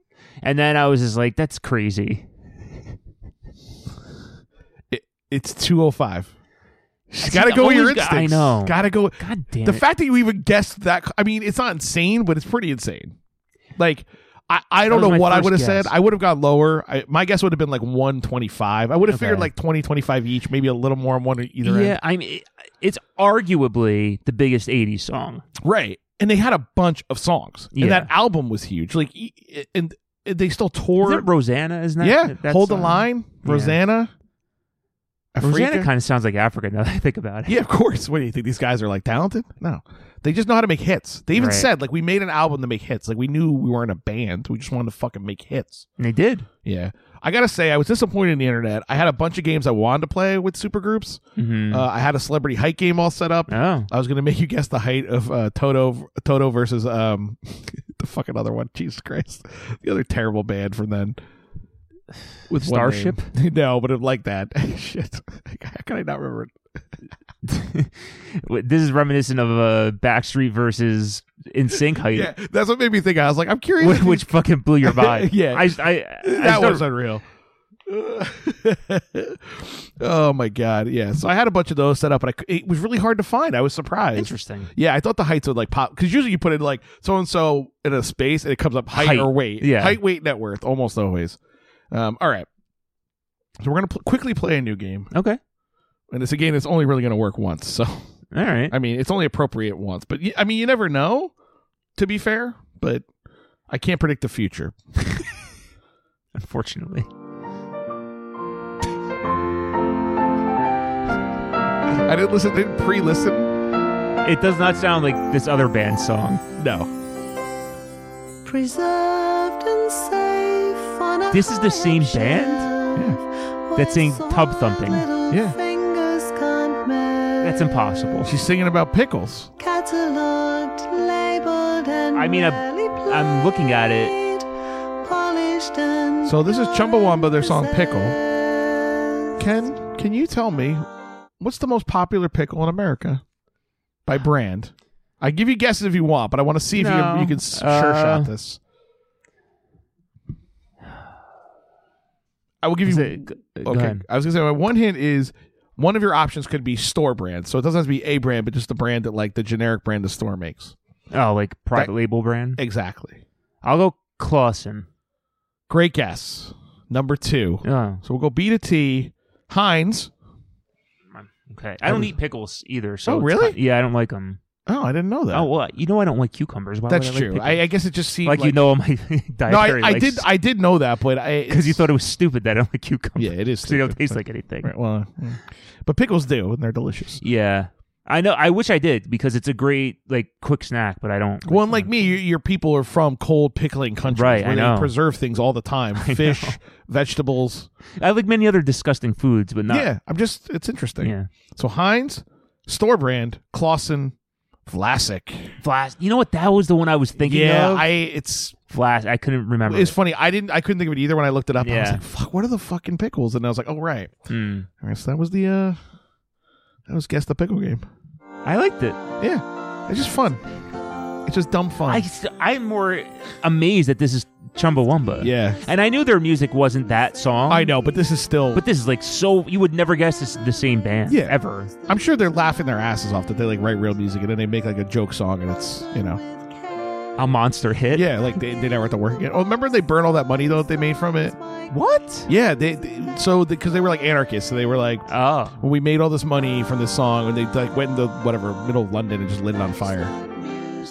Speaker 1: and then I was just like, "That's crazy."
Speaker 2: it, it's 205. You gotta go with your
Speaker 1: always
Speaker 2: instincts.
Speaker 1: got- I know.
Speaker 2: Gotta go.
Speaker 1: God damn
Speaker 2: the
Speaker 1: it.
Speaker 2: fact that you even guessed that i mean it's not insane but it's pretty insane like i, I don't
Speaker 1: That was
Speaker 2: know
Speaker 1: my
Speaker 2: what i
Speaker 1: first
Speaker 2: would have
Speaker 1: guess.
Speaker 2: said i would have gone lower I, my guess would have been like 125 i would have
Speaker 1: Okay.
Speaker 2: figured like 20 25 each maybe a little more on one or either
Speaker 1: yeah,
Speaker 2: end
Speaker 1: I mean, it, it's arguably the biggest '80s song.
Speaker 2: right and they had a bunch of songs
Speaker 1: Yeah.
Speaker 2: and that album was huge like e- e- and they still
Speaker 1: Is
Speaker 2: toured
Speaker 1: it Rosanna? Isn't that
Speaker 2: yeah
Speaker 1: that
Speaker 2: hold the
Speaker 1: song?
Speaker 2: line
Speaker 1: Yeah.
Speaker 2: rosanna
Speaker 1: Louisiana
Speaker 2: Africa?
Speaker 1: kind of sounds like Africa now that I think about it.
Speaker 2: Yeah, of course. What do you think? These guys are like talented? No. They just know how to make hits. They even
Speaker 1: Right.
Speaker 2: said, like, we made an album to make hits. Like, we knew we weren't a band. We just wanted to fucking make hits.
Speaker 1: And they did.
Speaker 2: Yeah. I got to say, I was disappointed in the internet. I had a bunch of games I wanted to play with supergroups.
Speaker 1: Mhm.
Speaker 2: Uh, I had a celebrity height game all set up.
Speaker 1: oh.
Speaker 2: I was going to make you guess the height of uh, Toto Toto versus um, the fucking other one. Jesus Christ. The other terrible band from then. With one name. no, but it like that. Shit. How can I not remember it?
Speaker 1: this is reminiscent of a Backstreet versus In Sync height,
Speaker 2: Yeah, that's what made me think. I was like, I'm curious.
Speaker 1: which, which fucking blew your mind.
Speaker 2: Yeah.
Speaker 1: I, I, I
Speaker 2: that
Speaker 1: still-
Speaker 2: was unreal. oh my god, yeah. So I had a bunch of those set up, but I, c- it was really hard to find. I was surprised.
Speaker 1: interesting.
Speaker 2: Yeah, I thought the heights would like pop because usually you put it like so and so in a space and it comes up height,
Speaker 1: Height.
Speaker 2: or weight.
Speaker 1: Yeah.
Speaker 2: height, weight, net worth, almost always. Um, all right, so we're gonna pl- quickly play a new game,
Speaker 1: Okay.
Speaker 2: and it's a game that's only really gonna work once. So
Speaker 1: All right.
Speaker 2: I mean, it's only appropriate once, but y- I mean, you never know. To be fair, but I can't predict the future.
Speaker 1: Unfortunately.
Speaker 2: I didn't listen, didn't pre-listen.
Speaker 1: It does not sound like this other band song.
Speaker 2: No.
Speaker 6: preserved and safe on a
Speaker 1: This is the same
Speaker 6: high
Speaker 1: band?
Speaker 6: shelf
Speaker 1: That's saying
Speaker 6: where
Speaker 1: tub thumping.
Speaker 6: little
Speaker 2: Yeah.
Speaker 6: fingers can't melt.
Speaker 1: That's impossible.
Speaker 2: She's singing about pickles.
Speaker 6: Catalogued, labeled, and
Speaker 1: I mean, I'm-
Speaker 6: barely
Speaker 1: I'm looking at it.
Speaker 6: played, Polished and
Speaker 2: So this is Chumbawamba, their song Pickle.
Speaker 6: Pickle.
Speaker 2: Ken, can you tell me what's the most popular pickle in America by brand? I give you guesses if you want, but I want to see if you
Speaker 1: No.
Speaker 2: can, you can s-
Speaker 1: Uh,
Speaker 2: sure shot this. I will give
Speaker 1: Is
Speaker 2: you.
Speaker 1: it- go- go
Speaker 2: okay,
Speaker 1: ahead.
Speaker 2: I was gonna say my one hint is one of your options could be store brand, so it doesn't have to be a brand, but just the brand that like the generic brand the store makes.
Speaker 1: Oh, like private
Speaker 2: That-
Speaker 1: label brand.
Speaker 2: Exactly.
Speaker 1: I'll go Clausen.
Speaker 2: Great guess. Number two.
Speaker 1: Oh,
Speaker 2: So we'll go B to T. Heinz.
Speaker 1: okay. I don't
Speaker 2: was-
Speaker 1: eat pickles either. So
Speaker 2: Oh,
Speaker 1: it's
Speaker 2: really?
Speaker 1: ki- yeah, I don't like them.
Speaker 2: Oh, I didn't know that.
Speaker 1: Oh, well, you know I don't like cucumbers. Why
Speaker 2: that's
Speaker 1: would I like
Speaker 2: true.
Speaker 1: pickles?
Speaker 2: I, I guess it just seemed
Speaker 1: like, you know my dietary.
Speaker 2: No, I, I did. I did know that, but I
Speaker 1: because you thought it was stupid that I don't like cucumbers.
Speaker 2: Yeah, it is.
Speaker 1: Because they don't
Speaker 2: stupid,
Speaker 1: taste
Speaker 2: but-
Speaker 1: like anything.
Speaker 2: Right, well, mm. but pickles do, and they're delicious.
Speaker 1: Yeah, I know. I wish I did because it's a great like quick snack, but I don't.
Speaker 2: Well, and like me, your, your people are from cold pickling countries
Speaker 1: Right,
Speaker 2: where
Speaker 1: I
Speaker 2: they
Speaker 1: know.
Speaker 2: preserve things all the time: fish, vegetables.
Speaker 1: I like many other disgusting foods, but not.
Speaker 2: Yeah, I'm just. It's interesting.
Speaker 1: yeah.
Speaker 2: So Heinz, store brand, Clausen, Vlasic.
Speaker 1: Flask. You know what? That was the one I was thinking
Speaker 2: Yeah,
Speaker 1: of.
Speaker 2: I. It's
Speaker 1: Flask. I couldn't remember.
Speaker 2: it's funny. I didn't. I couldn't think of it either when I looked it up. I was
Speaker 1: Yeah.
Speaker 2: like, "Fuck, what are the fucking pickles?" And I was like, "Oh right."
Speaker 1: it. Mm.
Speaker 2: All right, so that was the. uh That was guess the pickle game.
Speaker 1: I liked it.
Speaker 2: Yeah, it's just fun. It's just dumb fun.
Speaker 1: I s- I'm more amazed that this is Chumbawamba.
Speaker 2: yeah,
Speaker 1: And I knew their music wasn't that song.
Speaker 2: I know, but this is still.
Speaker 1: But this is like so you would never guess this is the same band
Speaker 2: Yeah.
Speaker 1: ever.
Speaker 2: I'm sure they're laughing their asses off that they like write real music and then they make like a joke song and it's you know
Speaker 1: A monster hit.
Speaker 2: yeah like they, they never have to work again. Oh, remember they burned all that money though that they made from it.
Speaker 1: What?
Speaker 2: Yeah, they, they so because they were like anarchists, so they were like. uh,
Speaker 1: Oh.
Speaker 2: Well, we made all this money from this song, and they like went into whatever middle of London and just lit it on fire,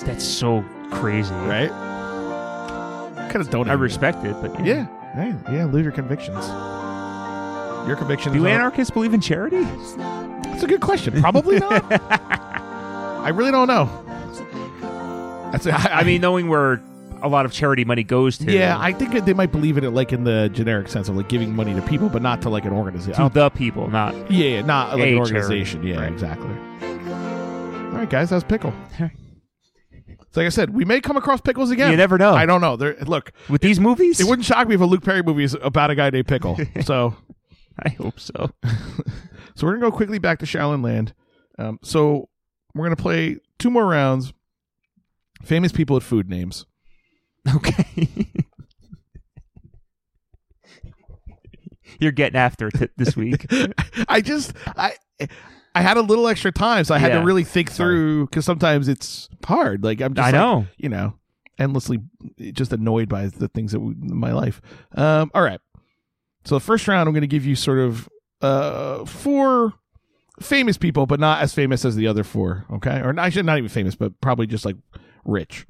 Speaker 1: That's so crazy.
Speaker 2: right? Kind of don't
Speaker 1: I respect it, but
Speaker 2: Yeah, hey, yeah. Live your convictions. Your convictions.
Speaker 1: Do
Speaker 2: are-
Speaker 1: anarchists believe in charity?
Speaker 2: That's a good question. Probably not. I really don't know. That's. A, I,
Speaker 1: I mean, knowing where a lot of charity money goes to.
Speaker 2: yeah, I think that they might believe in it, like in the generic sense of like giving money to people, but not to like an organization.
Speaker 1: to the people, not
Speaker 2: yeah, yeah, not like an
Speaker 1: A
Speaker 2: organization.
Speaker 1: charity.
Speaker 2: Yeah,
Speaker 1: Right.
Speaker 2: exactly. All right, guys, that was pickle. So like I said, we may come across pickles again.
Speaker 1: You never know.
Speaker 2: I don't know. There, look,
Speaker 1: with these movies.
Speaker 2: it wouldn't shock me if a Luke Perry movie is about a guy named Pickle. so
Speaker 1: I hope so.
Speaker 2: So we're gonna go quickly back to Shaolin Land. Um, so we're gonna play two more rounds. Famous people with food names.
Speaker 1: Okay. You're getting after it this week.
Speaker 2: I just I I had a little extra time, so I had
Speaker 1: Yeah.
Speaker 2: to really think
Speaker 1: Sorry.
Speaker 2: through because sometimes it's hard. Like I'm just
Speaker 1: I
Speaker 2: like,
Speaker 1: know.
Speaker 2: you know endlessly eh, just annoyed by the things that w- in my life. Um, all right. So the first round, I'm going to give you sort of uh four famous people, but not as famous as the other four. Okay, or not, actually not even famous, but probably just like rich.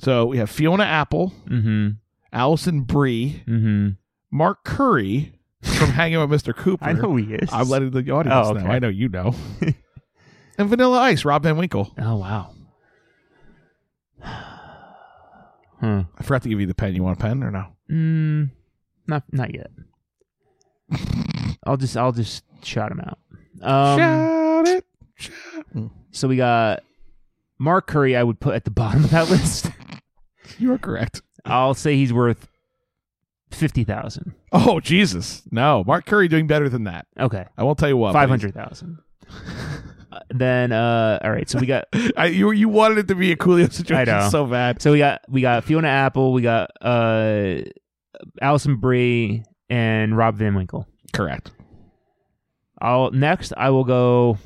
Speaker 2: So we have Fiona Apple,
Speaker 1: Mm-hmm.
Speaker 2: Allison Brie,
Speaker 1: Mm-hmm.
Speaker 2: Mark Curry, from hanging with Mr. Cooper.
Speaker 1: I know he is.
Speaker 2: I'm letting the audience
Speaker 1: Oh, okay.
Speaker 2: know. I know you know. and Vanilla Ice, Rob Van Winkle.
Speaker 1: Oh wow. Hmm.
Speaker 2: I forgot to give you the pen. You want a pen or no?
Speaker 1: Mm, not not yet. I'll just I'll just shout him out. Um,
Speaker 2: Shout it.
Speaker 1: So we got Mark Curry. I would put at the bottom of that list.
Speaker 2: You are correct.
Speaker 1: I'll say he's worth fifty thousand.
Speaker 2: Oh Jesus! No, Mark Curry doing better than that.
Speaker 1: Okay,
Speaker 2: I won't tell you what. but
Speaker 1: five hundred thousand. Uh, then uh, all right. So we got
Speaker 2: he's- I, you you wanted it to be a Coolio situation
Speaker 1: I know.
Speaker 2: so bad.
Speaker 1: so we got we got Fiona Apple. We got uh, Allison Brie and Rob Van Winkle.
Speaker 2: Correct.
Speaker 1: I'll next. I will go.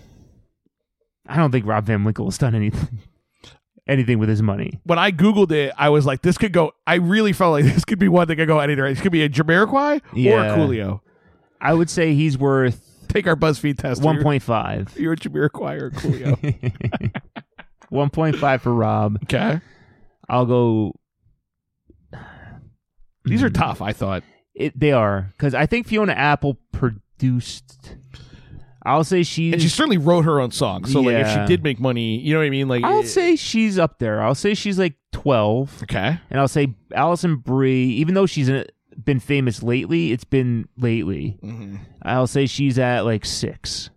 Speaker 1: I don't think Rob Van Winkle has done anything, anything with his money.
Speaker 2: When I googled it, I was like, this could go. I really felt like this could be one that could go any direction. This could be a Jamiroquai or
Speaker 1: Yeah.
Speaker 2: a Coolio.
Speaker 1: I would say he's worth
Speaker 2: Take our BuzzFeed test.
Speaker 1: one point five.
Speaker 2: You're a Jamiroquai or a Coolio.
Speaker 1: One point five for Rob.
Speaker 2: okay.
Speaker 1: I'll go.
Speaker 2: These are tough. I thought.
Speaker 1: It, they are because I think Fiona Apple produced. I'll say she's.
Speaker 2: And she certainly wrote her own song. So like if
Speaker 1: Yeah.
Speaker 2: she did make money, you know what I mean? Like
Speaker 1: I'll
Speaker 2: it-
Speaker 1: say she's up there. I'll say she's like twelve.
Speaker 2: Okay.
Speaker 1: and I'll say Allison Brie, even though she's in, been famous lately, it's been lately.
Speaker 2: Mm-hmm.
Speaker 1: I'll say she's at like six.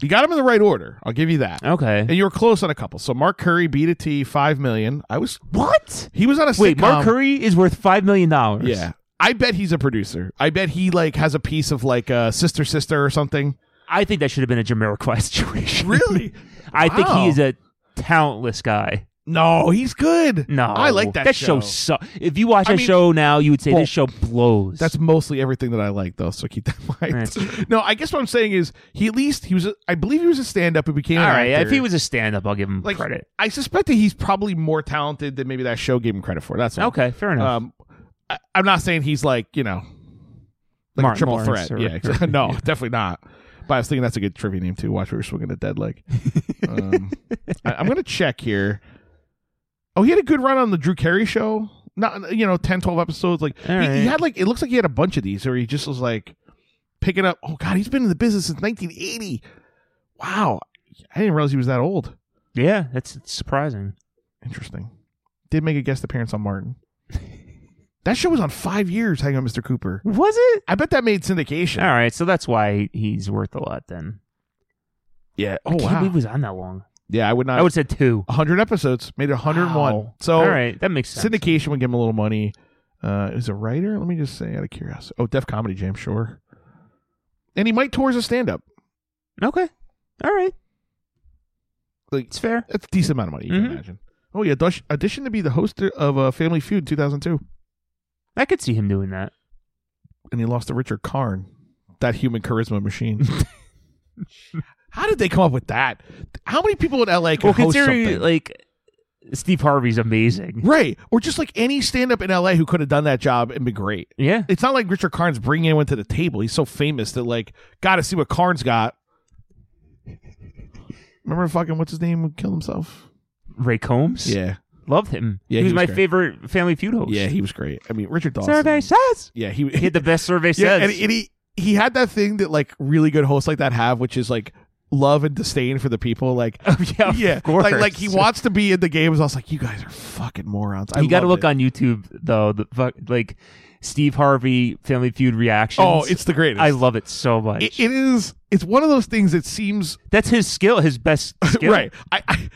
Speaker 2: You got them in the right order. I'll give you that.
Speaker 1: Okay.
Speaker 2: And you were close on a couple. So Mark Curry beat a T five million. I was
Speaker 1: What?
Speaker 2: he was on a
Speaker 1: Wait,
Speaker 2: sitcom.
Speaker 1: Mark Curry is worth five million dollars.
Speaker 2: Yeah. I bet he's a producer. I bet he like has a piece of like uh, sister sister or something.
Speaker 1: I think that should have been a Jamiroquai situation.
Speaker 2: Really?
Speaker 1: I think
Speaker 2: Wow.
Speaker 1: he is a talentless guy.
Speaker 2: No, he's good.
Speaker 1: No,
Speaker 2: I like that,
Speaker 1: That show, su- If you watch
Speaker 2: I
Speaker 1: that
Speaker 2: mean-
Speaker 1: show now, you would say
Speaker 2: Well,
Speaker 1: this show blows.
Speaker 2: That's mostly everything that I like though, so keep that in mind. No, I guess what I'm saying is he at least he was a, I believe he was a stand up who became
Speaker 1: all
Speaker 2: an
Speaker 1: right.
Speaker 2: actor.
Speaker 1: If he was a stand-up, I'll give him
Speaker 2: like
Speaker 1: credit.
Speaker 2: I suspect that he's probably more talented than maybe that show gave him credit for. That's all.
Speaker 1: Okay, fair enough.
Speaker 2: Um, I, I'm not saying he's like you know, like
Speaker 1: Martin
Speaker 2: a triple
Speaker 1: Lawrence
Speaker 2: threat.
Speaker 1: or-
Speaker 2: yeah, exa- no, definitely not. But I was thinking that's a good trivia name too. Watch we were swinging a dead leg. Um, I, am gonna check here. Oh, he had a good run on the Drew Carey show. Not you know 10, 12 episodes. Like he,
Speaker 1: All right.
Speaker 2: he had like it looks like he had a bunch of these, or he just was like picking up. Oh God, he's been in the business since 1980. Wow, I didn't realize he was that old.
Speaker 1: yeah, that's it's surprising.
Speaker 2: Interesting. Did make a guest appearance on Martin. that show was on five years. Hang on, Mr. Cooper.
Speaker 1: Was it?
Speaker 2: I bet that made syndication.
Speaker 1: All right, so that's why he's worth a lot then.
Speaker 2: Yeah.
Speaker 1: I
Speaker 2: Oh
Speaker 1: can't
Speaker 2: wow.
Speaker 1: believe he was on that long.
Speaker 2: yeah, I would not.
Speaker 1: I would have said two.
Speaker 2: 100 episodes made it 101.
Speaker 1: Wow.
Speaker 2: So
Speaker 1: all right, that makes sense.
Speaker 2: syndication would give him a little money. Uh, is a writer? Let me just say out of curiosity. Oh, Def Comedy Jam, sure. And he might tour as a stand-up.
Speaker 1: Okay, all right,
Speaker 2: Like
Speaker 1: it's fair.
Speaker 2: that's a decent amount of money. You
Speaker 1: Mhm.
Speaker 2: can imagine. Oh yeah, audition- auditioned to be the host of uh, Family Feud 2002,
Speaker 1: I could see him doing that.
Speaker 2: and he lost to Richard Karn, that human charisma machine. How did they come up with that? How many people in LA can
Speaker 1: Well,
Speaker 2: host
Speaker 1: considering
Speaker 2: something?
Speaker 1: like Steve Harvey's amazing.
Speaker 2: right, or just like any stand-up in LA who could have done that job and been great.
Speaker 1: Yeah,
Speaker 2: it's not like Richard Carnes bringing anyone to the table. He's so famous that like got to see what Carnes got. Remember fucking what's his name who killed himself?
Speaker 1: Ray Combs.
Speaker 2: Yeah,
Speaker 1: loved him.
Speaker 2: Yeah,
Speaker 1: he was,
Speaker 2: he was
Speaker 1: my
Speaker 2: great.
Speaker 1: favorite Family Feud host.
Speaker 2: yeah, he was great. I mean, Richard Dawson.
Speaker 1: survey says
Speaker 2: Yeah, Oh, he
Speaker 1: he had the best survey
Speaker 2: yeah,
Speaker 1: says.
Speaker 2: and, and he he had that thing that like really good hosts like that have, which is like love and disdain for the people. Like
Speaker 1: Oh, yeah, of
Speaker 2: yeah,
Speaker 1: course.
Speaker 2: like like he wants to be in the games. I was like, you guys are fucking morons. I
Speaker 1: You got to
Speaker 2: loved
Speaker 1: look
Speaker 2: it.
Speaker 1: on YouTube though. The fuck, like Steve Harvey Family Feud reactions.
Speaker 2: Oh, it's the greatest.
Speaker 1: I love it so much.
Speaker 2: It, it is. It's one of those things that seems
Speaker 1: That's his skill, his best skill.
Speaker 2: Right. I, I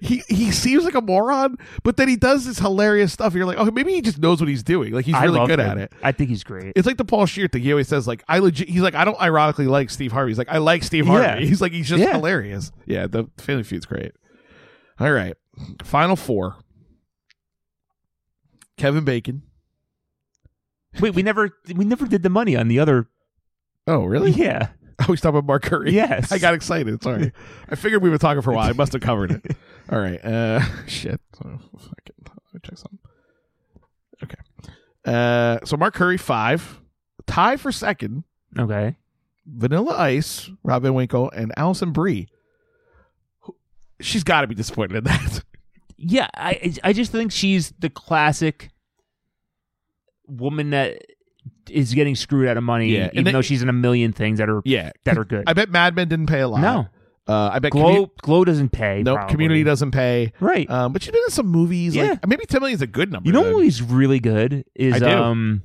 Speaker 2: he he seems like a moron, but then he does this hilarious stuff. You're like, oh, maybe he just knows what he's doing. Like he's
Speaker 1: I
Speaker 2: really
Speaker 1: love
Speaker 2: good
Speaker 1: him.
Speaker 2: at it.
Speaker 1: I think he's great.
Speaker 2: It's like the Paul Shear thing. He always says, like, I legit. He's like, I don't ironically like Steve Harvey. He's like, I like Steve Harvey.
Speaker 1: Yeah.
Speaker 2: He's like, he's just
Speaker 1: Yeah.
Speaker 2: hilarious. Yeah, the Family Feud's great. All right, final four. Kevin Bacon.
Speaker 1: Wait, we never we never did the money on the other.
Speaker 2: Oh, really?
Speaker 1: Yeah.
Speaker 2: I was talking about Mark Curry.
Speaker 1: Yes.
Speaker 2: I got excited. Sorry. I figured we were talking for a while. I must have covered it. All right. Uh, shit. Oh, fucking- Let me check something. Okay. Uh, so Mark Curry, five. Tie for second,
Speaker 1: Okay.
Speaker 2: Vanilla Ice, Robin Winkle, and Allison Brie. Who- She's got to be disappointed in that.
Speaker 1: Yeah, I I just think she's the classic woman that is getting screwed out of money,
Speaker 2: Yeah, and
Speaker 1: even
Speaker 2: they-
Speaker 1: though she's in a million things that are
Speaker 2: Yeah.
Speaker 1: that are good.
Speaker 2: I bet Mad Men didn't pay a lot.
Speaker 1: No.
Speaker 2: Uh, I bet
Speaker 1: Glow
Speaker 2: Commu-
Speaker 1: Glow doesn't pay.
Speaker 2: nope,
Speaker 1: probably.
Speaker 2: Community doesn't pay.
Speaker 1: Right.
Speaker 2: Um, but she's been in some movies.
Speaker 1: Yeah.
Speaker 2: Like, maybe 10 million is a good number.
Speaker 1: you know
Speaker 2: then.
Speaker 1: who's really good is
Speaker 2: I do.
Speaker 1: um,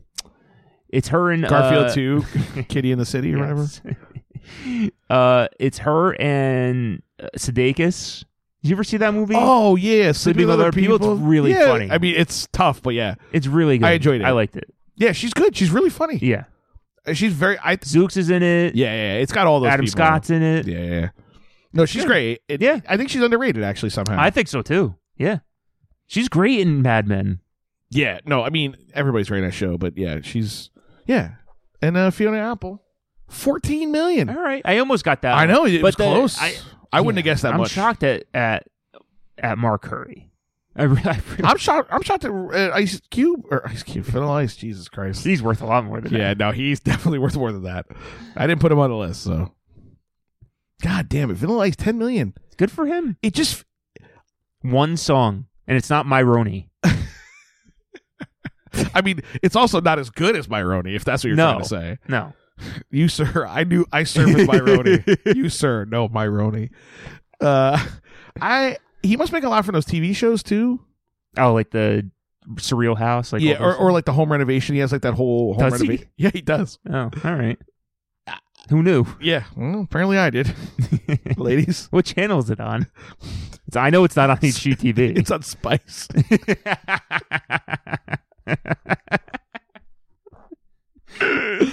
Speaker 1: it's her and
Speaker 2: Garfield
Speaker 1: uh,
Speaker 2: 2, Kitty in the City or whatever.
Speaker 1: Yes. uh, it's her and uh, Sudeikis. Did you ever see that movie?
Speaker 2: Oh, yeah. Sleeping with Other People.
Speaker 1: It's really
Speaker 2: Yeah,
Speaker 1: funny.
Speaker 2: I mean, it's tough, but yeah.
Speaker 1: It's really good.
Speaker 2: I enjoyed it.
Speaker 1: I liked it.
Speaker 2: Yeah, she's good. She's really funny.
Speaker 1: Yeah.
Speaker 2: Uh, She's very. I.
Speaker 1: Zooks is in it.
Speaker 2: Yeah, yeah, yeah. It's got all those
Speaker 1: Adam
Speaker 2: people.
Speaker 1: Scott's in it.
Speaker 2: Yeah, yeah, yeah. No, she's great. It-
Speaker 1: Yeah.
Speaker 2: I think she's underrated, actually, somehow.
Speaker 1: I think so too. Yeah. She's great in Mad Men.
Speaker 2: Yeah, no, I mean everybody's ran a show, but yeah, she's yeah, and uh, Fiona Apple, fourteen million.
Speaker 1: All right. I almost got that.
Speaker 2: I
Speaker 1: one.
Speaker 2: know it
Speaker 1: Oh. but
Speaker 2: was
Speaker 1: the-
Speaker 2: close. I,
Speaker 1: I-
Speaker 2: wouldn't have guessed that
Speaker 1: I'm
Speaker 2: much.
Speaker 1: shocked at at, at Mark Curry. I really, I really-
Speaker 2: I'm shocked. I'm shocked at uh, Ice Cube or Ice Cube Vanilla Ice. Jesus Christ.
Speaker 1: he's worth a lot more than
Speaker 2: Yeah, no, he's definitely worth more than that. I didn't put him on the list, so. God damn it, Vanilla Ice, ten million.
Speaker 1: that. Good for him.
Speaker 2: It just
Speaker 1: One song, and it's not Myroni.
Speaker 2: I mean, it's also not as good as Myroni, if that's what you're
Speaker 1: No.
Speaker 2: trying to say.
Speaker 1: No.
Speaker 2: You sir, I knew I serve with Myroni. you sir, no Myroni. Uh, I he must make a lot from those TV shows too.
Speaker 1: Oh, like the surreal house. Like
Speaker 2: yeah,
Speaker 1: all
Speaker 2: or,
Speaker 1: those-
Speaker 2: or like the home renovation. He has like that whole home
Speaker 1: Does he?
Speaker 2: renovation. Yeah, he does.
Speaker 1: oh, all right. Who knew?
Speaker 2: Yeah, well, Mm, apparently I did, ladies.
Speaker 1: What channel is it on? It's, I know it's not on HGTV.
Speaker 2: It's on Spice. Uh,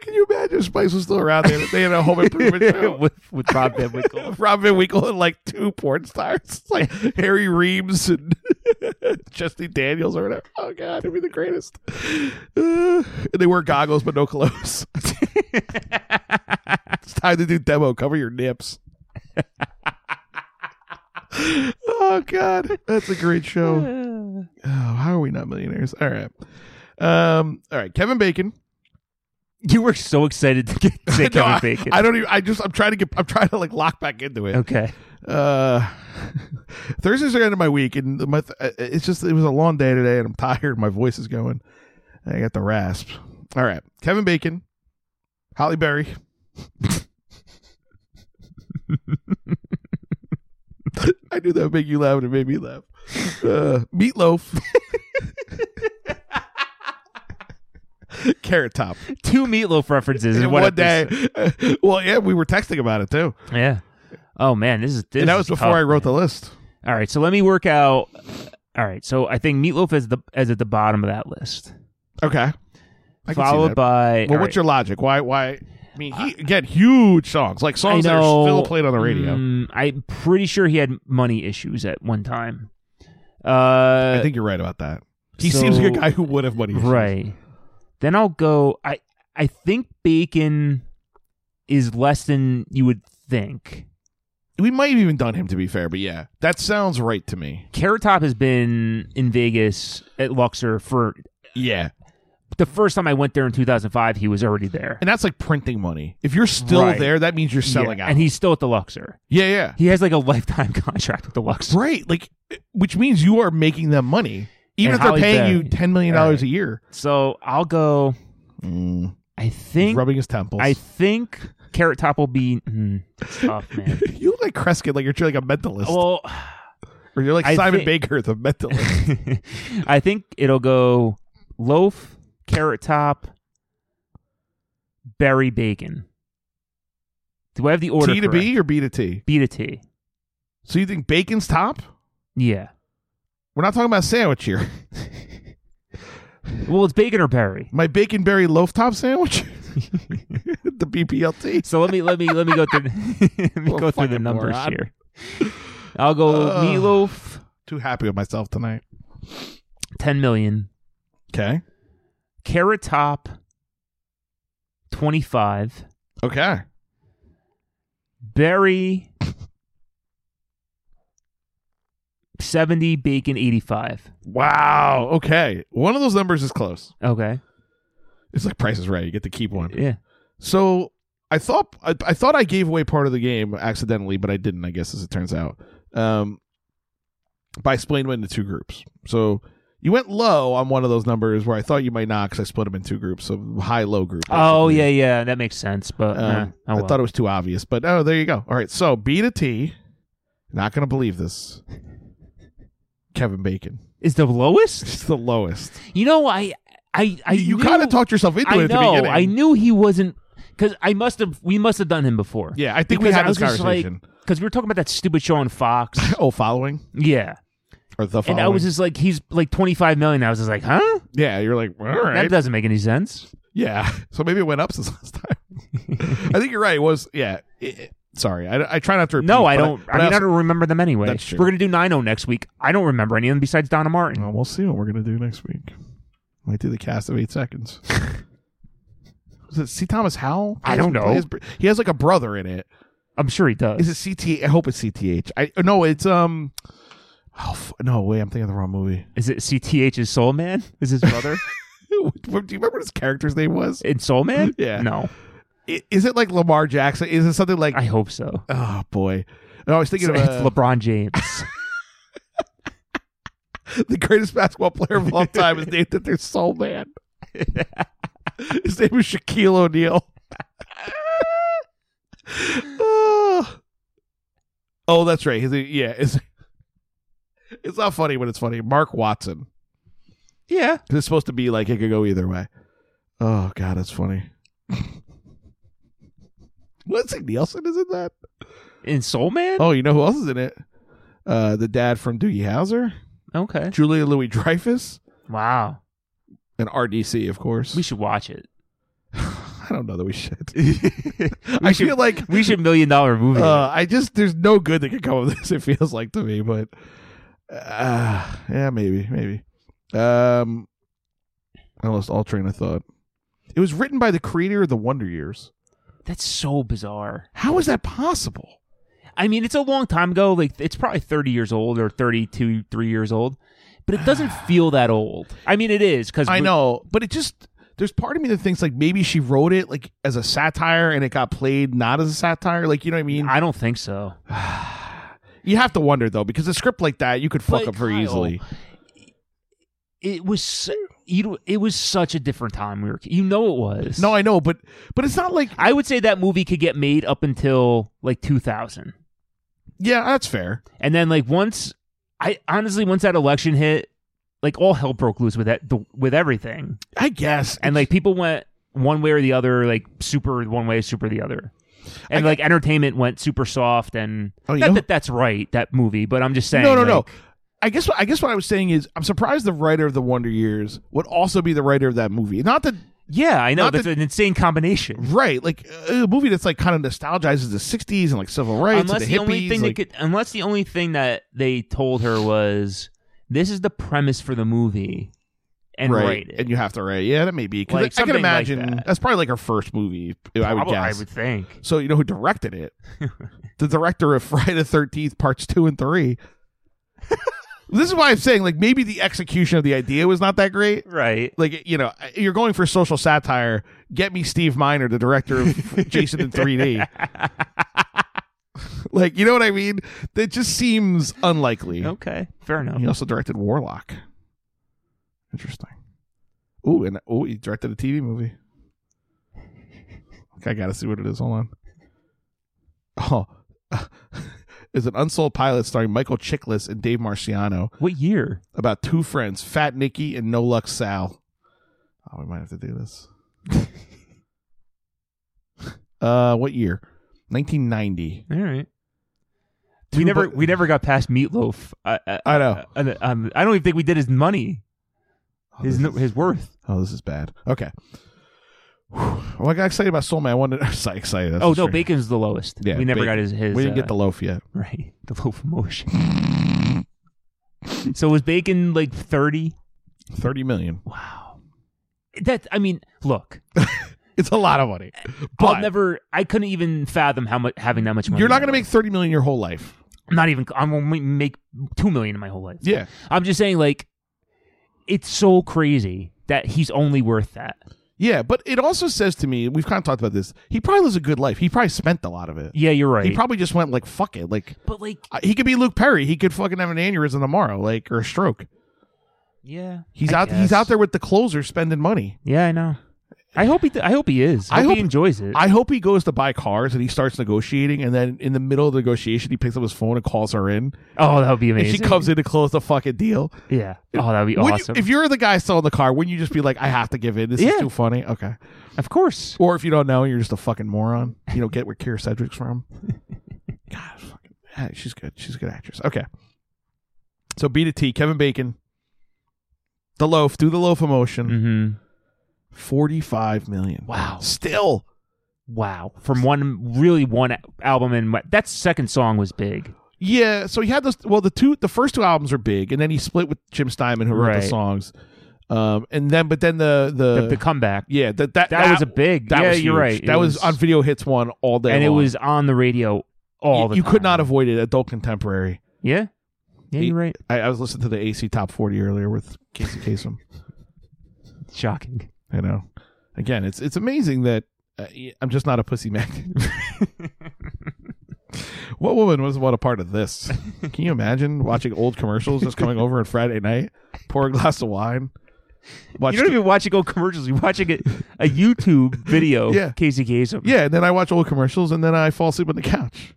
Speaker 2: can you imagine if Spice was still around? They had, they had a home improvement show.
Speaker 1: with with Rob Van Winkle.
Speaker 2: Rob Van Winkle and like two porn stars, It's like Harry Reams and Chesty Daniels or whatever. Oh god, it'd be the greatest. Uh, and they wear goggles but no clothes. it's time to do demo. Cover your nips. oh god, that's a great show. Oh, how are we not millionaires? All right, um, all right. Kevin Bacon.
Speaker 1: you were so excited to get say
Speaker 2: No,
Speaker 1: Kevin
Speaker 2: I-
Speaker 1: Bacon.
Speaker 2: I, don't even. I just. I'm trying to get. I'm trying to like lock back into it.
Speaker 1: okay.
Speaker 2: Uh, Thursdays are the end of my week, and my th- uh, it's just it was a long day today, and I'm tired. My voice is going. I got the rasp. All right, Kevin Bacon, Holly Berry. I knew that would make you laugh, and it made me laugh. Uh, meatloaf, carrot top.
Speaker 1: Two meatloaf references in
Speaker 2: In
Speaker 1: one,
Speaker 2: one day, Uh,
Speaker 1: episode.
Speaker 2: well, yeah, we were texting about it too,
Speaker 1: Yeah. Oh man, this is this
Speaker 2: and that was
Speaker 1: is
Speaker 2: before
Speaker 1: tough,
Speaker 2: I wrote
Speaker 1: man.
Speaker 2: the list.
Speaker 1: All right, so let me work out. All right, so I think meatloaf is the is at the bottom of that list,
Speaker 2: Okay. I can see
Speaker 1: followed
Speaker 2: that.
Speaker 1: by.
Speaker 2: Well,
Speaker 1: all
Speaker 2: what's
Speaker 1: right.
Speaker 2: your logic? Why? Why? I mean, he, again, huge songs like songs
Speaker 1: I
Speaker 2: that
Speaker 1: know,
Speaker 2: are still played on the radio.
Speaker 1: mm, I'm pretty sure he had money issues at one time. Uh,
Speaker 2: I think you're right about that. He
Speaker 1: so-
Speaker 2: seems like a guy who would have money. issues.
Speaker 1: right. Then I'll go. I I think bacon is less than you would think.
Speaker 2: We might have even done him to be fair, but yeah, that sounds right to me.
Speaker 1: Carrot Top has been in Vegas at Luxor for
Speaker 2: Yeah,
Speaker 1: the first time I went there in 2005. He was already there.
Speaker 2: and that's like printing money. If you're still
Speaker 1: Right.
Speaker 2: there, that means you're selling
Speaker 1: Yeah,
Speaker 2: out.
Speaker 1: and he's still at the Luxor.
Speaker 2: yeah, yeah,
Speaker 1: He has like a lifetime contract with the Luxor.
Speaker 2: right. Like, which means you are making them money, even
Speaker 1: And
Speaker 2: if they're
Speaker 1: Holly
Speaker 2: paying
Speaker 1: Berry.
Speaker 2: you ten million dollars a year.
Speaker 1: So I'll go. I
Speaker 2: He's
Speaker 1: think
Speaker 2: rubbing his temples.
Speaker 1: Mm. I think Carrot Top will be mm, it's tough, man.
Speaker 2: you look like Kreskin, like you're like a mentalist,
Speaker 1: well,
Speaker 2: or you're like
Speaker 1: I
Speaker 2: Simon
Speaker 1: thi-
Speaker 2: Baker, the mentalist.
Speaker 1: I think it'll go loaf, carrot top, berry bacon. Do I have the order?
Speaker 2: T to
Speaker 1: correct?
Speaker 2: B or B to T?
Speaker 1: B to T.
Speaker 2: So you think bacon's top?
Speaker 1: Yeah.
Speaker 2: We're not talking about sandwich here.
Speaker 1: Well, it's bacon or berry.
Speaker 2: My bacon berry loaf top sandwich, the BPLT.
Speaker 1: So let me let me let me go through let me
Speaker 2: Well,
Speaker 1: go through the
Speaker 2: fucking
Speaker 1: numbers
Speaker 2: moron. Uh.
Speaker 1: here. I'll go
Speaker 2: Ugh.
Speaker 1: meatloaf,
Speaker 2: Too happy with myself tonight.
Speaker 1: ten million.
Speaker 2: Okay.
Speaker 1: Carrot top, twenty-five.
Speaker 2: Okay.
Speaker 1: Berry, seventy. Bacon, eighty-five.
Speaker 2: Wow. Okay. One of those numbers is close.
Speaker 1: Okay.
Speaker 2: It's like Price is Right. You get to keep one.
Speaker 1: Yeah.
Speaker 2: So I thought I, I thought I gave away part of the game accidentally, but I didn't. I guess as it turns out, um, by splitting it into two groups. So You went low on one of those numbers where I thought you might not because I split them in two groups, so high low group.
Speaker 1: Oh
Speaker 2: basically.
Speaker 1: yeah, yeah, that makes sense. But
Speaker 2: Um,
Speaker 1: eh, oh,
Speaker 2: I
Speaker 1: well.
Speaker 2: thought it was too obvious, but oh, there you go. All right, so B to T. Not going to believe this. Kevin Bacon.
Speaker 1: is the lowest.
Speaker 2: It's the lowest.
Speaker 1: You know, I, I, I
Speaker 2: you
Speaker 1: knew-
Speaker 2: kind of talked yourself into
Speaker 1: I
Speaker 2: it at
Speaker 1: know.
Speaker 2: the beginning.
Speaker 1: I knew he wasn't because I must have. We must have done him before.
Speaker 2: Yeah, I think we
Speaker 1: Because
Speaker 2: had
Speaker 1: I
Speaker 2: this
Speaker 1: was just
Speaker 2: conversation.
Speaker 1: because we were talking about that stupid show on Fox.
Speaker 2: oh, following
Speaker 1: yeah,
Speaker 2: or the following.
Speaker 1: and I was just like, he's like twenty five million. I was just like, huh?
Speaker 2: yeah, you're like all right,
Speaker 1: That doesn't make any sense.
Speaker 2: yeah. So maybe it went up since last time. I think you're right. It was yeah. It- it- sorry, I, I try not to. Repeat,
Speaker 1: No, I
Speaker 2: but
Speaker 1: don't.
Speaker 2: but
Speaker 1: I, mean, I,
Speaker 2: also-
Speaker 1: don't remember them anyway.
Speaker 2: That's true.
Speaker 1: We're gonna do nine oh next week. I don't remember any of them besides Donna Martin.
Speaker 2: Well, we'll see what we're gonna do next week. Might do the cast of eight seconds. Was it C. Thomas Howell?
Speaker 1: I don't know.
Speaker 2: His br- He has like a brother in it.
Speaker 1: I'm sure he does.
Speaker 2: Is it CT? I hope it's CTH. I no, it's um. Oh f- no! Wait, I'm thinking of the wrong movie.
Speaker 1: Is it CTH's Soul Man? Is his brother
Speaker 2: do you remember what his character's name was?
Speaker 1: in Soul Man?
Speaker 2: Yeah.
Speaker 1: No,
Speaker 2: I- Is it like Lamar Jackson? Is it something like?
Speaker 1: I hope so.
Speaker 2: oh boy! No, I was thinking
Speaker 1: It's,
Speaker 2: of uh,
Speaker 1: LeBron James.
Speaker 2: the greatest basketball player of all time is named after Soul Man. His name is Shaquille O'Neal. oh, Oh, that's right. His- yeah, it's, it's not funny when it's funny. Mark Watson.
Speaker 1: yeah.
Speaker 2: It's supposed to be like it could go either way. Oh God, that's funny. Leslie Nielsen is in that.
Speaker 1: In Soul Man?
Speaker 2: Oh, you know who else is in it? Uh, the dad from Doogie Howser,
Speaker 1: Okay.
Speaker 2: Julia Louis Dreyfus,
Speaker 1: Wow.
Speaker 2: and RDC, of course.
Speaker 1: We should watch it.
Speaker 2: I don't know that we should. I
Speaker 1: We should-
Speaker 2: feel like
Speaker 1: We should million dollar movie.
Speaker 2: uh, I just there's no good that can come of this. It feels like to me, but uh, yeah, maybe, maybe. Um, I lost all train of thought. It was written by the creator of the Wonder Years. Uh,
Speaker 1: That's so bizarre.
Speaker 2: How is that possible?
Speaker 1: I mean, it's a long time ago. Like it's probably 30 years old or 32, 3 years old. But it doesn't feel that old. I mean, it is cuz
Speaker 2: I know, but it just there's part of me that thinks like maybe she wrote it like as a satire and it got played not as a satire. Like you know what I mean?
Speaker 1: I don't think so.
Speaker 2: you have to wonder though because a script like that you could fuck
Speaker 1: But,
Speaker 2: up very
Speaker 1: Kyle,
Speaker 2: easily.
Speaker 1: It was su- you know, it was such a different time we were you know it was.
Speaker 2: No, I know, but but it's not like
Speaker 1: I would say that movie could get made up until like 2000.
Speaker 2: yeah, that's fair.
Speaker 1: And then like once I honestly once that election hit, like all hell broke loose with that the, with everything.
Speaker 2: I guess.
Speaker 1: And like people went one way or the other, like super one way, super the other. And like entertainment went super soft and
Speaker 2: Oh, you
Speaker 1: not
Speaker 2: know-
Speaker 1: that that's right, that movie, but I'm just saying
Speaker 2: no, no, no.
Speaker 1: like,
Speaker 2: I guess what I guess what I was saying is I'm surprised the writer of the Wonder Years would also be the writer of that movie. Not that
Speaker 1: Yeah, I know.
Speaker 2: Not
Speaker 1: That's
Speaker 2: that-
Speaker 1: an insane combination.
Speaker 2: right, like a movie that's like kind of nostalgizes the '60s and like civil rights. and
Speaker 1: unless
Speaker 2: the,
Speaker 1: the, only
Speaker 2: hippies,
Speaker 1: thing
Speaker 2: like-
Speaker 1: that could unless the only thing that they told her was this is the premise for the movie and
Speaker 2: right,
Speaker 1: write it.
Speaker 2: and you have to write. Yeah, that may be 'cause
Speaker 1: Like,
Speaker 2: I, I
Speaker 1: something
Speaker 2: can
Speaker 1: like
Speaker 2: imagine
Speaker 1: that.
Speaker 2: that's probably like her first movie. I would
Speaker 1: Probably-
Speaker 2: guess.
Speaker 1: I would think.
Speaker 2: So you know who directed it? the director of Friday the Thirteenth Parts Two and Three. this is why I'm saying like maybe the execution of the idea was not that great.
Speaker 1: Right.
Speaker 2: Like you know you're going for social satire. Get me Steve Miner, the director of Jason in 3D. like you know what I mean? That just seems unlikely.
Speaker 1: Okay. Fair enough.
Speaker 2: He also directed Warlock. Interesting. Ooh, and oh, he directed a TV movie. Okay, I gotta see what it is. Hold on. Oh, is an unsold pilot starring Michael Chiklis and Dave Marciano
Speaker 1: What year?
Speaker 2: about two friends, Fat Nicky and No Luck Sal. Oh, we might have to do this. uh, what year? 1990.
Speaker 1: All right.
Speaker 2: Two
Speaker 1: We never
Speaker 2: bu- Oh.
Speaker 1: we never got past Meatloaf. I, I,
Speaker 2: I know.
Speaker 1: I, um, I don't even think we did his money,
Speaker 2: Oh,
Speaker 1: his
Speaker 2: this
Speaker 1: no-
Speaker 2: is-
Speaker 1: his worth.
Speaker 2: Oh, this is bad. Okay. Whew. Well, I got excited about Soul Man. I wanted. I'm sorry, excited. That's
Speaker 1: oh
Speaker 2: a
Speaker 1: no,
Speaker 2: stretch.
Speaker 1: Bacon's the lowest.
Speaker 2: Yeah,
Speaker 1: we never
Speaker 2: Bacon.
Speaker 1: got his his.
Speaker 2: We didn't
Speaker 1: uh,
Speaker 2: get the loaf yet.
Speaker 1: right the loaf of motion. so was Bacon like thirty?
Speaker 2: Thirty million.
Speaker 1: Wow. That I mean, look,
Speaker 2: It's a lot of money.
Speaker 1: I'll
Speaker 2: But
Speaker 1: never. I couldn't even fathom how much having that much money.
Speaker 2: you're not going to make thirty million your whole life.
Speaker 1: I'm not even. I'm gonna make two million in my whole life.
Speaker 2: Yeah.
Speaker 1: I'm just saying, like, it's so crazy that he's only worth that.
Speaker 2: Yeah, but it also says to me, we've kind of talked about this. He probably lives a good life. He probably spent a lot of it.
Speaker 1: Yeah, you're right.
Speaker 2: He probably just went like, "Fuck it." Like
Speaker 1: but like,
Speaker 2: I- he could be Luke Perry. He could fucking have an aneurysm tomorrow, like or a stroke.
Speaker 1: Yeah,
Speaker 2: He's
Speaker 1: I
Speaker 2: out. He's
Speaker 1: guess.
Speaker 2: out there with the closer spending money.
Speaker 1: Yeah, I know. I hope he. Th- I hope he is.
Speaker 2: I
Speaker 1: I hope,
Speaker 2: hope-
Speaker 1: he enjoys it.
Speaker 2: I hope he goes to buy cars and he starts negotiating, and then in the middle of the negotiation, he picks up his phone and calls her in,
Speaker 1: oh, that would be
Speaker 2: and
Speaker 1: amazing.
Speaker 2: she comes in to close the fucking deal.
Speaker 1: Yeah. Oh, that would be
Speaker 2: Wouldn't you-
Speaker 1: awesome.
Speaker 2: if you're the guy selling the car, wouldn't you just be like, "I have to give in. This is
Speaker 1: Yeah.
Speaker 2: too funny." Okay.
Speaker 1: of course.
Speaker 2: Or if you don't know, you're just a fucking moron. You don't get where Kira Cedric's from. God, fucking, ah, she's good. She's a good actress. Okay. So B to T, Kevin Bacon, the loaf, do the loaf emotion.
Speaker 1: Mm-hmm.
Speaker 2: Forty-five million.
Speaker 1: Wow.
Speaker 2: Still,
Speaker 1: Wow. From one really one album and that second song was big.
Speaker 2: yeah. So he had those. Well, the two, the first two albums are big, and then he split with Jim Steinman, who wrote
Speaker 1: Right.
Speaker 2: the songs. Um, and then, but then the the,
Speaker 1: The, the comeback.
Speaker 2: Uh, yeah, that that,
Speaker 1: That, was a big.
Speaker 2: that
Speaker 1: yeah,
Speaker 2: was
Speaker 1: you're
Speaker 2: huge.
Speaker 1: right.
Speaker 2: That
Speaker 1: It
Speaker 2: was, on video hits one all day,
Speaker 1: and it
Speaker 2: long.
Speaker 1: was on the radio all
Speaker 2: you,
Speaker 1: the
Speaker 2: you
Speaker 1: time.
Speaker 2: could not avoid it. Adult contemporary.
Speaker 1: Yeah. Yeah,
Speaker 2: He-
Speaker 1: you're right.
Speaker 2: I, I was listening to the AC Top 40 earlier with Casey Kasem.
Speaker 1: Shocking.
Speaker 2: I know. Again, it's it's amazing that uh, I'm just not a pussy magnet. what woman was what a part of this? Can you imagine watching old commercials just coming over on Friday night, pour a glass of wine, watch?
Speaker 1: You don't even watching old commercials. You're watching a, a YouTube video.
Speaker 2: Yeah.
Speaker 1: of Casey Kasem.
Speaker 2: yeah, and then I watch old commercials and then I fall asleep on the couch.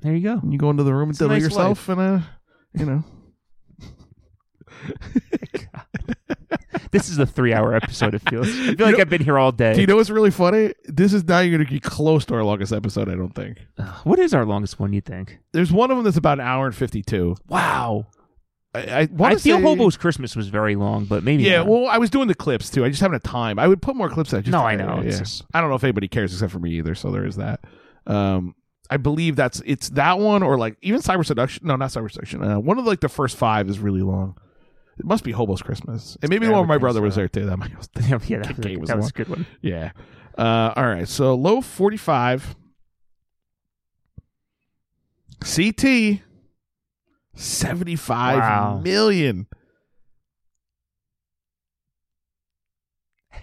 Speaker 1: There you go.
Speaker 2: And you go into the room and
Speaker 1: a
Speaker 2: diddle
Speaker 1: nice
Speaker 2: yourself, and uh, you know,
Speaker 1: This is a three-hour episode. It feels. I feel like I've been here all day.
Speaker 2: do you know what's really funny? This is not going to be close to our longest episode. I don't think.
Speaker 1: what is our longest one? You think?
Speaker 2: There's one of them that's about an hour and fifty-two.
Speaker 1: Wow.
Speaker 2: I, I,
Speaker 1: I
Speaker 2: wanna
Speaker 1: feel
Speaker 2: say-
Speaker 1: Hobo's Christmas was very long, but maybe
Speaker 2: Yeah,
Speaker 1: not.
Speaker 2: well, I was doing the clips too. I just haven't had time. I would put more clips. I just
Speaker 1: No, I know.
Speaker 2: Yeah.
Speaker 1: It's just-
Speaker 2: I don't know if anybody cares except for me either. So there is that. Um, I believe that's it's that one or like even Cyber Seduction. No, not Cyber Seduction. Uh, one of like the first five is really long. It must be Hobo's Christmas, and maybe
Speaker 1: Yeah, I
Speaker 2: one
Speaker 1: would
Speaker 2: my
Speaker 1: think
Speaker 2: brother was
Speaker 1: so.
Speaker 2: there too. That might was
Speaker 1: yeah, that,
Speaker 2: Kincaid
Speaker 1: was,
Speaker 2: was
Speaker 1: that
Speaker 2: the
Speaker 1: was
Speaker 2: one.
Speaker 1: a good one.
Speaker 2: yeah. Uh, all right. So low forty five. CT seventy five million.
Speaker 1: Wow.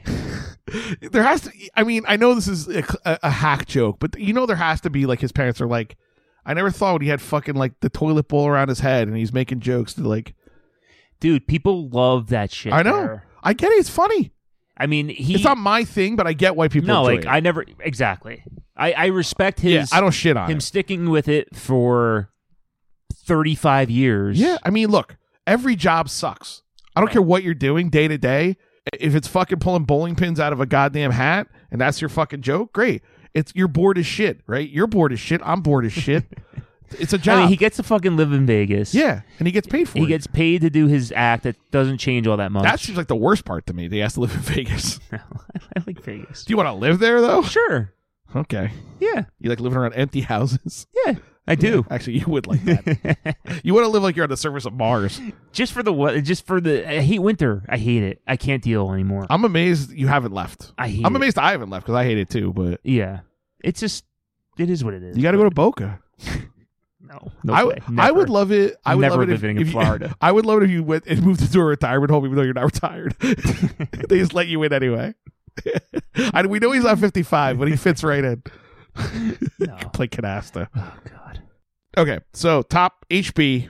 Speaker 2: there has to. I mean, I know this is a, a- a hack joke, but you know there has to be like his parents are like. I never thought when he had fucking like the toilet bowl around his head and he's making jokes to like.
Speaker 1: Dude, people love that shit.
Speaker 2: I know.
Speaker 1: there.
Speaker 2: I get it. It's funny.
Speaker 1: I mean, he.
Speaker 2: it's not my thing, but I get why people.
Speaker 1: no,
Speaker 2: enjoy
Speaker 1: like
Speaker 2: it.
Speaker 1: I never exactly. I I respect his.
Speaker 2: yeah, I don't shit on
Speaker 1: him
Speaker 2: it.
Speaker 1: sticking with it for thirty-five years.
Speaker 2: Yeah, I mean, look, every job sucks. I don't care what you're doing day to day. If it's fucking pulling bowling pins out of a goddamn hat and that's your fucking joke, great. It's you're bored as shit, right? You're bored as shit. I'm bored as shit. it's a
Speaker 1: I
Speaker 2: job.
Speaker 1: mean, he gets to fucking live in Vegas.
Speaker 2: yeah, and he gets paid for
Speaker 1: He
Speaker 2: it.
Speaker 1: gets paid to do his act that doesn't change all that much.
Speaker 2: that seems like the worst part to me. They has to live in Vegas. Do
Speaker 1: I like Vegas.
Speaker 2: you want to live there though?
Speaker 1: Sure.
Speaker 2: Okay.
Speaker 1: Yeah.
Speaker 2: You like living around empty houses?
Speaker 1: Yeah. I do.
Speaker 2: Actually, you would like that. you want to live like you're on the surface of Mars.
Speaker 1: just for the what? Just for the. I hate winter. I hate it. I can't deal anymore.
Speaker 2: I'm amazed you haven't left.
Speaker 1: I hate it.
Speaker 2: I'm amazed I haven't left because I hate it too. But
Speaker 1: yeah. It's just. It is what it is.
Speaker 2: you got to go to Boca.
Speaker 1: No. no
Speaker 2: I,
Speaker 1: way.
Speaker 2: would- I would
Speaker 1: Never.
Speaker 2: love it. I would
Speaker 1: Never
Speaker 2: love it
Speaker 1: living in
Speaker 2: if, if you-
Speaker 1: Florida.
Speaker 2: I would love it if you went and moved into a retirement home, even though you're not retired. they just let you in anyway. and we know he's not 55, but he fits right in.
Speaker 1: No.
Speaker 2: Play canasta.
Speaker 1: Oh God.
Speaker 2: Okay, so top HB,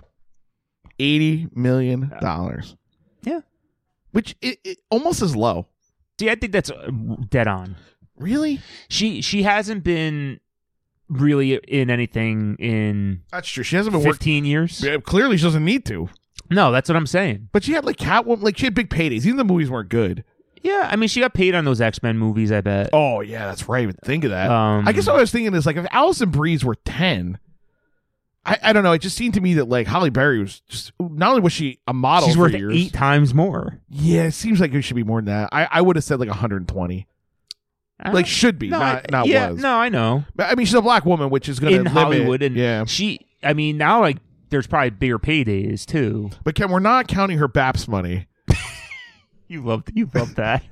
Speaker 2: eighty million dollars.
Speaker 1: Yeah.
Speaker 2: which it, it almost is low.
Speaker 1: See, I think that's uh, dead on.
Speaker 2: Really?
Speaker 1: She she hasn't been really in anything in
Speaker 2: That's true. She hasn't been working.
Speaker 1: fifteen years.
Speaker 2: Yeah, Clearly, she doesn't need to.
Speaker 1: No, that's what I'm saying.
Speaker 2: But she had like Catwoman. Like she had big paydays. Even the movies weren't good.
Speaker 1: Yeah, I mean, she got paid on those X Men movies. I bet.
Speaker 2: Oh yeah, that's right. I didn't think of that.
Speaker 1: Um,
Speaker 2: I guess what I was thinking is like if Allison Breeze were ten, I, I don't know. It just seemed to me that like Holly Berry was just not only was she a model
Speaker 1: she's
Speaker 2: for
Speaker 1: worth
Speaker 2: years,
Speaker 1: eight times more.
Speaker 2: yeah, it seems like it should be more than that. I, I would have said like 120, like should be,
Speaker 1: Uh, no,
Speaker 2: not
Speaker 1: I-
Speaker 2: not
Speaker 1: yeah,
Speaker 2: was.
Speaker 1: no, I know.
Speaker 2: But, I mean she's a black woman, which is going to
Speaker 1: in Hollywood, and
Speaker 2: yeah.
Speaker 1: she. I mean, now like there's probably bigger paydays too.
Speaker 2: But Ken, we're not counting her BAPS money.
Speaker 1: You love you love that.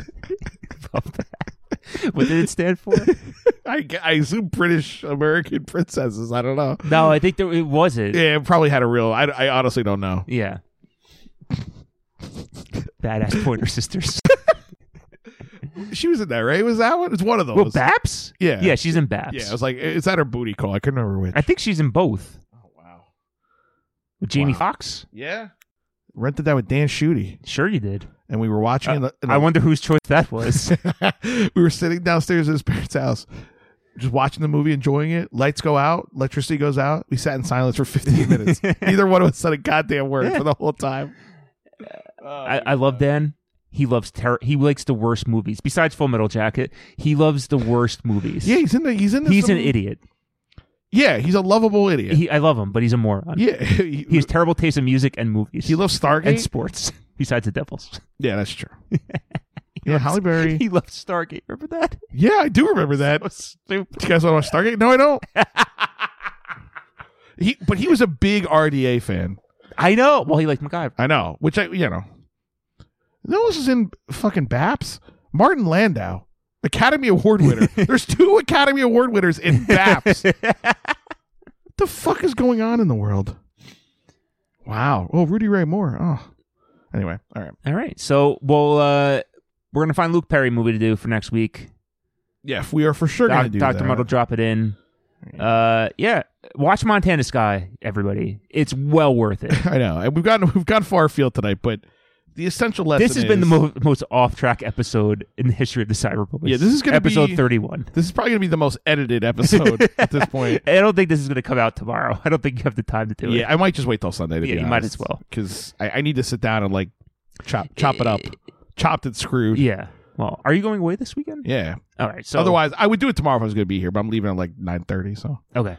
Speaker 1: love that. What did it stand for?
Speaker 2: I, gu- I assume British American princesses. I don't know.
Speaker 1: No, I think there it wasn't.
Speaker 2: Yeah, it probably had a real. I, I honestly don't know.
Speaker 1: Yeah. Badass Pointer Sisters.
Speaker 2: She was in that, right? Was that one? It's one of those.
Speaker 1: well, Baps?
Speaker 2: Yeah.
Speaker 1: Yeah, she's in Baps.
Speaker 2: Yeah, I was like, is that her booty call? I couldn't remember which.
Speaker 1: I think she's in both.
Speaker 2: oh wow.
Speaker 1: Jamie
Speaker 2: Wow.
Speaker 1: Fox.
Speaker 2: Yeah. rented that with Dan Schutte,
Speaker 1: Sure, you did.
Speaker 2: and we were watching it. in a-
Speaker 1: I wonder whose choice that was.
Speaker 2: we were sitting downstairs at his parents' house, just watching the movie, enjoying it. Lights go out, electricity goes out. We sat in silence for 15 minutes. Neither one of us said a goddamn word for the whole time.
Speaker 1: I, I love Dan. He loves terror. He likes the worst movies. Besides Full Metal Jacket, he loves the worst movies.
Speaker 2: Yeah, he's in the. He's in. The,
Speaker 1: he's an idiot.
Speaker 2: Yeah, he's a lovable idiot.
Speaker 1: He, I love him, but he's a moron.
Speaker 2: yeah, he,
Speaker 1: He has terrible taste in music and movies.
Speaker 2: he loves Stargate.
Speaker 1: and sports. Besides the Devils,
Speaker 2: yeah, that's true. yeah, Halle Berry.
Speaker 1: he loves Stargate. Remember that?
Speaker 2: Yeah, I do remember that.
Speaker 1: Stupid.
Speaker 2: Do you guys want to watch Stargate? No, I don't. he, but he was a big RDA fan.
Speaker 1: I know. Well, he liked MacGyver.
Speaker 2: I know. Which I, you know, no this is in fucking Baps. Martin Landau, Academy Award winner. There's two Academy Award winners in Baps. what the fuck is going on in the world? Wow. Oh, Rudy Ray Moore. Oh. Anyway, all right.
Speaker 1: All right. So we'll uh, we're gonna find Luke Perry movie to do for next week.
Speaker 2: Yeah, we are for sure going to do
Speaker 1: Doctor
Speaker 2: that.
Speaker 1: Mudd will drop it in. Uh, yeah, watch Montana Sky, everybody. It's well worth it.
Speaker 2: I know, and we've gotten we've gone far afield tonight, but the essential lesson.
Speaker 1: this has been the mo- most off-track episode in the history of the Cyberpunk.
Speaker 2: Yeah, this is gonna
Speaker 1: episode
Speaker 2: be-
Speaker 1: thirty-one.
Speaker 2: This is probably going to be the most edited episode at this point.
Speaker 1: I don't think this is going to come out tomorrow. I don't think you have the time to do
Speaker 2: Yeah,
Speaker 1: it.
Speaker 2: I might just wait till Sunday. To
Speaker 1: Yeah,
Speaker 2: be
Speaker 1: you might as well.
Speaker 2: because I, I need to sit down and like chop chop it up, chopped and screwed.
Speaker 1: Eh, Yeah. Well, are you going away this weekend?
Speaker 2: Yeah.
Speaker 1: All right. So
Speaker 2: Otherwise, I would do it tomorrow if I was going to be here, but I'm leaving at like nine thirty. So
Speaker 1: okay.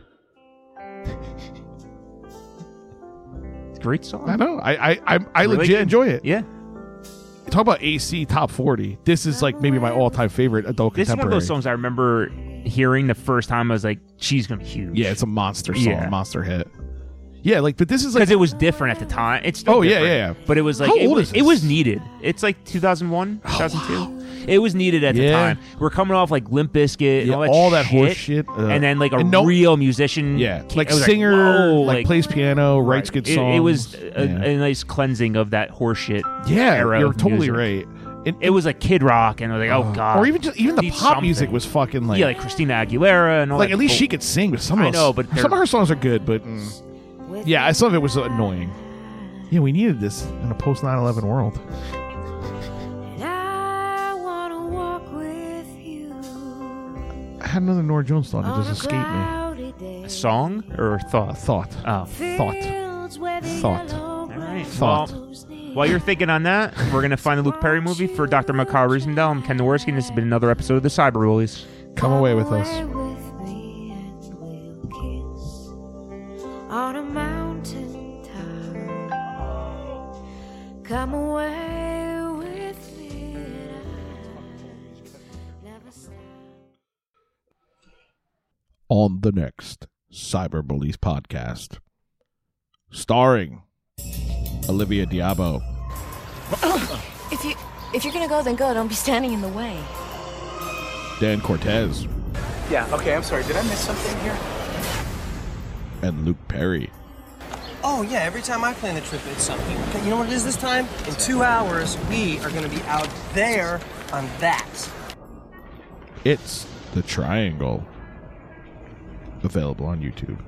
Speaker 1: It's a great song.
Speaker 2: I know I I I, I
Speaker 1: Really
Speaker 2: legit
Speaker 1: good.
Speaker 2: enjoy it.
Speaker 1: Yeah.
Speaker 2: Talk about AC top forty. This is like maybe my all time favorite adult
Speaker 1: This is one of
Speaker 2: contemporary.
Speaker 1: those songs I remember hearing the first time. I was like, "She's gonna be huge."
Speaker 2: Yeah, it's a monster song,
Speaker 1: Yeah.
Speaker 2: monster hit. Yeah, like but this is like
Speaker 1: because it was different at the time. It's still
Speaker 2: Oh, yeah,
Speaker 1: different,
Speaker 2: yeah, yeah.
Speaker 1: But it was like
Speaker 2: How
Speaker 1: it,
Speaker 2: old
Speaker 1: was,
Speaker 2: is
Speaker 1: it was
Speaker 2: this? Oh,
Speaker 1: needed. It's like 2001, 2002. It was needed at the
Speaker 2: Yeah.
Speaker 1: time. We're coming off like Limp Bizkit
Speaker 2: Yeah,
Speaker 1: and all that,
Speaker 2: all that
Speaker 1: shit,
Speaker 2: horse shit, ugh.
Speaker 1: and then like a
Speaker 2: And no-
Speaker 1: real musician,
Speaker 2: yeah,
Speaker 1: came-
Speaker 2: like
Speaker 1: it was
Speaker 2: singer,
Speaker 1: whoa,
Speaker 2: like, plays piano, writes good
Speaker 1: it-
Speaker 2: songs.
Speaker 1: It, was a,
Speaker 2: yeah.
Speaker 1: a nice cleansing of that horse shit.
Speaker 2: Yeah,
Speaker 1: era
Speaker 2: you're
Speaker 1: of
Speaker 2: totally
Speaker 1: music.
Speaker 2: right. And-
Speaker 1: It was like Kid Rock, and I was like, oh god,
Speaker 2: or even just even the
Speaker 1: Need
Speaker 2: pop music
Speaker 1: something.
Speaker 2: was fucking like
Speaker 1: yeah, like Christina Aguilera and all.
Speaker 2: like
Speaker 1: that
Speaker 2: at least she
Speaker 1: bull-
Speaker 2: could sing, but some of
Speaker 1: I
Speaker 2: those-
Speaker 1: know, but
Speaker 2: some
Speaker 1: they're-
Speaker 2: of her songs are good. But yeah, I- some of it was annoying. Yeah, we needed this in a post 9-11 world.
Speaker 3: And I wanna walk with you
Speaker 2: I had another Nora Jones song that
Speaker 3: on
Speaker 2: just
Speaker 3: a
Speaker 2: escaped me.
Speaker 3: cloudy day.
Speaker 1: song or
Speaker 2: A
Speaker 1: thought.
Speaker 2: thought,
Speaker 1: Oh,
Speaker 2: thought.
Speaker 3: Fields where the
Speaker 2: Thought.
Speaker 3: yellow
Speaker 1: all right.
Speaker 2: Thought.
Speaker 1: Well,
Speaker 3: rose kneel.
Speaker 1: While you're thinking on that, we're gonna find a Luke Perry movie for Dr. Makar Rosendahl. I'm Ken Dworsky, and this has been another episode of the Cyber Bullies.
Speaker 2: Come away with us.
Speaker 3: with me and we'll kiss on a mountain top. Come away with me. and I Never stop.
Speaker 2: On the next Cyber Police podcast, starring Olivia Diabo.
Speaker 7: If you if you're gonna go, then go. Don't be standing in the way.
Speaker 2: Dan Cortez,
Speaker 8: Yeah, okay, I'm sorry. Did I miss something here?
Speaker 2: and Luke Perry.
Speaker 8: Oh, yeah, every time I plan the trip, it's something. Okay, you know what it is this time? In two hours, we are going to be out there on that.
Speaker 2: It's the Triangle. Available on YouTube.